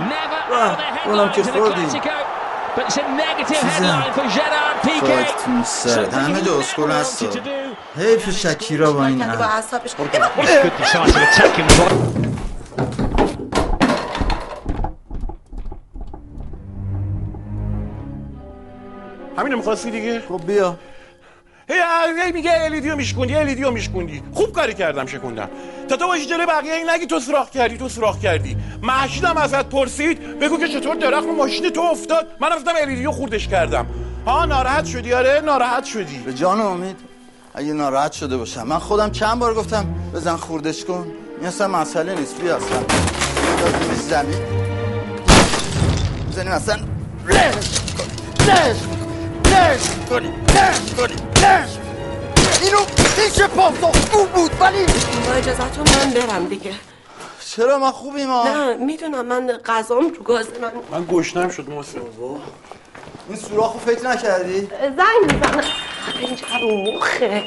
Speaker 3: اونم که خوردی
Speaker 16: But it's a negative headline for Gerard Piqué.
Speaker 3: خاکتون سر همه درست کن هستا حیف شکیرا با این خب،
Speaker 8: با
Speaker 3: هم
Speaker 8: اعصابش
Speaker 16: Good chance of attacking the ball.
Speaker 5: همینو میخواستی دیگه
Speaker 3: خب بیا
Speaker 5: هی هی میگه الیدیو میشکوندی الیدیو میشکوندی خوب کاری کردم شکوندم تا تو باشی جلوی بقیه این نگی تو سوراخ کردی تو سوراخ کردی محشیدم ازت پرسید بگو که چطور درخت رو ماشین تو افتاد من رفتم الیدیو خوردش کردم ها ناراحت شدی آره ناراحت شدی
Speaker 3: به جان امید اگه ناراحت شده باشم من خودم چند بار گفتم بزن خوردش کن این اصلا مسئله نیست بیا اصلا بندازیمش زمین بزنیم اصلا لش کنیم. لش کنیم. لش کنیم. لش کنیم. لش اینو هیچ پاسخ او بود ولی
Speaker 8: با اجازتون من برم دیگه
Speaker 3: چرا ما خوبیم ما
Speaker 8: نه میدونم من غذام تو گاز من
Speaker 5: من گشنم شد محسن
Speaker 3: این سوراخو فکر نکردی
Speaker 8: زنگ میزنم این چقدر مخه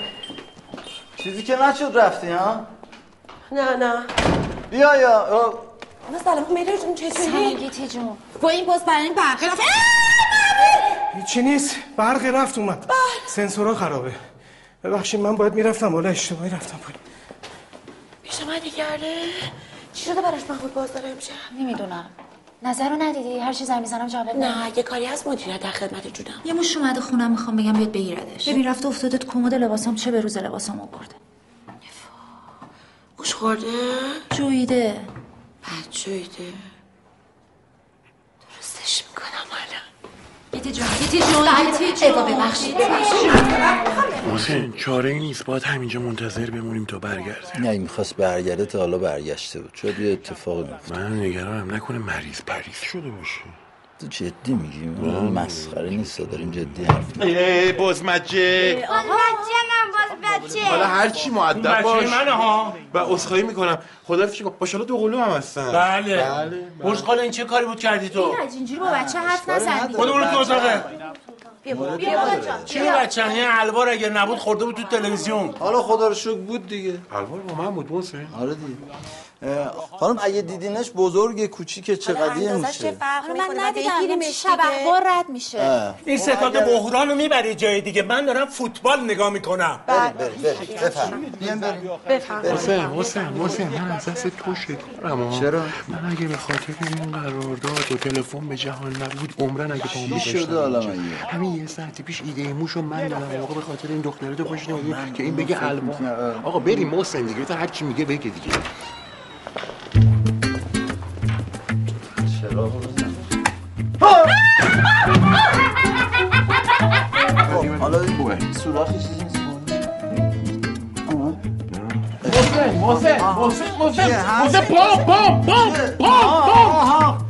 Speaker 3: چیزی که نشد رفتی ها
Speaker 8: نه نه
Speaker 3: بیا یا
Speaker 18: ما سلام میره جون چطوری؟
Speaker 14: گیتی جون
Speaker 18: با این پست برای این برقی رفت
Speaker 19: هیچی نیست برق رفت اومد سنسورا خرابه ببخشید من باید میرفتم بالا اشتباهی رفتم پایین
Speaker 18: پیش من
Speaker 14: آره.
Speaker 18: دیگره چی شده براش من خود باز داره امشب؟
Speaker 14: نمیدونم نظر رو ندیدی هر چی زنگ میزنم جواب نه
Speaker 8: نه یه کاری هست مدیریت در خدمت جونم
Speaker 14: یه موش اومده خونم میخوام بگم بیاد بگیردش ببین رفته افتاده تو کمد لباسام چه به روز لباسام آورده
Speaker 8: گوش خورده
Speaker 14: جویده
Speaker 8: بچه‌ایده درستش میکنم حالا
Speaker 14: گیتی جون گیتی جون گیتی جون
Speaker 18: ایوا ببخشید
Speaker 5: محسن چاره نیست باید همینجا منتظر بمونیم تا برگرده
Speaker 3: نه این میخواست برگرده تا حالا برگشته بود شاید یه اتفاقی میفته
Speaker 5: من نگرانم نکنه مریض پریز شده باشه
Speaker 3: تو جدی میگی مسخره نیست داریم جدی حرف
Speaker 5: ای بزمجه
Speaker 7: باز بچه من باز بچه
Speaker 5: حالا هرچی معدب باش
Speaker 9: بچه منه ها
Speaker 5: و اسخایی میکنم خدا رو شکر باش حالا دو قلو هم هستن
Speaker 9: بله.
Speaker 5: بله بله.
Speaker 9: برشقال این چه کاری بود کردی تو؟
Speaker 7: نه اینجوری با بچه حرف نزن
Speaker 9: خود برو تو اتاقه
Speaker 18: بیا برو بیا برو
Speaker 9: چی بچه یه الوار اگر نبود خورده بود تو تلویزیون
Speaker 3: حالا خدا رو شکر بود دیگه
Speaker 5: الوار با من بود محسن
Speaker 3: آره دیگه اه، خانم اگه دیدینش بزرگ کوچیک چقدیه
Speaker 18: آره، اندازش چه
Speaker 3: میشه
Speaker 18: فرق
Speaker 7: من
Speaker 18: میکنه
Speaker 7: ندیدم
Speaker 18: بگیریمش
Speaker 7: شب
Speaker 18: دیگه.
Speaker 7: اخبار رد میشه
Speaker 3: اه.
Speaker 9: این ستاد بحران رو میبری جای دیگه من دارم فوتبال نگاه میکنم
Speaker 3: بریم، بریم، بفرمایید. بیایم بریم.
Speaker 5: محسن محسن محسن من از دست تو شکرم
Speaker 3: چرا؟
Speaker 5: من اگه به خاطر این قرارداد و تلفن به جهان نبود عمرن اگه با
Speaker 3: چی شده حالا من یه؟
Speaker 5: همین یه ساعت پیش ایده موشو من دادم آقا به خاطر این دختره تو پشت نمیدیم که این بگه الوار آقا بریم محسن دیگه تا هر چی میگه بگه دیگه
Speaker 3: چراغ رو بزن. خب، حالا این سوراخ چیزی نیست
Speaker 5: محسن محسن محسن
Speaker 3: چیه؟
Speaker 5: محسن
Speaker 3: هست؟
Speaker 5: محسن پام پام پام پام پام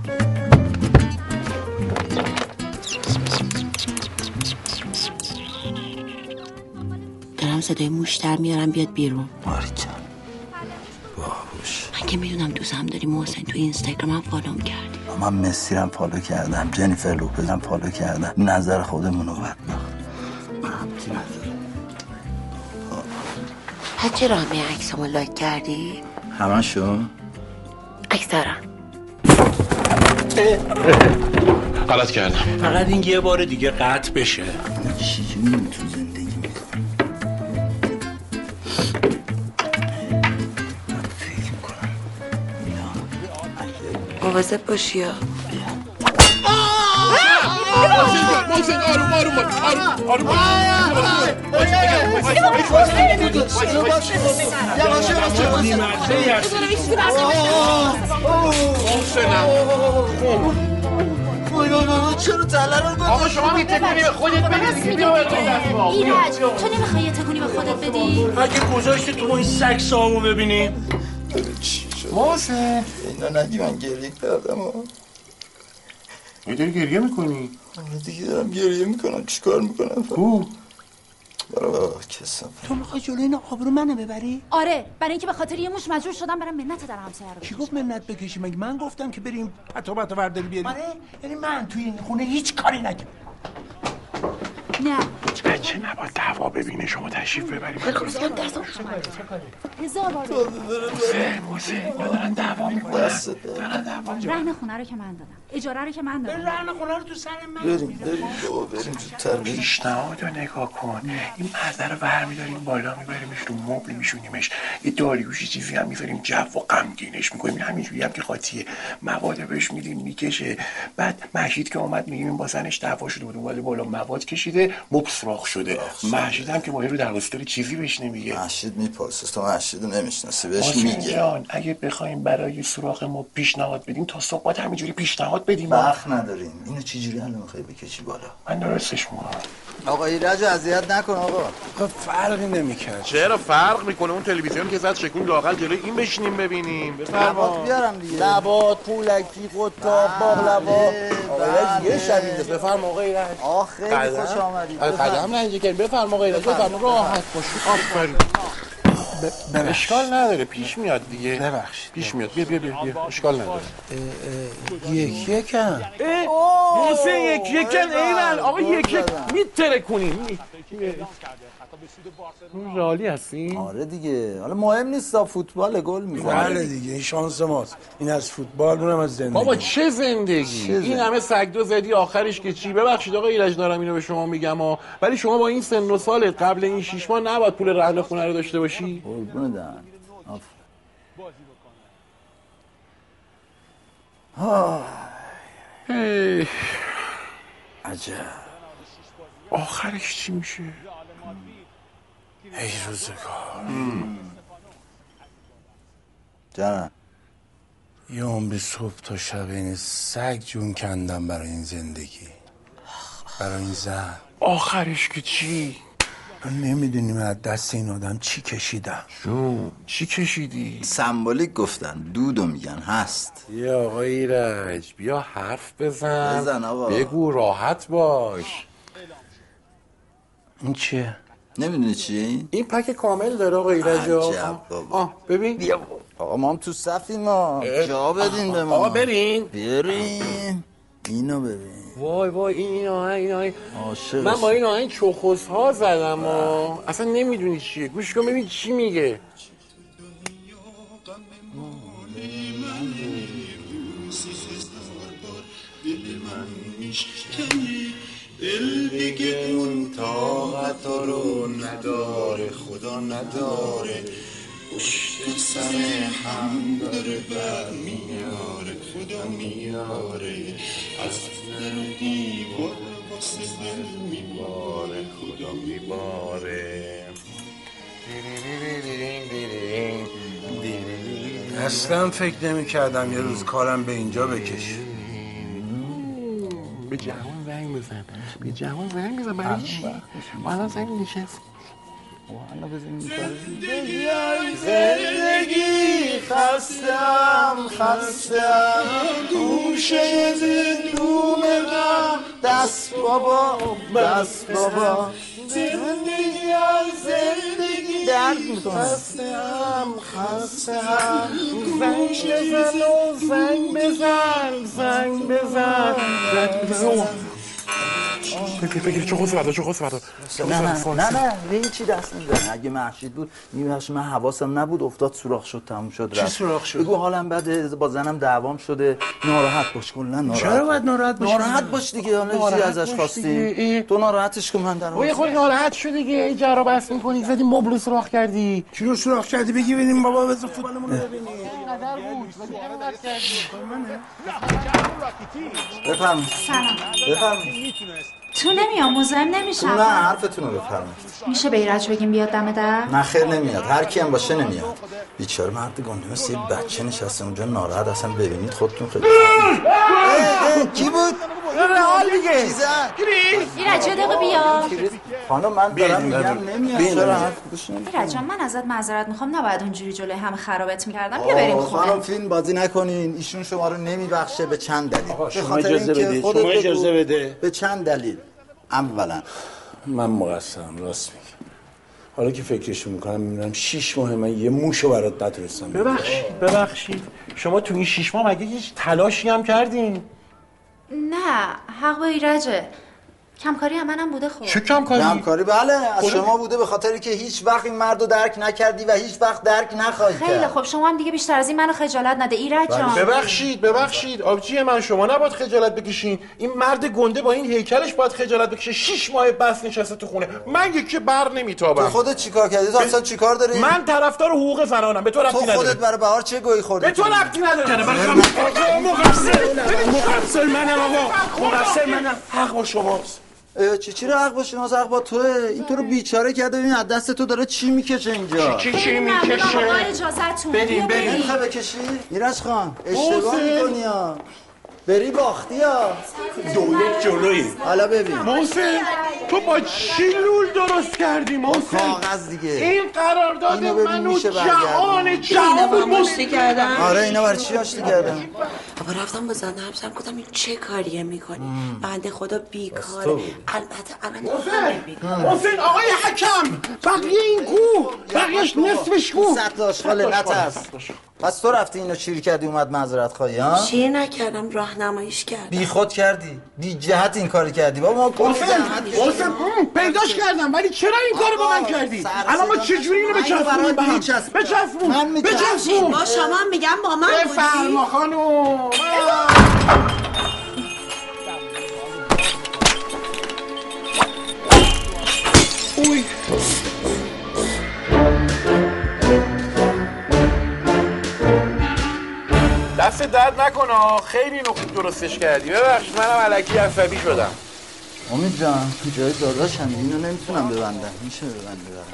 Speaker 8: دارم صدای موش در میارم بیاد بیرون
Speaker 3: باریکن. باهوش
Speaker 8: من که میدونم دوستم داری محسن تو اینستاگرام هم فالوم کردی
Speaker 3: من مسیرم فالو کردم جنیفر لوپزم فالو کردم نظر خودمون رو بدبخت ربطی نداره.
Speaker 8: بعد چرا همه عکسامو لایک کردی
Speaker 3: همشو
Speaker 8: اکثرا
Speaker 5: غلط کردم
Speaker 9: فقط این یه بار دیگه قطع بشه
Speaker 3: چجوری تو زندگی میکنم من فکر میکنم اینا اگه
Speaker 8: مواظب باشی ها
Speaker 5: محسن حسین آروم آروم باش. آروم آروم باش. باش، بگم، باش، باش، باش، باش.
Speaker 12: آقا شما می تکونی به خودت بدید دیگه به تو دست ما
Speaker 14: ایرج تو نمیخوای یه تکونی به خودت بدی
Speaker 21: اگه گذاشتی تو این سگ سامو ببینی
Speaker 3: محسن اینا نگی من گریه کردم آه.
Speaker 5: یه داری گریه میکنی
Speaker 3: آره دیگه دارم گریه میکنم چیکار میکنم
Speaker 5: او
Speaker 3: برای کسافت
Speaker 22: تو میخوای جلوی این آبرو منو ببری
Speaker 14: آره برای اینکه به خاطر یه موش مجبور شدم برم منت در همسایه رو
Speaker 22: کی گفت منت بکشی مگه من گفتم که بریم پتو پتو ورداری بیاریم آره یعنی من توی این خونه هیچ کاری نکردم
Speaker 14: نه
Speaker 5: بچه نباید دعوا ببینه شما تشریف ببرید
Speaker 14: هزار بار
Speaker 5: محسن محسن اینا دارن دعوا میکنن دارن دعوا می‌کنن.
Speaker 14: رهن خونه رو که من دادم اجاره رو که من دادم
Speaker 22: رهن خونه رو تو سر من
Speaker 3: بریم بریم بابا بریم زودتر بریم
Speaker 5: پیشنهاد رو نگاه کن این پرده رو برمیداریم بالا میبریمش رو مبل میشونیمش یه داریوشی چیزی هم میذاریم جو و غمگینش میکنیم همینجوری هم که خاطیه مواد بهش میدیم میکشه بعد مشید که اومد میگیم این با زنش دعوا شده بود اومده بالا مواد کشیده مبل سوراخ شده مشید هم که با این رو در داره چیزی بهش نمیگه
Speaker 3: محشید میپرسه تو محشید رو نمیشناسی بهش
Speaker 5: حسین
Speaker 3: میگه
Speaker 5: جان اگه بخوایم برای سوراخ ما پیشنهاد بدیم تا صبح باید همینجوری پیشنهاد بدیم
Speaker 3: وقت نداریم اینو چجوری الان میخوای بکشی بالا
Speaker 5: من درستش میکنم
Speaker 2: آقا ایرج رو اذیت نکن آقا
Speaker 5: فرقی نمیکرد چرا فرق میکنه اون تلویزیون که زد شکون لاغل جلوی این بشینیم ببینیم
Speaker 2: نبات
Speaker 5: بفرما
Speaker 2: بیارم دیگه بله،
Speaker 21: نبات پولکی قطاب باقلوا آقا یه شبیه بفرما آقا ایرج
Speaker 2: آه بله. خیلی خوش آمدید
Speaker 21: آره، قدم نه اینجا کردیم بفرما آقا ایرج بفرما راحت باشید آفرین
Speaker 5: اشکال نداره پیش میاد دیگه ببخشید پیش میاد بیا بیا بیا, بیا. اشکال نداره
Speaker 21: یکی یکم
Speaker 16: حسین یک یکن ایول آقا یک یک میتره کنیم رالی هستی؟
Speaker 2: آره دیگه حالا مهم نیست فوتبال گل
Speaker 21: بله دیگه این شانس ماست این از فوتبال اونم از زندگی
Speaker 5: بابا چه زندگی این همه سگدو زدی آخرش که چی ببخشید آقا ایرج دارم اینو به شما میگم ها ولی شما با این سن و سالت قبل این شیش ماه نباید پول رهن خونه رو داشته باشی
Speaker 3: قربون دهن آفرین. آه،
Speaker 5: هی،
Speaker 3: عجب
Speaker 5: آخرش چی میشه
Speaker 21: ای روزگار
Speaker 3: جانم
Speaker 21: یه عمر صبح تا شب این سگ جون کندم برای این زندگی برای این زن
Speaker 5: آخرش که چی
Speaker 21: تو نمیدونی من از دست این آدم چی کشیدم
Speaker 5: جون چی کشیدی
Speaker 3: سمبولیک گفتن دودو میگن هست
Speaker 5: بیا آقا ایرج بیا حرف بزن
Speaker 3: بزن آقا.
Speaker 5: بگو راحت باش
Speaker 21: این چیه
Speaker 3: نمیدونی چی؟
Speaker 5: این پک کامل داره آقا ایرج
Speaker 3: عجب بابا.
Speaker 5: آه ببین
Speaker 2: آقا ما هم تو صفی ما
Speaker 3: جا بدین به ما
Speaker 5: آقا برین
Speaker 3: بریم اینو ببین
Speaker 16: وای وای این آهنگ این آهنگ
Speaker 3: عاشقش.
Speaker 16: من با این آهنگ چخوس ها زدم ها
Speaker 5: اصلا نمیدونی چیه گوش کن ببین چی میگه
Speaker 12: دل دیگه اون طاقت رو نداره خدا نداره پشت سر هم داره بر میاره خدا میاره از در و دیوار واسه دل میباره خدا میباره
Speaker 21: اصلا فکر نمی کردم یه روز کارم به اینجا بکشه
Speaker 5: به جوان زنگ بزن به جوان زنگ بزن برای چی ما الان زنگ نشست
Speaker 12: بیای زندگی خستم خستم گوشه زندوم غم دست بابا دست بابا زندگی ای زندگی درد میکنم خستم خستم زنگ بزن و زنگ بزن زنگ بزن زنگ بزن
Speaker 5: بگیر بگیر چخوس بردا چخوس بردا
Speaker 2: نه نه نه نه به هیچی دست نمیدن اگه محشید بود میبینش من حواسم نبود افتاد سوراخ شد تموم شد
Speaker 21: چی
Speaker 2: رفت.
Speaker 21: سوراخ شد؟
Speaker 2: بگو حالم بده با زنم دعوام شده ناراحت باش کلا ناراحت
Speaker 21: چرا باید ناراحت باشی؟
Speaker 2: ناراحت باش دیگه حالا چی
Speaker 5: ناراحت
Speaker 2: ازش
Speaker 5: باش
Speaker 2: خواستی
Speaker 5: دیگه.
Speaker 2: تو ناراحتش کن من در
Speaker 5: و یه خود ناراحت شد دیگه جا رو بس میکنی زدی مبل سراخ کردی
Speaker 21: چی رو سراخ کردی بگی ببینیم بابا بذار فوتبالمون رو ببینیم
Speaker 3: بفهم
Speaker 14: سلام
Speaker 3: بفهم
Speaker 14: تو نمیام مزاحم نمیشم
Speaker 3: نه حرفتون رو بفرمایید
Speaker 14: میشه به ایرج بگیم بیاد دم در
Speaker 3: نه خیر نمیاد هر کی هم باشه نمیاد بیچاره مرد گنده مثل یه بچه نشسته اونجا ناراحت اصلا ببینید خودتون خیلی کی بود؟
Speaker 12: رئال دیگه
Speaker 14: ایرج یه دقیقه بیا
Speaker 3: خانم من دارم میگم نمیاد چرا حرف
Speaker 14: ایرج جان، من ازت معذرت میخوام نباید اونجوری جلوی همه خرابت میکردم بیا بریم
Speaker 3: آه، خانم
Speaker 14: خونه
Speaker 3: فیلم بازی نکنین ایشون شما رو نمیبخشه به چند دلیل به
Speaker 21: شما
Speaker 3: خاطر
Speaker 21: اجازه
Speaker 3: اینکه
Speaker 21: بده،
Speaker 3: خودت
Speaker 21: شما
Speaker 3: بگو
Speaker 21: اجازه بده.
Speaker 3: به چند دلیل اولا
Speaker 21: من مقصرم راست میگم حالا که فکرشو میکنم میبینم شیش ماه من یه موشو برات نتونستم بگیرم.
Speaker 16: ببخشید ببخشید شما تو این شیش ماه مگه هیچ تلاشی هم کردین
Speaker 14: نه حق با ایرجه کمکاری هم منم بوده خب
Speaker 16: کمکاری؟
Speaker 3: کمکاری بله از
Speaker 14: خودت-
Speaker 3: شما بوده به خاطر که هیچ وقت این مرد رو درک نکردی و هیچ وقت درک نخواهی
Speaker 14: خیلی
Speaker 3: کرد. بله.
Speaker 14: خب شما هم دیگه بیشتر از این منو خجالت نده ایرج جان
Speaker 16: بله. ببخشید ببخشید آبجی من شما نباید خجالت بکشین این مرد گنده با این هیکلش باید خجالت بکشه شیش ماه بس نشسته تو خونه من یکی بر نمیتابم
Speaker 3: تو خودت چیکار کردی تو
Speaker 16: به-
Speaker 3: اصلا چیکار داری
Speaker 16: من طرفدار حقوق زنانم به تو ربطی
Speaker 3: تو
Speaker 16: نداره
Speaker 3: خودت برای بهار چه گویی خوردی
Speaker 16: به تو ربطی نداره برای مقصر منم آقا مقصر منم حق با شماست
Speaker 3: اه، چی چی رو حق با شما حق با توه این تو رو بیچاره کرده ببین از دست تو داره چی میکشه اینجا
Speaker 14: چی- چی بریم، بریم، می‌کشه؟ آقا، اجازه‌تون. بریم، بریم.
Speaker 3: نمی‌خوای بکشی ایرج خان اشتباه
Speaker 12: محسن.
Speaker 3: میکنی ها بری باختی ها
Speaker 16: دولت جلویی.
Speaker 3: حالا ببین
Speaker 16: محسن تو با چی لول درست کردی محسن
Speaker 3: کاغذ دیگه
Speaker 16: این قرارداد
Speaker 3: اینو ببین
Speaker 16: منو
Speaker 3: میشه برگردون.
Speaker 16: جهان
Speaker 8: اینا
Speaker 16: جهان
Speaker 8: با هم
Speaker 16: بود.
Speaker 8: آشتی کردن؟
Speaker 3: آره اینا برای چی آشتی کردن
Speaker 8: بابا رفتم با زنده همسرم گفتم این چه کاریه میکنی بنده خدا بیکاره
Speaker 3: تو بودی.
Speaker 8: البته البته همه
Speaker 16: محسن
Speaker 8: بیکاره.
Speaker 16: محسن آقای حکم بقیه این گو بقیهش نصفش گو
Speaker 3: سطل آشغاله نترس پس تو رفتی اینو چیر کردی اومد معذرت خواهی ها
Speaker 8: چیه نکردم راهنماییش کردم
Speaker 3: بی خود کردی بی جهت این کاری کردی بابا ما کلی
Speaker 16: محسن
Speaker 3: زحمت کشیدیم.
Speaker 16: محسن ام، پیداش کردم ولی چرا این کارو با من
Speaker 3: آقا،
Speaker 16: کردی
Speaker 3: سر
Speaker 16: الان ما
Speaker 3: صدا
Speaker 16: چجوری اینو
Speaker 3: من اینو
Speaker 16: بچسبونیم
Speaker 3: برات
Speaker 16: به هم
Speaker 3: میچسبم.
Speaker 16: بچسبون
Speaker 3: من میچسبم.
Speaker 16: بچسبون
Speaker 8: با شما میگم با من بودی؟
Speaker 16: بفرما خانم اوی دست درد نکنه ها. خیلی اینو خوب درستش کردی ببخش منم علکی عصبی شدم
Speaker 3: امید جان جای داداشم اینو نمیتونم ببندم میشه ببنده برام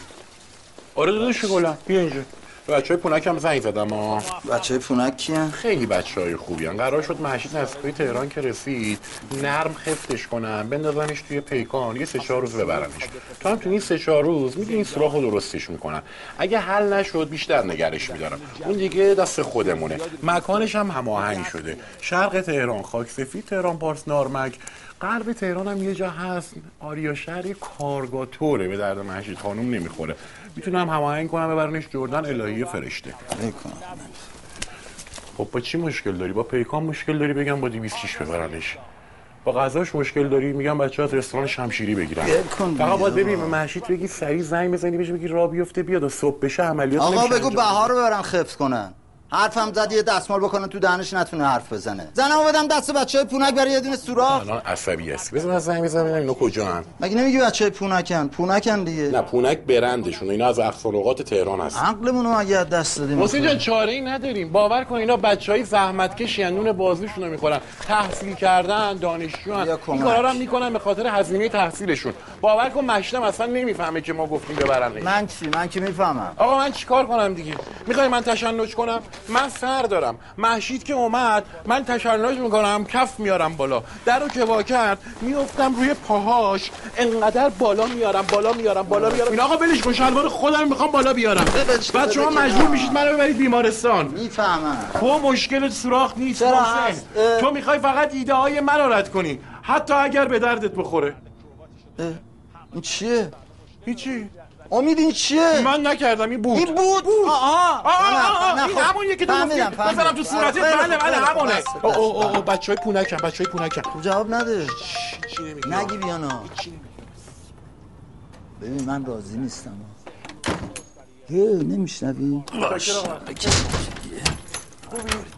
Speaker 5: آره داداش گلم بیا اینجا بچه های پونک هم زنگ زدم ها
Speaker 3: بچه های پونک کیه؟
Speaker 5: خیلی بچه های خوبی هن. قرار شد محشید نسخه تهران که رسید نرم خفتش کنم بندازمش توی پیکان یه سه چهار روز ببرمش تا هم تو این سه چهار روز میگه این سوراخ رو درستش میکنم اگه حل نشد بیشتر نگرش میدارم اون دیگه دست خودمونه مکانش هم هماهنگ شده شرق تهران خاک سفید تهران پارس نارمک قلب تهران هم یه جا هست آریا شهر یه کارگاتوره به درد محشید خانم نمیخوره میتونم هماهنگ کنم ببرنش جردن الهی فرشته خب با چی مشکل داری با پیکان مشکل داری بگم با 206 ببرنش با غذاش مشکل داری میگم بچه از رستوران شمشیری بگیرن
Speaker 3: ول کن
Speaker 5: فقط باید
Speaker 3: دیگه،
Speaker 5: ببین به محشید بگی سریع زنگ بزنی بهش بگی را بیفته بیاد و صبح بشه عملیات
Speaker 3: آقا
Speaker 5: نمیشه
Speaker 3: بگو
Speaker 5: انجام.
Speaker 3: بهار رو ببرن خفت کنن حرفم زد یه دستمال بکنن تو دهنش نتونه حرف بزنه زنمو بدم دست بچه های پونک برای یه دونه سوراخ
Speaker 5: الان عصبی هستی بزن از زنگ بزن ببینم اینا کجا هن
Speaker 3: مگه نمیگی بچه های پونکن پونکن دیگه
Speaker 5: نه پونک برندشون اینا از اقصالوقات تهران هستن
Speaker 3: عقلمون رو اگه از دست دادیم
Speaker 5: محسن جان چاره ای نداریم باور کن اینا بچه های زحمت کشی نون بازیشون رو میخورن تحصیل کردن دانشجو این
Speaker 3: کمک.
Speaker 5: کارا رو هم میکنن به خاطر هزینه تحصیلشون باور کن مشتم اصلا نمیفهمه که ما گفتیم ببرنش
Speaker 3: من چی من که میفهمم
Speaker 5: آقا من چیکار کنم دیگه میخوای من تشنج کنم من سر دارم محشید که اومد من تشنج میکنم کف میارم بالا در رو که وا کرد میفتم روی پاهاش انقدر بالا میارم بالا میارم بالا میارم این آقا ولش کن شلوار خودم میخوام بالا بیارم بعد شما مجبور میشید منو ببرید بیمارستان
Speaker 3: میفهمم
Speaker 5: تو مشکل سوراخ نیست
Speaker 3: چرا
Speaker 5: محسن
Speaker 3: هست؟ اه.
Speaker 5: تو میخوای فقط ایده های من رو رد کنی حتی اگر به دردت بخوره
Speaker 3: این چیه
Speaker 5: هیچی
Speaker 3: امید این چیه
Speaker 5: من نکردم این بود
Speaker 3: این بود آها
Speaker 5: آه،
Speaker 3: نه،
Speaker 5: آه،
Speaker 3: نه،
Speaker 5: این
Speaker 3: خب.
Speaker 5: همون یکی تو گفتی.
Speaker 3: فهمیدم، فهمیدم. آره، خب،
Speaker 5: بزنم تو صورتت.
Speaker 3: خیلی خوب،
Speaker 5: بله، بله،
Speaker 3: خیلی خوب.
Speaker 5: همونه.
Speaker 3: بس، بس،
Speaker 5: اوه، اوه، اوه،
Speaker 3: بس.
Speaker 5: بچه های پونکم بچه های پونکم
Speaker 3: جواب نده
Speaker 5: چی نمیگی؟
Speaker 3: نگی بیانا ببین من راضی نیستم نمیشنوی
Speaker 5: باش.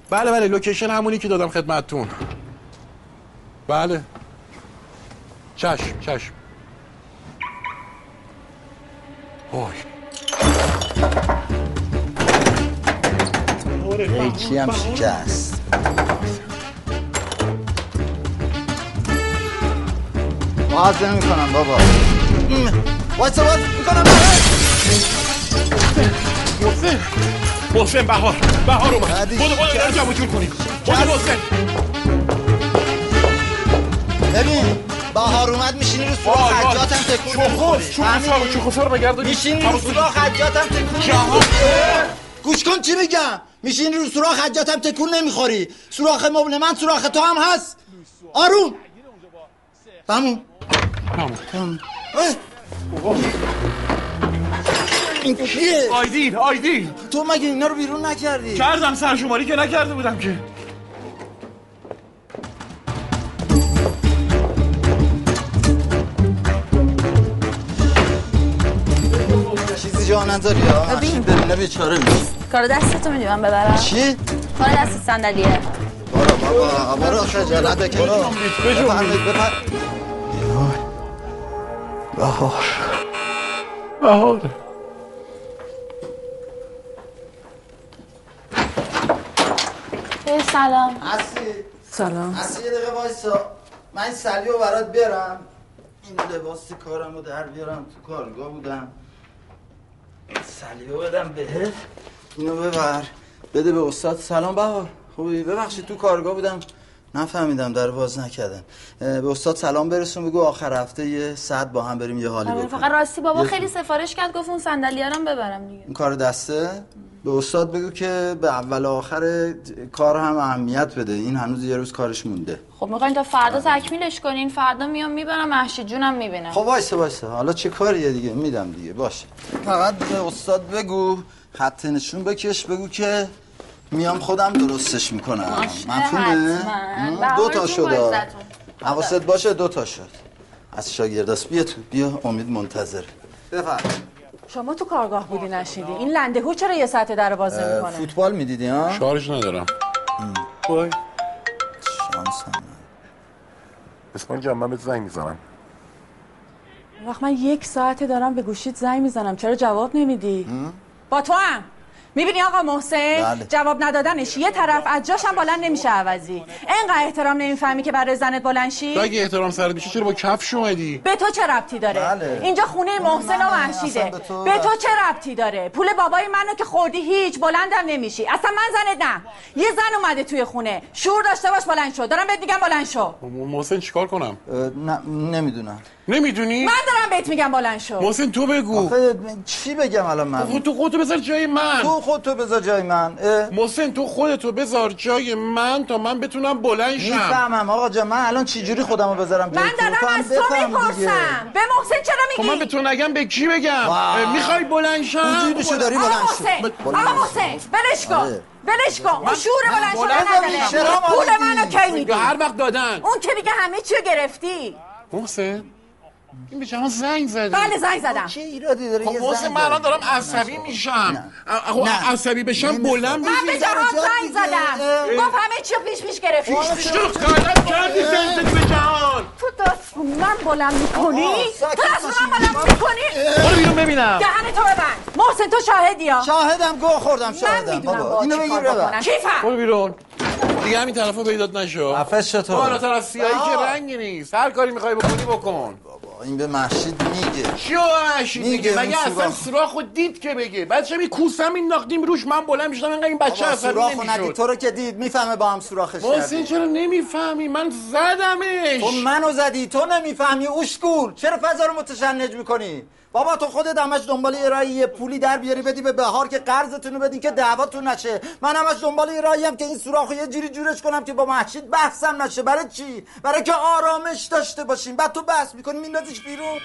Speaker 5: بله بله لوکیشن همونی که دادم خدمتتون بله چشم چشم اوه آره،
Speaker 3: قیچی هم شکست
Speaker 10: باز نمی کنم بابا
Speaker 3: وایسا باز میکنم
Speaker 5: محسن محسن بهار بهار اومد بودو بودو دارو جمع جور کنی بودو محسن
Speaker 3: ببین بهار اومد میشینی رو سوراخ
Speaker 5: وای، وای.
Speaker 3: حجاتم تکون
Speaker 5: شوخوس، شوخوس،
Speaker 3: فهمیدی؟
Speaker 5: شوخوس رو بگردونی.
Speaker 3: میشینی رو سوراخ حجاتم تکون
Speaker 5: جهان.
Speaker 3: نمیخوری. گوش کن چی میگم میشینی رو سوراخ حجاتم تکون نمیخوری سوراخ مبل من سوراخ تو هم هست آروم تموم تموم. اه. این کیه؟
Speaker 23: آیدین آیدین
Speaker 3: تو مگه اینا رو بیرون نکردی؟
Speaker 23: کردم سرشماری که نکرده بودم که
Speaker 10: چیزی جا نذاری ها
Speaker 14: ببین.
Speaker 10: ببین ببینه بیچاره میشه
Speaker 14: کار دستتو میدی من ببرم
Speaker 10: چی؟
Speaker 14: کار دست صندلیه
Speaker 10: برو بابا برو خجالت بکن بفرمایید بفرمایید
Speaker 3: بهار
Speaker 23: بهاره
Speaker 3: سلام هستی؟
Speaker 24: سلام
Speaker 3: هستی یه دقیقه وایسا من این سلیو برات بیارم این لباس کارم رو در بیارم تو کارگاه بودم این سلیو بدم بهت اینو ببر بده به استاد سلام بهار خوبی ببخشید تو کارگاه بودم نفهمیدم در باز نکردن اه، به استاد سلام برسون بگو آخر هفته یه ساعت با هم بریم یه حالی
Speaker 14: آره،
Speaker 3: بکنیم
Speaker 14: فقط راستی بابا
Speaker 3: یه-
Speaker 14: خیلی سفارش کرد گفت اون صندلیه رو هم ببرم دیگه
Speaker 3: این کار دسته به استاد بگو که به اول و آخر کار هم اهمیت بده این هنوز یه روز کارش مونده
Speaker 14: خب میخواین تا فردا تکمیلش کنین فردا میام میبرم محشید جونم میبینم
Speaker 3: خب وایسه وایسه حالا چه کاریه دیگه میدم دیگه باشه فقط به استاد بگو خط نشون بکش بگو که میام خودم درستش میکنم مفهومه
Speaker 14: حتما.
Speaker 3: دو تا
Speaker 14: بهار جون با
Speaker 3: شد
Speaker 14: عزتون.
Speaker 3: حواست باشه دو تا شد از شاگرداست بیا تو بیا امید منتظر
Speaker 20: شما تو کارگاه بودی نشیدی این لنده هو چرا یه ساعت در باز نمیکنه
Speaker 3: فوتبال میدیدی ها
Speaker 5: شارژ ندارم
Speaker 23: وای
Speaker 3: شانس هم
Speaker 5: اسمان جان من بهت زنگ میزنم
Speaker 20: وقت من یک ساعته دارم به گوشیت زنگ میزنم چرا جواب نمیدی با تو هم میبینی آقا محسن
Speaker 24: بله.
Speaker 20: جواب ندادنش یه طرف از جاش هم بلند نمیشه عوضی انقدر احترام نمیفهمی که برای زنت بلند شی
Speaker 5: تو اگه احترام سرت میشه چرا با کفش اومدی
Speaker 20: به تو چه ربطی داره
Speaker 5: بله.
Speaker 20: اینجا خونه محسن
Speaker 3: نه،
Speaker 20: و
Speaker 3: نه،
Speaker 20: محشیده
Speaker 3: اصلا به تو-
Speaker 20: به تو چه ربطی داره پول بابای منو که خوردی هیچ بلندم نمیشی اصلا من زنت نه یه زن اومده توی خونه شور داشته باش بلند شو دارم بهت میگم بلند شو
Speaker 5: م- محسن چیکار کنم
Speaker 3: نمیدونم
Speaker 5: نمیدونی
Speaker 20: من دارم بهت میگم بلند شو
Speaker 5: محسن تو بگو
Speaker 3: آخه چی بگم الان من
Speaker 5: خود تو خودتو بذار جای من
Speaker 3: تو خودتو بذار جای من
Speaker 5: محسن تو خودتو بذار جای من تا من بتونم بلند شم
Speaker 3: میفهمم آقا جان من الان چی جوری خودمو بذارم جای
Speaker 20: من
Speaker 3: تو؟
Speaker 20: دارم
Speaker 3: تو هم
Speaker 20: از تو
Speaker 3: بفهم دیگه.
Speaker 20: میپرسم به محسن چرا
Speaker 5: خب من به
Speaker 20: میگی
Speaker 5: تو نگم به کی بگم
Speaker 3: واه.
Speaker 5: اه، میخوای بلند شم
Speaker 3: وجودشو داری
Speaker 20: آقا
Speaker 3: بلند شو.
Speaker 20: محسن
Speaker 3: بلند
Speaker 20: آقا
Speaker 3: شو.
Speaker 20: محسن بلش
Speaker 3: آره.
Speaker 20: کن بلش کن اون شور
Speaker 3: من
Speaker 20: بلند
Speaker 3: بلندم
Speaker 20: شدن
Speaker 3: میشم.
Speaker 20: نداره پول منو کی میدی
Speaker 5: خب، هر وقت دادن
Speaker 20: اون که دیگه همه چی رو گرفتی
Speaker 5: محسن این به جهان زنگ زده
Speaker 20: بله زنگ زدم
Speaker 3: چه ایرادی داره
Speaker 5: خب محسن من الان دارم عصبی میشم خب
Speaker 20: نه.
Speaker 5: عصبی بشم بلند
Speaker 20: من به
Speaker 5: میشم
Speaker 20: جهان زنگ زدم
Speaker 5: اه.
Speaker 20: گفت همه چی رو پیش پیش گرفتی
Speaker 5: پیش پیش گفت، غلط کردی زنگ زدی به جهان
Speaker 20: تو دست رو من بلند میکنی
Speaker 3: آقا،
Speaker 20: تو
Speaker 3: ساکت
Speaker 20: دست رو من بلند میکنی
Speaker 3: برو بیرون ببینم.
Speaker 20: دهن تو ببند محسن تو شاهدی ها
Speaker 3: شاهدم گوه خوردم شاهدم
Speaker 20: من میدونم
Speaker 3: بابا.
Speaker 20: با
Speaker 3: اینو
Speaker 20: چی
Speaker 3: بگیر
Speaker 20: کار
Speaker 3: ببر.
Speaker 20: بکنم. کیفم
Speaker 5: برو بیرون دیگه همین طرفا پیدات نشو
Speaker 3: قفس چطور؟
Speaker 5: بالاتر از سیاهی
Speaker 3: آه.
Speaker 5: که رنگی نیست هر کاری میخوای بکنی بکن
Speaker 3: این به محشید میگه
Speaker 5: چیو محشید میگه
Speaker 3: اون
Speaker 5: مگه اصلا
Speaker 3: سوراخ.
Speaker 5: سوراخو دید که بگه بچه می کوسم مینداختیم روش من بلند میشدم اینقدر این بچه
Speaker 3: بابا،
Speaker 5: عصبی
Speaker 3: سوراخو ندید
Speaker 5: نمیشد
Speaker 3: تو رو که دید میفهمه با هم سوراخش
Speaker 5: محسن
Speaker 3: کردی.
Speaker 5: چرا نمیفهمی من زدمش
Speaker 3: تو منو زدی تو نمیفهمی اسکول چرا فضا رو متشنج میکنی بابا تو خودت همش دنبال یه راهی یه پولی در بیاری بدی به بهار که قرضتونو بدین که دعواتون نشه من همش دنبال یه راهی هم که این سوراخو یه جوری جورش کنم که با محشید بحثم نشه برای چی برای که آرامش داشته باشیم بعد تو بحث میکنی میندازیش بیرون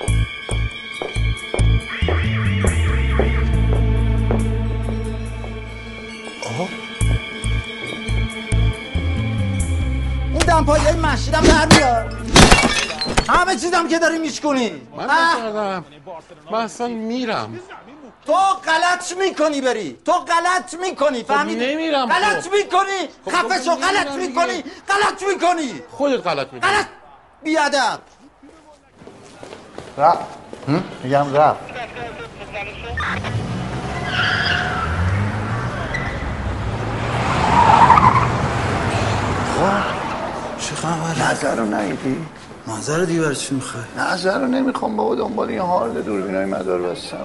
Speaker 3: این دمپایی محشیدم در بیار همه چیزم که داری میشکنی
Speaker 5: من
Speaker 3: آه.
Speaker 5: نکردم من اصلا میرم
Speaker 3: تو غلط میکنی بری تو غلط میکنی فهمیدی
Speaker 5: خب نمیرم
Speaker 3: غلط
Speaker 5: خب.
Speaker 3: میکنی
Speaker 5: خب،
Speaker 3: خفه
Speaker 5: خب،
Speaker 3: شو
Speaker 5: نمیرم
Speaker 3: غلط
Speaker 5: دیگه.
Speaker 3: میکنی غلط میکنی
Speaker 5: خودت غلط میکنی
Speaker 3: غلط بیادب
Speaker 10: رفت هم؟ میگم رفت
Speaker 3: خب چه خبر نظر رو ندیدی
Speaker 9: نظر دیگه برای چی میخوای
Speaker 10: نظر رو نمیخوام بابا دنبال این حال دوربینای مدار بستم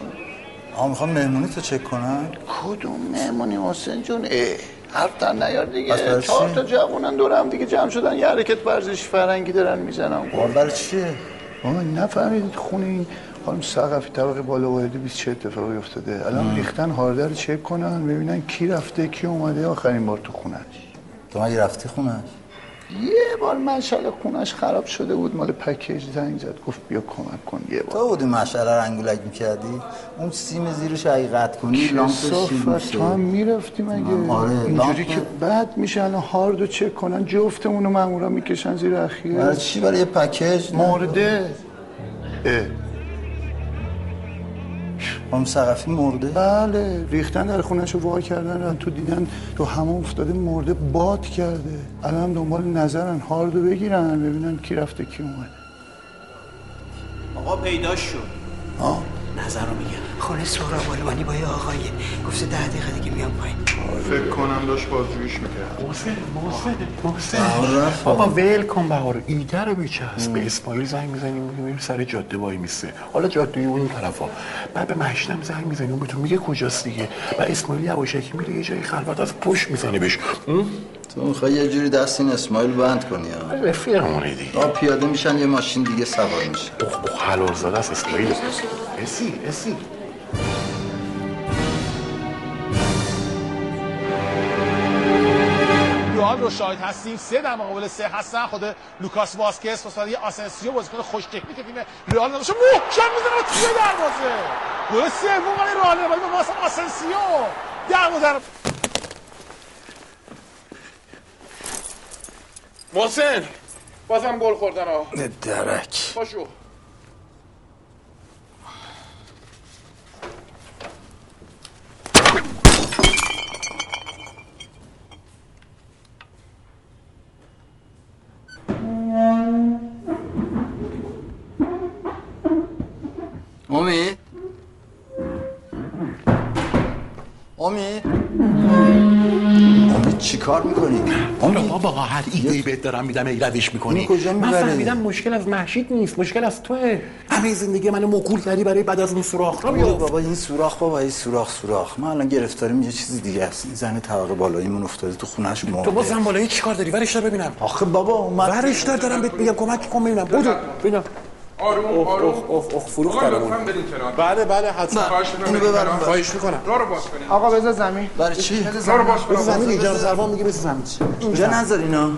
Speaker 9: آقا میخوام مهمونی تو چک کنم
Speaker 10: کدوم مهمونی حسین جون اه حرف در نیار
Speaker 9: پس
Speaker 10: دیگه
Speaker 9: برای
Speaker 10: چهار
Speaker 9: چی؟
Speaker 10: تا جوونن دور هم دیگه جمع شدن یه حرکت ورزش فرنگی دارن میزنن
Speaker 9: خب، برای چیه
Speaker 10: آه نفهمیدید خونه این خانم سقفی طبقه بالا وارد 24 اتفاقی افتاده الان
Speaker 9: مم.
Speaker 10: ریختن هارده رو چک کنن ببینن کی رفته کی اومده آخرین بار تو خونش
Speaker 9: تو مگه رفتی خونه
Speaker 10: یه بار مشعل خونش خراب شده بود مال پکیج زنگ زد گفت بیا کمک کن یه بار
Speaker 9: تو بودی مشعله رو انگولک میکردی اون سیم زیرش حقیقت کنی
Speaker 10: چه
Speaker 9: لامپش شیر
Speaker 10: صافت،
Speaker 9: میشه
Speaker 10: تو هم میرفتی مگه
Speaker 9: آره،
Speaker 10: اینجوری
Speaker 9: لامپ-
Speaker 10: که بد میشه الان هاردو چک کنن جفتمونو مامورا میکشن زیر اخیر
Speaker 9: برای چی؟ برای یه پکیج؟
Speaker 10: مرده اه.
Speaker 9: خانم سقفی مرده؟
Speaker 10: بله ریختن در خونش رو وا کردن رن تو دیدن تو همه افتاده مرده باد کرده الان دنبال نظرن هاردو بگیرن ببینن کی رفته کی اومده
Speaker 25: آقا پیداش شد
Speaker 10: آه.
Speaker 25: نظر رو میگم
Speaker 8: خونه سهراب آلمانی با یه آقایه گفته ده دقیقه دیگه میام پایین
Speaker 5: فکر کنم داشت بازجویش میکرد
Speaker 8: محسن محسن
Speaker 5: بابا ول کن بهار ایده رو بچست به اسماعیل زنگ میزنیم میبینیم سر جاده وای میسه حالا جاده اون طرفا بعد به مشتم زنگ میزنیم اون به تو میگه کجاست دیگه و اسماعیل یواشکی میره یه جای خلوت از پشت میزنه بهش
Speaker 3: تو میخوای یه جوری دست این اسماعیل بند کنی ها
Speaker 5: رفیقمونه دیگه
Speaker 3: آه، پیاده میشن یه ماشین دیگه سوار میشه
Speaker 5: اوه حلال زاده است اسماعیل اسی اسی
Speaker 26: یوآن رو شاهد هستیم سه در مقابل سه هستن خود لوکاس واسکس و یه آسنسیو بازیکن خوش تکنیک تیم رئال نباشه محکم میزنه و توی دروازه گل سوم برای رئال نباشه به واسه آسنسیو دروازه رو-
Speaker 27: محسن بازم گل خوردن ها
Speaker 3: درک
Speaker 27: پاشو
Speaker 3: امید امید امید چی کار میکنی؟
Speaker 5: آره بابا هر ایده ای بهت دارم میدم ای روش میکنی
Speaker 3: کجا
Speaker 5: یعنی من
Speaker 3: می‌بری؟
Speaker 5: فهمیدم مشکل از محشید نیست مشکل از توه همه زندگی منو موکول کردی برای بعد از اون
Speaker 3: خب،
Speaker 5: سوراخ رو
Speaker 9: بابا بابا این سوراخ بابا این سوراخ سوراخ من الان گرفتاریم یه چیز دیگه است این زن طبقه بالاییمون افتاده تو خونه‌ش مرده
Speaker 5: تو با زنبالایی چی کار داری ورش دار ببینم
Speaker 9: آخه بابا اومد
Speaker 5: ورش دار دارم بهت میگم کمک کن ببینم بدو ببینم
Speaker 12: آروم آروم
Speaker 5: اوه اوه فروخت
Speaker 12: آقا
Speaker 5: درمون.
Speaker 12: لطفاً برین کنار
Speaker 5: بله بله حتما
Speaker 12: نه،
Speaker 5: خواهش
Speaker 12: اینو ببرم
Speaker 5: می‌کنم.
Speaker 12: بر.
Speaker 5: خواهش میکنم
Speaker 12: را رو باز کنید
Speaker 5: آقا بذار زمین
Speaker 9: برای چی؟
Speaker 5: بذار زمین
Speaker 12: باز
Speaker 5: بذار زمین
Speaker 12: بذار-
Speaker 5: اینجا
Speaker 12: بذار-
Speaker 5: زربان میگه بذار زمین
Speaker 9: اینجا نذار اینا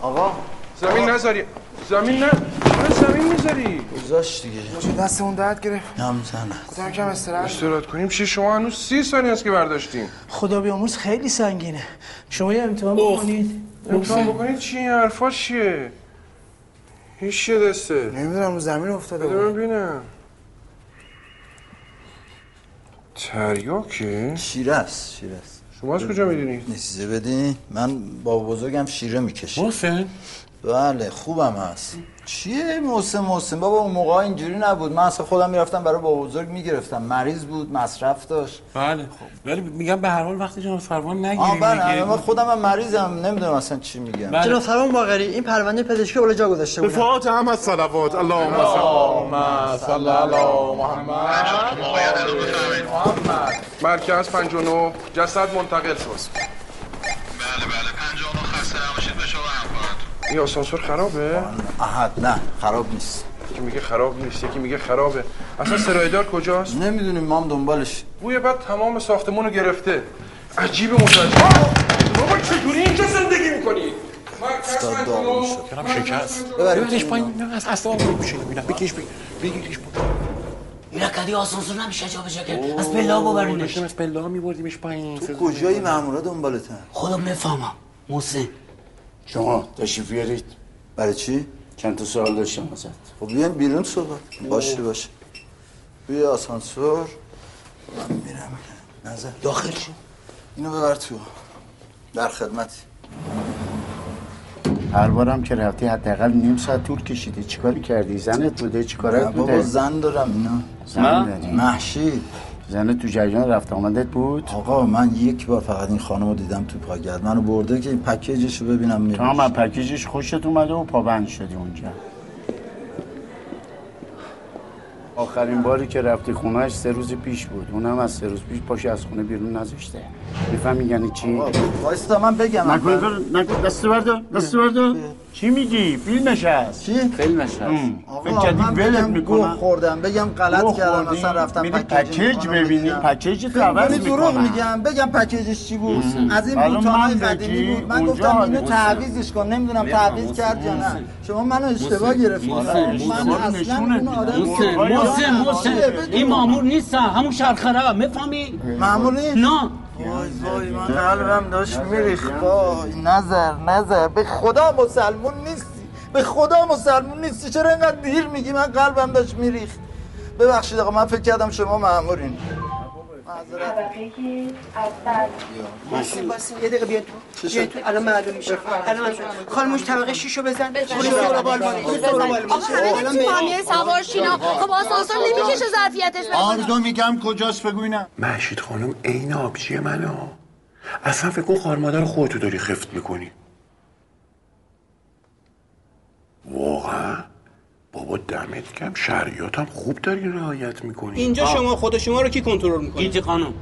Speaker 9: آقا
Speaker 12: زمین نذاری زمین نه چرا زمین میذاری
Speaker 9: گذاشت دیگه
Speaker 5: دست اون درد گرفت
Speaker 9: نم زنه
Speaker 5: کدام کم استراحت
Speaker 12: استراحت کنیم چی شما هنوز سی ثانیه است که برداشتیم
Speaker 8: خدا بیامرز خیلی سنگینه شما یه امتحان بکنید
Speaker 12: امتحان بکنید چی این حرفا چیه هیچ چیه دسته
Speaker 5: نمیدونم رو زمین افتاده
Speaker 12: بده من ببینم تریاکه
Speaker 3: شیره است شیره است
Speaker 12: شما از کجا میدونید
Speaker 3: نیسیزه بدین من بابا بزرگم شیره میکشه
Speaker 5: محسن
Speaker 3: بله خوبم هست چیه محسن محسن بابا اون موقع اینجوری نبود من اصلا خودم میرفتم برای بابا بزرگ میگرفتم مریض بود مصرف داشت
Speaker 5: بله خب ولی میگم به هر حال وقتی جناب سروان
Speaker 3: آه
Speaker 5: نگیریم
Speaker 3: بله
Speaker 5: دیگه.
Speaker 3: الان من خودم هم مریضم نمیدونم اصلا چی میگم
Speaker 8: جناب فرمان باقری این پرونده پزشکی اولا جا گذاشته بودن
Speaker 5: فعات هم از صلوات اللهم
Speaker 12: صلی الله محمد محمد مرکز 59 جسد منتقل شد این آسانسور خرابه؟
Speaker 3: احد نه خراب نیست
Speaker 12: یکی میگه خراب نیست یکی میگه خرابه اصلا سرایدار کجاست؟
Speaker 3: نمیدونیم ما هم دنبالش
Speaker 12: بوی بعد تمام ساختمون رو گرفته عجیب متعجب آه! بابا چطوری اینجا زندگی میکنی؟ مرکز 59
Speaker 5: کلم شکست
Speaker 12: ببرید.
Speaker 5: ببریش پایین نه، از اصلا رو بشه ببینم بکش بگیر بگیرش
Speaker 8: اینا کدی آسانسور نمیشه جا بجا کرد از پله ها ببرینش
Speaker 5: داشتیم از پلا میبردیمش پایین تو
Speaker 9: کجایی مامورا دنبالتن
Speaker 8: خدا نفهمم محسن
Speaker 7: شما تشریف بیارید
Speaker 3: برای چی؟
Speaker 7: چند تا سوال داشتم ازت
Speaker 3: خب بیایم بیرون صحبت کنیم. باشه باشه بیا آسانسور من میرم نظر داخل شو اینو ببر تو در خدمتی
Speaker 7: هر بارم که رفتی حداقل نیم ساعت طول کشیدی چیکاری کردی زنت بوده
Speaker 3: نه
Speaker 7: چیکارت
Speaker 3: بابا
Speaker 7: بوده
Speaker 3: زن دارم اینا
Speaker 7: زن داری
Speaker 3: محشید
Speaker 7: زن تو جریان رفت آمدت بود
Speaker 3: آقا من یک بار فقط این خانم رو دیدم تو پاگرد منو برده که این پکیجش رو ببینم
Speaker 7: تو هم از پکیجش خوشت اومده و پابند شدی اونجا آخرین باری که رفتی خونهش سه روز پیش بود اونم از سه روز پیش پاش از خونه بیرون نذاشته میفهمی یعنی چی؟
Speaker 3: وایستا من بگم
Speaker 7: نکن،
Speaker 3: اول.
Speaker 7: نکن دست بردار دست بردار چی میگی؟ فیلمش هست چی؟ فیلمش هست فکر
Speaker 3: آقا
Speaker 7: کردی
Speaker 3: من
Speaker 7: ولت
Speaker 3: بگم گوه
Speaker 7: میکنم
Speaker 3: خوردم بگم غلط
Speaker 7: گوه
Speaker 3: کردم
Speaker 7: خوردی؟
Speaker 3: مثلا رفتم
Speaker 7: میری پکیج
Speaker 3: می‌کنم،
Speaker 7: ببینی،
Speaker 3: می‌گم.
Speaker 7: پکیج
Speaker 3: فکر
Speaker 7: عوض
Speaker 3: کنی دروغ
Speaker 7: می‌کنم.
Speaker 3: میگم بگم پکیجش چی بود
Speaker 7: محسن.
Speaker 3: از این
Speaker 7: الان
Speaker 3: بوتانای
Speaker 7: من
Speaker 3: قدیمی
Speaker 7: بگی،
Speaker 3: بود من
Speaker 7: اونجا
Speaker 3: گفتم اینو
Speaker 7: حادثه.
Speaker 3: تعویزش کن نمیدونم
Speaker 7: بفهم،
Speaker 3: تعویز
Speaker 7: محسن،
Speaker 3: کرد یا نه
Speaker 7: محسن.
Speaker 3: شما منو اشتباه
Speaker 7: محسن،
Speaker 3: گرفتید
Speaker 7: محسن،
Speaker 3: آقا.
Speaker 7: محسن.
Speaker 3: من اصلا اون آدم
Speaker 7: محسن،
Speaker 3: آقا،
Speaker 7: محسن،
Speaker 3: جانم،
Speaker 7: محسن.
Speaker 3: آقا، بدون.
Speaker 9: این مامور نیست همون شهرخرا میفهمی
Speaker 3: مامور نیست؟
Speaker 9: نه
Speaker 3: وای وای من قلبم داشت میریخ وای نظر نظر به خدا مسلمون نیستی به خدا مسلمون نیستی چرا اینقدر دیر میگی من قلبم داشت میریخت ببخشید آقا من فکر کردم شما مامورین
Speaker 14: باسیم باسیم یه دقیقه بیا تو بیا تو الان معلوم میشه الان معلوم میشه. خانموش طبقه شیشو بزن برو سهراب آلمانی برو سهراب آلمانی
Speaker 6: آقا همه
Speaker 14: الان
Speaker 6: نمیتونیم
Speaker 14: به-
Speaker 6: با هم یه سوار شینا خب آسانسور نمیکشه ظرفیتش
Speaker 5: آردو میگم کجاست بگو اینم محشید خانم عین آبجی منو اصلا فکر کن خواهر مادر خودتو داری خفت میکنی واقعا بابا دمت کم شریعتم خوب داری رعایت میکنی
Speaker 9: اینجا شما خود شما رو کی کنترل میکنه گیتی خانم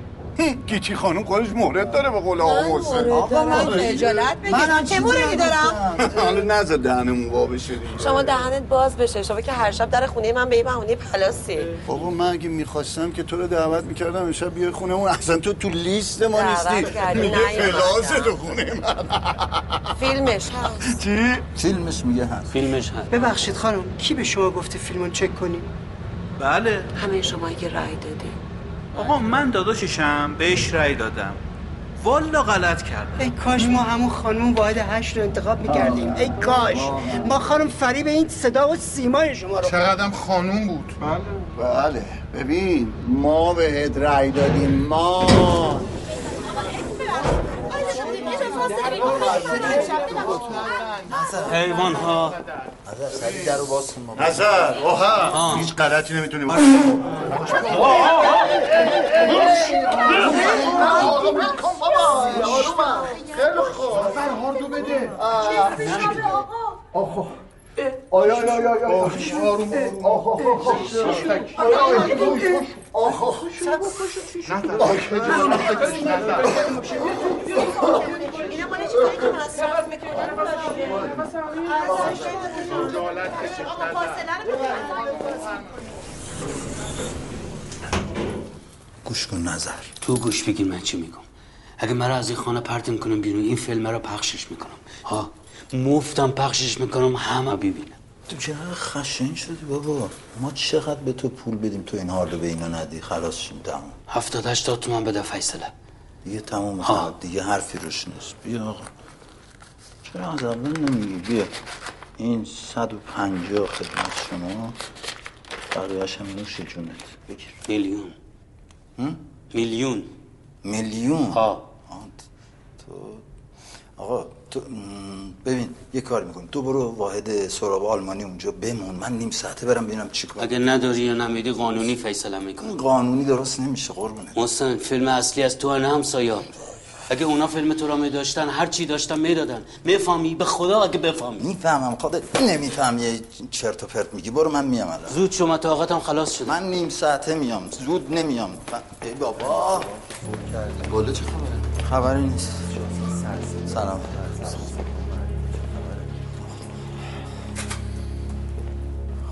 Speaker 5: گیتی خانم کارش مورد داره به قول آقا حسین
Speaker 8: آقا من
Speaker 6: <laughs>
Speaker 8: خجالت بکش چه موردی دارم
Speaker 5: حالا نذار دهنمون وا بشه دیگه.
Speaker 8: شما دهنت باز بشه شما که هر شب در خونه من به این بهونه پلاسی
Speaker 5: بابا من اگه میخواستم که تو رو دعوت میکردم امشب بیای خونمون اصلا تو تو لیست ما
Speaker 8: دعوت
Speaker 5: نیستی
Speaker 8: کردی،
Speaker 5: میگه
Speaker 8: نیومدم.
Speaker 5: فلاس تو خونه من
Speaker 8: فیلمش هست
Speaker 5: چی؟
Speaker 3: فیلمش میگه هست
Speaker 9: فیلمش هست
Speaker 14: ببخشید خانم کی به شما گفته فیلمو چک کنی
Speaker 28: بله
Speaker 8: همه شما که رای دادی
Speaker 28: آقا من داداششم بهش رأی دادم والا غلط کردم
Speaker 14: ای کاش ما همون خانم واحد هشت رو انتخاب میکردیم ای کاش ما خانم فریب این صدا و سیمای شما رو
Speaker 5: چقدرم خانوم بود بله بله ببین ما بهت رأی دادیم ما
Speaker 9: حیوان ها
Speaker 3: سریع در رو باز کن بابا.
Speaker 5: نظر اوها هیچ غلطی نمیتونی
Speaker 10: آیا آیا آیا آیا آروم آروم آخ آخ آخ آخ آخ آخ
Speaker 5: خب.
Speaker 9: گوش کن نظر تو گوش بگیر من چی میگم اگه مرا از این خانه پرت میکنم بیرون این فیلم را پخشش میکنم ها مفتم پخشش میکنم همه ببینم
Speaker 3: تو چقدر خشن شدی بابا ما چقدر به تو پول بدیم تو این حال رو به اینا ندی خلاص شیم تمام
Speaker 9: هفتاد هشتاد تومن بده فیصله
Speaker 3: دیگه تمام ها دیگه حرفی روش نیست بیا آقا چرا از اول نمیگی بیا این 150 خدمت شما بقیه‌اش هم نوش جونت بگیر
Speaker 9: میلیون میلیون
Speaker 3: میلیون
Speaker 9: ها
Speaker 3: تو خب. آقا تو م، ببین یه کار میکنم تو برو واحد سراب آلمانی اونجا بمون من نیم ساعته برم ببینم چیکار
Speaker 9: اگه نداری یا نمیدی قانونی فیصله میکنم
Speaker 3: قانونی درست نمیشه قربونه
Speaker 9: محسن فیلم اصلی از تو همسایا اگه اونا فیلم تو را میداشتن هر چی داشتن میدادن میفهمی به خدا اگه بفهمی
Speaker 3: میفهمم خودت نمیفهمی یه چرت و پرت میگی برو من میام الان
Speaker 9: زود شما طاقتم خلاص شده
Speaker 3: من نیم ساعته میام زود نمیام من- ای بابا گله چه خبره خبری نیست سلام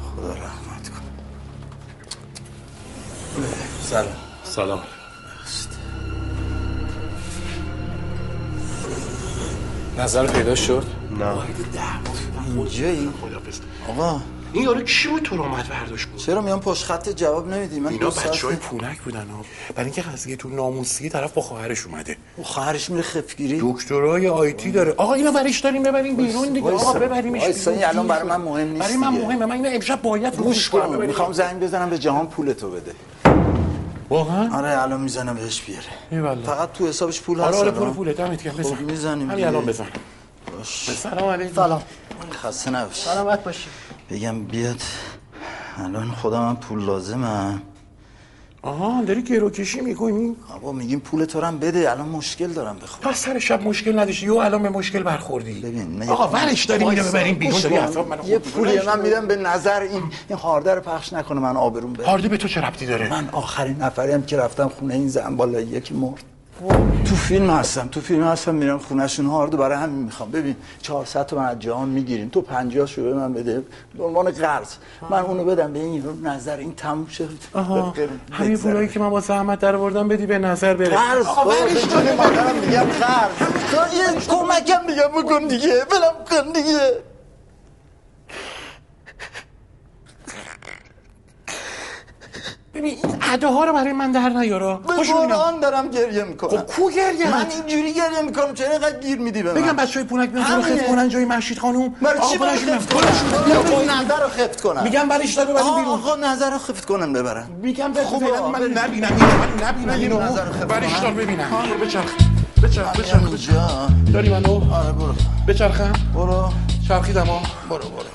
Speaker 3: خدا رحمت کن سلام
Speaker 29: سلام
Speaker 3: نظر پیدا شد
Speaker 5: نه
Speaker 3: اینجایی آقا
Speaker 5: این یارو کی بود تو رو آمد برداشت بود
Speaker 3: چرا میان پشت خط جواب نمیدی من
Speaker 5: اینا
Speaker 3: دو ساعت
Speaker 5: بچه های پولک بودن ها برای اینکه قضیه تو ناموسیه طرف با خواهرش اومده
Speaker 3: خواهرش میره خفگیری
Speaker 5: دکترای آیتی داره آقا اینو برش داریم ببریم بیرون دیگه
Speaker 3: وایسا.
Speaker 5: آقا ببریمش
Speaker 3: وایسا، این الان برای من مهم نیست
Speaker 5: برای من
Speaker 3: دیگه.
Speaker 5: مهمه من اینو امشب باید
Speaker 3: گوش
Speaker 5: گوش
Speaker 3: کن
Speaker 5: کنم
Speaker 3: میخوام زنگ بزنم به جهان پول تو بده
Speaker 5: واقعا
Speaker 3: آره الان میزنم بهش بیاره
Speaker 5: ایوالا.
Speaker 3: فقط تو حسابش پول هست
Speaker 5: آره آره
Speaker 3: الان؟
Speaker 5: پول پوله دمت گرم بزن
Speaker 3: خب، میزنیم
Speaker 5: همین
Speaker 3: دیگه.
Speaker 5: الان بزن
Speaker 3: باش.
Speaker 5: سلام علیکم
Speaker 3: سلام خسته نباش
Speaker 14: سلامت باشی
Speaker 3: بگم بیاد الان خودم هم پول لازمه آها داری گروکشی میکنی؟ بابا میگیم پول تو رو هم بده الان مشکل دارم بخوام
Speaker 5: پس سر شب مشکل نداشتی یو الان به مشکل برخوردی
Speaker 3: ببین
Speaker 5: آقا ولش داری اینو ببریم بیرون داری اعصاب منو
Speaker 3: یه
Speaker 5: خورد
Speaker 3: پولی
Speaker 5: می‌کنی.
Speaker 3: من میدم به نظر این این هارده رو پخش نکنه من آبروم بره
Speaker 10: هارده به تو چه ربطی داره
Speaker 3: من آخرین نفریم که رفتم خونه این زن بالا یکی مرد تو فیلم هستم تو فیلم هستم میرم خونهشون هاردو برای همین میخوام ببین 400 تومن از جهان میگیریم تو 50 شو به من بده به عنوان قرض من اونو بدم به این نظر این تموم شد
Speaker 5: آها
Speaker 3: بگذره.
Speaker 5: همین پولایی که من با زحمت در آوردم بدی به نظر بره
Speaker 3: قرض
Speaker 5: آقا ولش
Speaker 3: تو
Speaker 5: داری
Speaker 3: مادرم میگم قرض تو یه کمکم میگم بکن دیگه بلم کن دیگه
Speaker 5: ببین این اداها رو برای من در نیارا
Speaker 3: به
Speaker 5: خوش اینا
Speaker 3: قرآن دارم گریه میکنم
Speaker 5: خب کو گریه
Speaker 3: من
Speaker 5: هات؟
Speaker 3: اینجوری گریه میکنم چرا اینقدر گیر میدی به من
Speaker 5: بگم بچهای پونک میان تو رو
Speaker 3: همینه.
Speaker 5: خفت کنن جای مشید خانوم
Speaker 3: برای
Speaker 5: آقا
Speaker 3: چی برای
Speaker 5: بلنش می‌کنم.
Speaker 3: خفت کنم
Speaker 5: بیا
Speaker 3: بیا
Speaker 5: پایین.
Speaker 3: پایین نظر رو خفت کنم
Speaker 5: میگم برش دار ببریم
Speaker 3: آه،
Speaker 5: بیرون.
Speaker 3: آقا نظر رو خفت کنم ببرم
Speaker 5: میگم به
Speaker 3: خوبه.
Speaker 5: خدا من نبینم اینو من نبینم اینو برش دار ببینم
Speaker 3: آره،
Speaker 5: اینو بچرخ بچرخ بچرخ
Speaker 3: بچرخ
Speaker 5: داری منو
Speaker 3: آره برو
Speaker 5: بچرخم
Speaker 3: برو
Speaker 5: چرخیدم ها
Speaker 3: برو برو آره.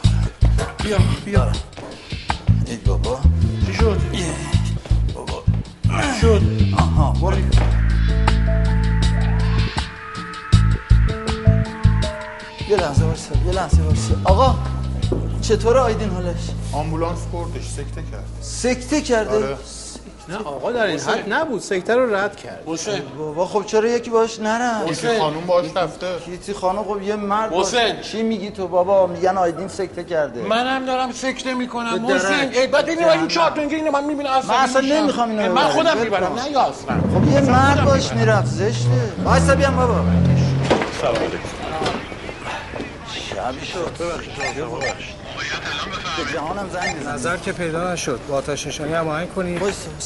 Speaker 5: بیا بیا
Speaker 3: ای بابا
Speaker 5: چی شد
Speaker 3: بابا
Speaker 5: چی شد
Speaker 3: آها برو یه لحظه وایسا یه لحظه وایسا آقا چطوره آیدین حالش
Speaker 30: آمبولانس بردش سکته کرد
Speaker 3: سکته کرده
Speaker 30: آره.
Speaker 31: نه آقا در این حد نبود سکته رو رد کرد
Speaker 3: بابا خب چرا یکی باش نرم
Speaker 31: کیتی حسین. خانوم
Speaker 3: باش رفته کیتی خانوم خب یه مرد باشه.
Speaker 5: حسین.
Speaker 3: چی میگی تو بابا میگن آیدین سکته کرده
Speaker 5: منم دارم سکته میکنم
Speaker 3: به درک.
Speaker 5: حسین ای بعد اینو این چارتونگی اینو من میبینم اصلا
Speaker 3: من اصلا نمیخوام اینو
Speaker 5: من
Speaker 3: ببرم.
Speaker 5: خودم
Speaker 3: ول
Speaker 5: میبرم
Speaker 3: کن.
Speaker 5: نه یا اصلا
Speaker 3: خب یه مرد باش میرفت زشته وایسا بیام بابا
Speaker 5: سلام علیکم
Speaker 3: شبی شد به جهانم زنگ بزن
Speaker 7: نظر که پیدا نشد با آتش نشانی هماهنگ کنید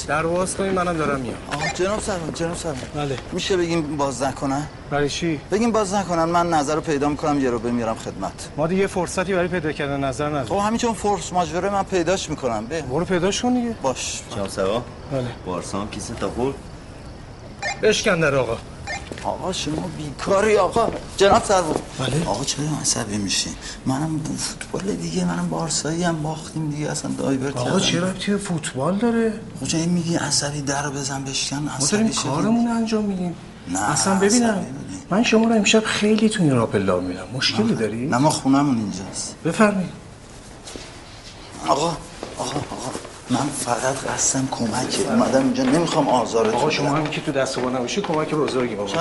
Speaker 7: در واس کنید منم دارم میام
Speaker 3: آه، جناب سرمان جناب سرمان بله میشه بگیم باز نکنن برای چی بگیم باز نکنن من نظر رو پیدا میکنم یه رو بمیرم خدمت
Speaker 7: ما دیگه فرصتی برای پیدا کردن نظر نداریم
Speaker 3: خب همین چون فورس ماجوره من پیداش میکنم برو
Speaker 7: پیداش کن دیگه
Speaker 3: باش
Speaker 32: جام سوا
Speaker 7: بله
Speaker 32: بارسام کیسه تا خورد
Speaker 7: بشکن در آقا
Speaker 3: آقا شما بیکاری آقا جناب سرور بله آقا چرا عصبی میشی منم فوتبال دیگه منم بارسایی هم باختیم دیگه اصلا دایورت
Speaker 7: آقا چه ربطی به فوتبال داره
Speaker 3: کجا این میگی عصبی در رو بزن بشکن
Speaker 7: ما
Speaker 3: عصبی
Speaker 7: داریم
Speaker 3: شدی.
Speaker 7: کارمون رو انجام میدیم
Speaker 3: نه،
Speaker 7: اصلا ببینم من شما رو امشب خیلی تو این راپلا میرم مشکلی داری نه
Speaker 3: ما خونمون اینجاست
Speaker 7: بفرمایید
Speaker 3: آقا آقا آقا من فقط قصدم کمکه اومدم اینجا نمیخوام آزارت
Speaker 7: آقا شما هم که تو دست و پا نباشی کمک بزرگی بابا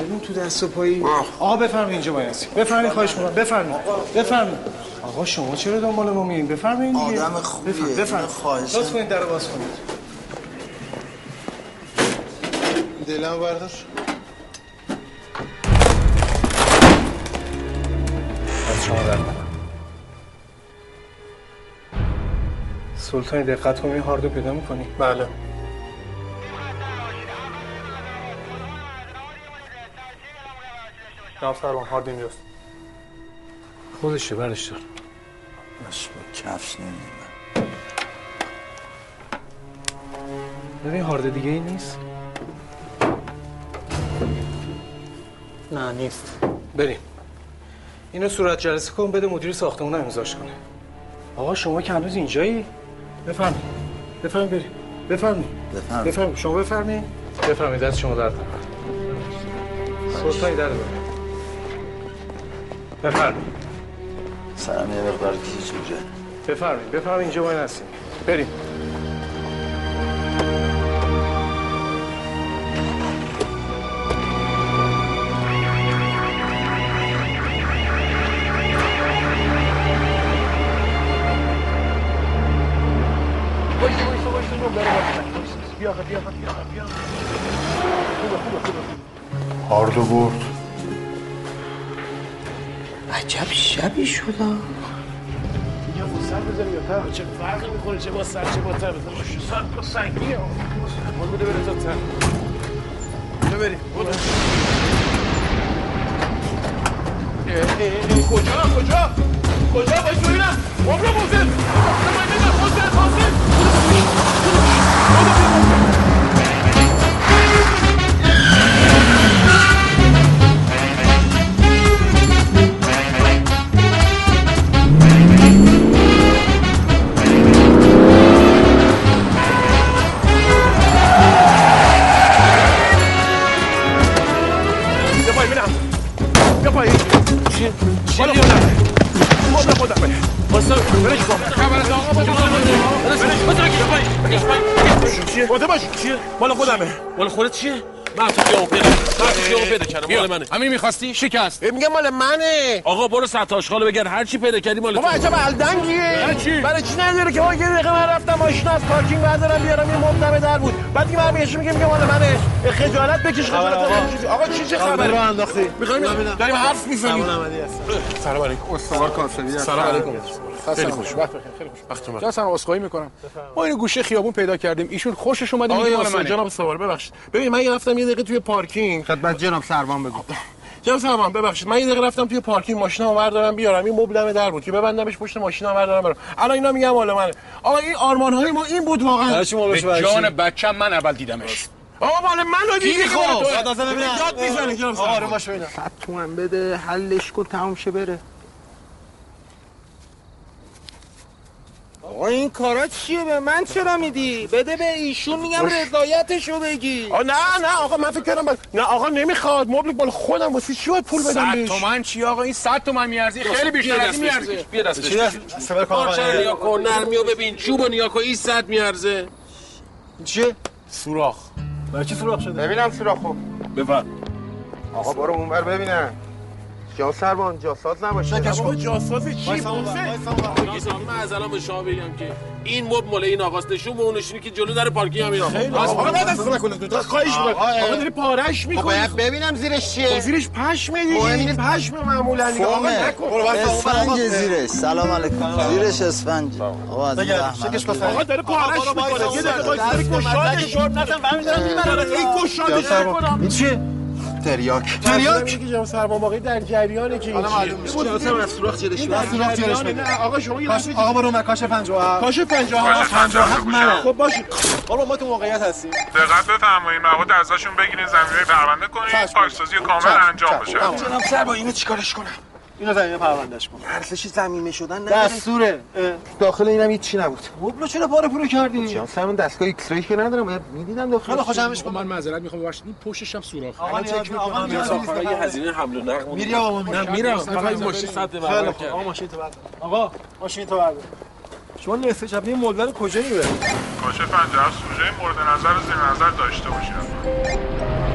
Speaker 7: ببین تو دست و پایی آقا بفرمایید اینجا بایستی بفرمایید خواهش می‌کنم بفرمایید بفرمایید آقا شما چرا دنبال ما میایین بفرمایید دیگه
Speaker 3: آدم خوبیه.
Speaker 7: بفرمایید بفرمایید
Speaker 3: اینو خواهشاً.
Speaker 7: لطف کنید در رو باز کنید
Speaker 30: دلم برداشت
Speaker 7: از شما در کنم سلطان دقت کنی هاردو پیدا میکنی بله
Speaker 10: جناب سروان هارد اینجاست
Speaker 7: خودشه برش دار
Speaker 3: باش، با کفش نمیدونم
Speaker 7: ببین هارد دیگه ای نیست نه نیست بریم اینو صورت جلسه کن بده مدیر ساختمون امضاش کنه آقا شما که هنوز اینجایی بفرمایید بفرمایید بریم بفرمایید
Speaker 3: بفرمایید.
Speaker 7: بفرمایید شما بفرمایید بفرمایید دست شما در نکنه. سلطانی در بفرمایید بفرمایید
Speaker 3: سرم یه مقدار گیج میشه
Speaker 7: بفرمایید بفرمایید اینجا وای هستیم بریم
Speaker 30: بایسته بایسته بایسته بایسته بایسته بیا آقا، بیا آقا، بیا آقا، بیا آقا. خوبه خوبه خوبه
Speaker 10: هاردو برد
Speaker 8: عجب شبی شد
Speaker 30: یا با سر بزنی یا تر چه فرقی میکنه چه با سر چه با تر بزنی باشه سر با سنگیه بول بده بره تا تر بده بریم بول
Speaker 33: اه، اه، اه، کجا کجا کجا باید ببینم مبلو موزن
Speaker 30: بیا
Speaker 5: بالا خودمه
Speaker 14: مال خودت چیه؟ من تو خیابون پیدا کردم. من تو خیابون پیدا کردم. مال منه.
Speaker 5: همین میخواستی شکست
Speaker 14: میگم مال منه آقا برو سطح آشغالو بگن هر چی پیدا کردی مال تو
Speaker 34: بابا عجب الدنگیه
Speaker 14: برای چی
Speaker 34: برای چی نداره که ما یه دقیقه من رفتم ماشین از پارکینگ بردارم بیارم یه مبل دم در بود بعد دیگه من بهش میگم میگه مال منه خجالت بکش
Speaker 5: خبر
Speaker 34: خجالت
Speaker 5: آقا.
Speaker 34: بکش. آقا چی چه
Speaker 5: خبر
Speaker 34: خبره
Speaker 5: رو انداختی.
Speaker 34: می‌خوایم-
Speaker 5: نمی‌دونم.
Speaker 34: داریم حرف میزنیم
Speaker 5: سلام علیکم.
Speaker 34: سلام علیکم
Speaker 5: استوار کاسبی هستم.
Speaker 34: سلام علیکم
Speaker 5: خسته
Speaker 34: خیلی
Speaker 5: نباشید.
Speaker 34: خوش
Speaker 5: وقت
Speaker 34: خیلی خوش
Speaker 5: وقت
Speaker 34: وقتتون
Speaker 5: بخیر.
Speaker 34: بخیر
Speaker 5: جا اسخایی میکنم ما اینو گوشه خیابون پیدا کردیم ایشون خوشش اومده
Speaker 34: آقای
Speaker 5: میگه مال
Speaker 34: یاسر،
Speaker 5: منه
Speaker 34: جناب
Speaker 5: سوار ببخشید ببین من یه رفتم یه دقیقه توی پارکینگ خدمت جناب سروان بگو جناب سروان ببخشید من یه دقیقه رفتم توی پارکینگ ماشینم آور دارم بیارم این مبلمه در بود که ببندمش پشت ماشینم آور دارم برم الان اینا میگم مال منه آقا این آرمان های ما این بود واقعا
Speaker 7: به جان بچم من اول دیدمش
Speaker 5: آقا مال منو
Speaker 7: کی
Speaker 5: دیگه
Speaker 7: می‌خواد؟
Speaker 5: خب
Speaker 7: بعد نظر ببینم.
Speaker 5: یاد میزنه جناب
Speaker 7: آقا،
Speaker 3: آره،
Speaker 5: سروان
Speaker 7: رو باش ببینم.
Speaker 35: صد تومن بده حلش کن تموم شه بره
Speaker 14: آقا این کارا چیه به من چرا میدی بده به ایشون میگم رضایتشو بگی
Speaker 5: آ نه نه آقا من فکر کردم بس- نه آقا نمیخواد مبل بال خودم واسه چی باید پول بدم
Speaker 7: صد
Speaker 5: بهش
Speaker 7: تومن چی آقا این صد تومن میارزی خیلی بیشتر از این میارزه
Speaker 14: بیا دست بکش.
Speaker 7: صبر کن آقا.
Speaker 14: پارچه رو نیا کن نرمی رو ببین چوب رو نیا کن این صد میارزه
Speaker 7: چه
Speaker 14: سوراخ
Speaker 7: برای چی سوراخ شده
Speaker 14: ببینم سوراخو
Speaker 7: بفرم
Speaker 14: آقا برو اونور ببینم جا سربان جاساز نباشه
Speaker 5: شکش کن. جاساز چی؟
Speaker 14: وایسا اونور،
Speaker 5: بوسه؟
Speaker 14: وایسا اونور. وایسا. من از الان به شما بگم که این مب مال این آقاست نشون به اون نشونی که جلو در پارکینگ هم این
Speaker 5: خیلی.
Speaker 14: آقا
Speaker 5: آقا، نه، دست نکنه. تو خواهش می‌کنم. آقا، داری پارش می‌کنی. خب،
Speaker 14: باید ببینم زیرش چیه
Speaker 5: زیرش پشمه دیگه.
Speaker 14: اینه پشم معمولا دیگه. آقا،
Speaker 3: فومه
Speaker 14: نکن. برو، وایسا اونور،
Speaker 3: اسفنج
Speaker 14: آقا.
Speaker 3: زیرش سلام علیکم زیرش اسفنج آقا از
Speaker 14: بگرد.
Speaker 3: زحمت
Speaker 14: شکش
Speaker 3: بگیر.
Speaker 14: کن. آقا، داره پارش
Speaker 3: آقا، برو
Speaker 14: می‌کنه.
Speaker 3: وایسا
Speaker 14: یه دقیقه
Speaker 3: اونور.
Speaker 14: وایسا. داره گشادش
Speaker 3: دست کن.
Speaker 14: شورت نزن. برمی‌دارم، می‌برمت. این گشادش
Speaker 3: جعفر
Speaker 14: نکنم.
Speaker 3: این چیه تریاک تریاک
Speaker 5: که جناب سروان باقی در جریانه که این
Speaker 3: حالا
Speaker 5: چیه.
Speaker 3: معلوم میشه.
Speaker 5: بود،
Speaker 3: جناب سروان از سوراخ جلوش
Speaker 5: این
Speaker 3: بده.
Speaker 5: در
Speaker 3: از سوراخ جلوش
Speaker 5: جریانه.
Speaker 3: بده.
Speaker 5: نه، آقا شما یه
Speaker 7: کاش-
Speaker 5: دفعه-
Speaker 7: آقا برو مکاش 57
Speaker 5: کاش 57
Speaker 7: 57
Speaker 5: منم. خب باشه آقا ما تو موقعیت هستیم
Speaker 12: دقت بفرمایید مواد ازشون بگیرین زمینه پرونده کنید پاکسازی کامل انجام بشه
Speaker 5: خب،
Speaker 7: جناب سر با اینو چیکارش کنم
Speaker 35: اینو زمینه پروندهش کن
Speaker 7: ارزش زمینه شدن نداره
Speaker 35: دستوره
Speaker 14: داخل اینم هیچی نبود
Speaker 35: مبلو چرا پاره پوره کردی
Speaker 14: جان سرمون دستگاه ایکس رای که ندارم باید میدیدم داخل
Speaker 7: خیلی خوشمش
Speaker 14: خب
Speaker 7: با من معذرت میخوام ببخشید این پشتش هم سوراخ
Speaker 14: آقا نیاز نیست. آقا نیاز نیست. هزینه حمل و نقل بود.
Speaker 7: میری آقا، میری.
Speaker 14: نه، میرم
Speaker 7: خیلی
Speaker 14: فقط
Speaker 7: خوب.
Speaker 14: ماشین صد
Speaker 7: خیلی
Speaker 14: برابر
Speaker 7: خوب.
Speaker 14: کرد.
Speaker 7: آقا، ماشین تو بردار آقا ماشین تو بردار شما نصف شبیه مولدر کجا میبره
Speaker 12: کاشه 57 سوژه مورد نظر و زیر نظر داشته باشید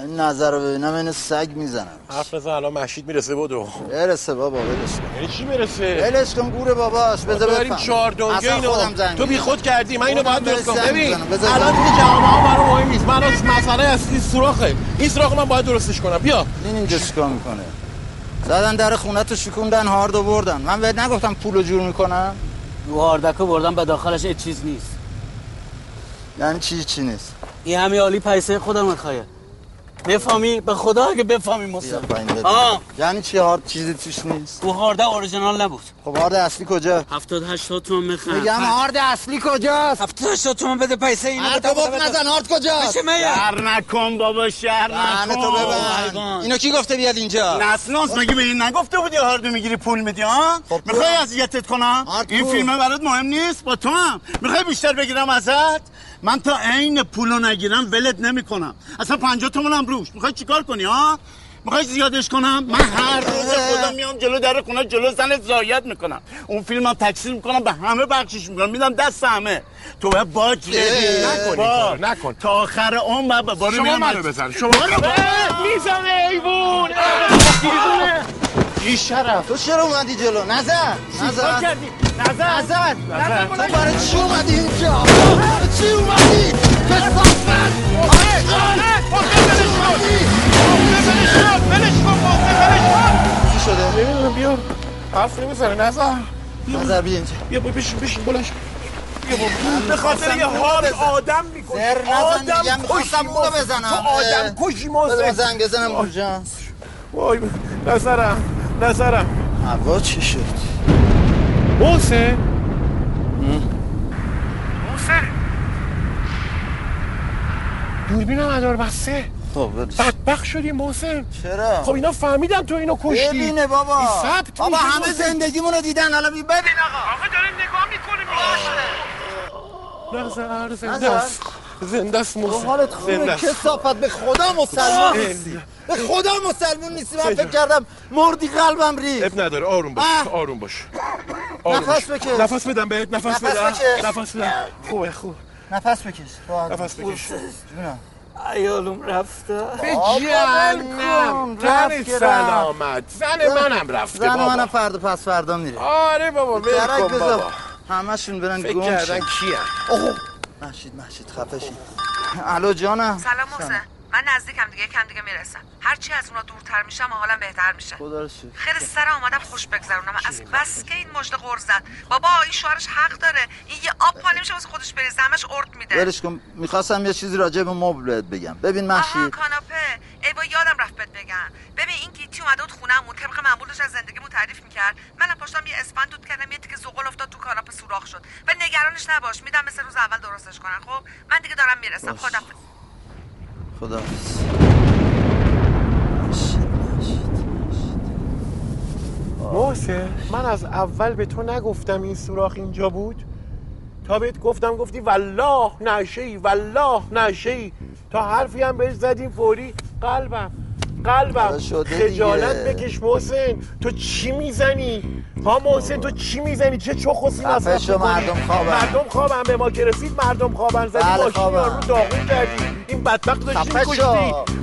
Speaker 3: این نظر رو ببینم اینو سگ میزنم
Speaker 5: حرف بزن الان مشید میرسه بدو
Speaker 3: برسه بابا برسه
Speaker 5: یعنی چی برسه
Speaker 3: ولش کن گوره باباش بذار
Speaker 5: ما داریم
Speaker 3: بفهم
Speaker 5: چهار دنیا
Speaker 3: اصلا
Speaker 5: اینو.
Speaker 3: خودم زنگ
Speaker 5: تو بی
Speaker 3: میزنم.
Speaker 5: خود کردی من اینو
Speaker 3: خودم
Speaker 5: باید درست
Speaker 3: بهش
Speaker 5: کنم
Speaker 3: زنگ
Speaker 5: ببین
Speaker 3: میزنم. بذار
Speaker 5: الان
Speaker 3: بزنم.
Speaker 5: دیگه جواب ها برام مهم نیست من الان مسئله از این سوراخه این سوراخ من باید درستش کنم بیا
Speaker 3: این اینجا چیکار میکنه زدن در خونه تو شکوندن هارد و بردن من بهت نگفتم پولو جور میکنم
Speaker 9: واردکو بردم به داخلش هیچ چیز نیست
Speaker 3: یعنی چی چی نیست
Speaker 9: این همه عالی پیسه خودم میخواه بفهمی به خدا اگه بفهمی
Speaker 3: بیا
Speaker 9: مستم
Speaker 3: پایین بده.
Speaker 9: آه
Speaker 3: یعنی چی هارد چیزی توش نیست
Speaker 9: او هارده اورجینال نبود
Speaker 3: خب هارد اصلی کجا
Speaker 9: هفتاد هشتاد تومن میخوام
Speaker 3: میگم هارد اصلی کجاست
Speaker 9: هفتاد هشتاد تومن بده پیسه اینو
Speaker 3: هر تو
Speaker 9: بده،
Speaker 3: گفت
Speaker 9: بده، بده.
Speaker 3: نزن هارد کجاست
Speaker 9: بشه میه.
Speaker 7: شر نکن بابا شر
Speaker 3: دهنتو
Speaker 7: نکن
Speaker 3: ببند. اینو کی گفته بیاد اینجا
Speaker 7: نسلانس مگه به این نگفته بودی هاردو میگیری پول میدی ها
Speaker 5: خب
Speaker 7: میخوای اذیتت کنم این
Speaker 3: کو.
Speaker 7: فیلمه برات مهم نیست با تو هم میخوای بیشتر بگیرم ازت من تا عین پولو نگیرم ولت نمیکنم اصلا 50 تومنم روش میخوای چیکار کنی ها میخوای زیادش کنم من هر روز خودم میام جلو در خونه جلو زنت زایت میکنم اون فیلمم تکثیر میکنم به همه بخشش میکنم میدم دست همه تو باید باج بدی
Speaker 5: اه. نکن این کارو،
Speaker 7: باج. تا آخر عمر به بارو
Speaker 5: شما
Speaker 7: میام
Speaker 5: منو
Speaker 7: از-
Speaker 5: بزن، شما.
Speaker 7: برو بابا.
Speaker 5: میزنه ایوون
Speaker 3: بی شرف تو چرا اومدی جلو نزن نزن
Speaker 7: کردی؟
Speaker 3: نزن نزن
Speaker 7: نزن.
Speaker 3: تو برای چی اومدی اینجا برای چی اومدی کسافت آره آره چی شده
Speaker 5: نمیدونم بیا حرف نمیزنه نظر
Speaker 3: نظر بیا اینجا
Speaker 5: بیا بیا بشین بشین بلش
Speaker 7: به خاطر یه حال آدم میکنی
Speaker 3: سر نزن
Speaker 7: آدم
Speaker 3: دیگه میخواستم
Speaker 7: کشی
Speaker 3: اونو
Speaker 7: ماست.
Speaker 3: بزنم
Speaker 7: تو آدم
Speaker 3: اه.
Speaker 7: کشی ماست.
Speaker 3: بذار زنگ بزنم
Speaker 7: آه.
Speaker 3: اونجا
Speaker 5: وای نظرم نظرم
Speaker 3: هوا چی شد
Speaker 5: بوسه
Speaker 12: محسن
Speaker 36: دوربینم ادار بسته
Speaker 3: خب
Speaker 36: بدبخ شدیم محسن
Speaker 3: چرا؟
Speaker 36: خب اینا فهمیدن تو اینو کشتی
Speaker 3: ببینه بابا
Speaker 36: این ثبت
Speaker 3: بابا
Speaker 36: میشه
Speaker 3: همه
Speaker 36: محسن.
Speaker 3: زندگیمونو دیدن حالا بی- ببین آقا
Speaker 37: آقا داره نگاه میکنه
Speaker 36: لحظه هر زنده
Speaker 3: نظر.
Speaker 36: است زنده است محسن
Speaker 3: خب، حالت خوبه
Speaker 36: زنده است.
Speaker 3: کسافت به خدا مسلمان
Speaker 36: آه.
Speaker 3: نیستی به خدا مسلمون نیستی من فکر کردم مردی قلبم ریخت
Speaker 5: اب نداره آروم باش
Speaker 3: آه.
Speaker 5: آروم باش
Speaker 3: نفس بکش
Speaker 5: نفس بدم بهت نفس
Speaker 3: نفس
Speaker 5: بدم
Speaker 3: بکش.
Speaker 5: نفس بدم خوبه خوب
Speaker 3: نفس بکش راحت
Speaker 5: نفس بکش.
Speaker 3: جونم
Speaker 5: ایالم رفته
Speaker 3: به آقا جهنم. ول کن. رفت
Speaker 5: تن
Speaker 3: که
Speaker 5: سلامت
Speaker 3: رفت.
Speaker 5: زن
Speaker 3: زن-
Speaker 5: منم رفته
Speaker 3: زن
Speaker 5: بابا.
Speaker 3: منم فردا پس فردا میره
Speaker 5: آره بابا ول
Speaker 3: درک
Speaker 5: کن
Speaker 3: بذار.
Speaker 5: بابا
Speaker 3: همشون برن
Speaker 5: فکر
Speaker 3: گم
Speaker 5: کردن
Speaker 3: شن.
Speaker 5: کیه
Speaker 3: اوه محشید محشید خفه شید الو جانم
Speaker 6: سلام محسن من نزدیکم دیگه کم دیگه میرسم هرچی از اونا دورتر میشم حالم بهتر میشه
Speaker 3: خدا رو شکر.
Speaker 6: خیر سر آمدم خوش بگذرونم از بس که این مجد قرض زد بابا این شوهرش حق داره این یه آب پا نمیشه واسه خودش بریزه همش ارد میده
Speaker 3: ولش کن میخواستم یه چیزی راجع به مبل بهت بگم ببین
Speaker 6: آها
Speaker 3: محشید
Speaker 6: کاناپه ای با یادم رفت بهت بگم ببین این گیتی اومده بود خونهمون طبق معمول داشت از زندگیمون تعریف میکرد منم پاشتم یه اسفند دود کردم یه تیکه زغال افتاد تو کاناپه سوراخ شد و نگرانش نباش میدم مثل روز اول درستش کنن خب من دیگه دارم میرسم
Speaker 3: باش.
Speaker 6: خدا
Speaker 3: خدا
Speaker 5: محسن من از اول به تو نگفتم این سوراخ اینجا بود تا بهت گفتم گفتی والله نشه والله نشه تا حرفی هم بهش زدیم فوری قلبم قلبم
Speaker 3: آره شده دیگه.
Speaker 5: خجالت بکش محسن تو چی میزنی ها محسن تو چی میزنی چه چخصی
Speaker 3: خفه
Speaker 5: مصرف
Speaker 3: شو،
Speaker 5: می‌کنی؟
Speaker 3: مردم خوابن.
Speaker 5: مردم خوابن به ما که رسید مردم خوابن زدی
Speaker 3: بله،
Speaker 5: ماشین
Speaker 3: خوابن.
Speaker 5: رو داغون کردی این بدبخت داشتی
Speaker 3: خفه
Speaker 5: میکشتی
Speaker 3: شو.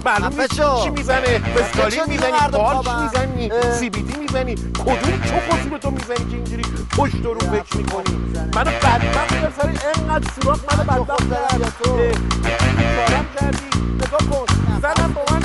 Speaker 5: معلوم
Speaker 3: خفه
Speaker 5: نیست
Speaker 3: شو.
Speaker 5: چی میزنه
Speaker 3: خفه
Speaker 5: بسکالین
Speaker 3: شو،
Speaker 5: میزنی
Speaker 3: مردم
Speaker 5: پارچ
Speaker 3: خوابن.
Speaker 5: میزنی
Speaker 3: اه.
Speaker 5: سی بی دی میزنی کدوم چخصی رو تو میزنی که اینجوری پشت رو رو فکر میکنی منو بدبخت یا سر اینقدر سوراخ منو بدبخت کردی اه، کارم کردی نگاه کن زنم با من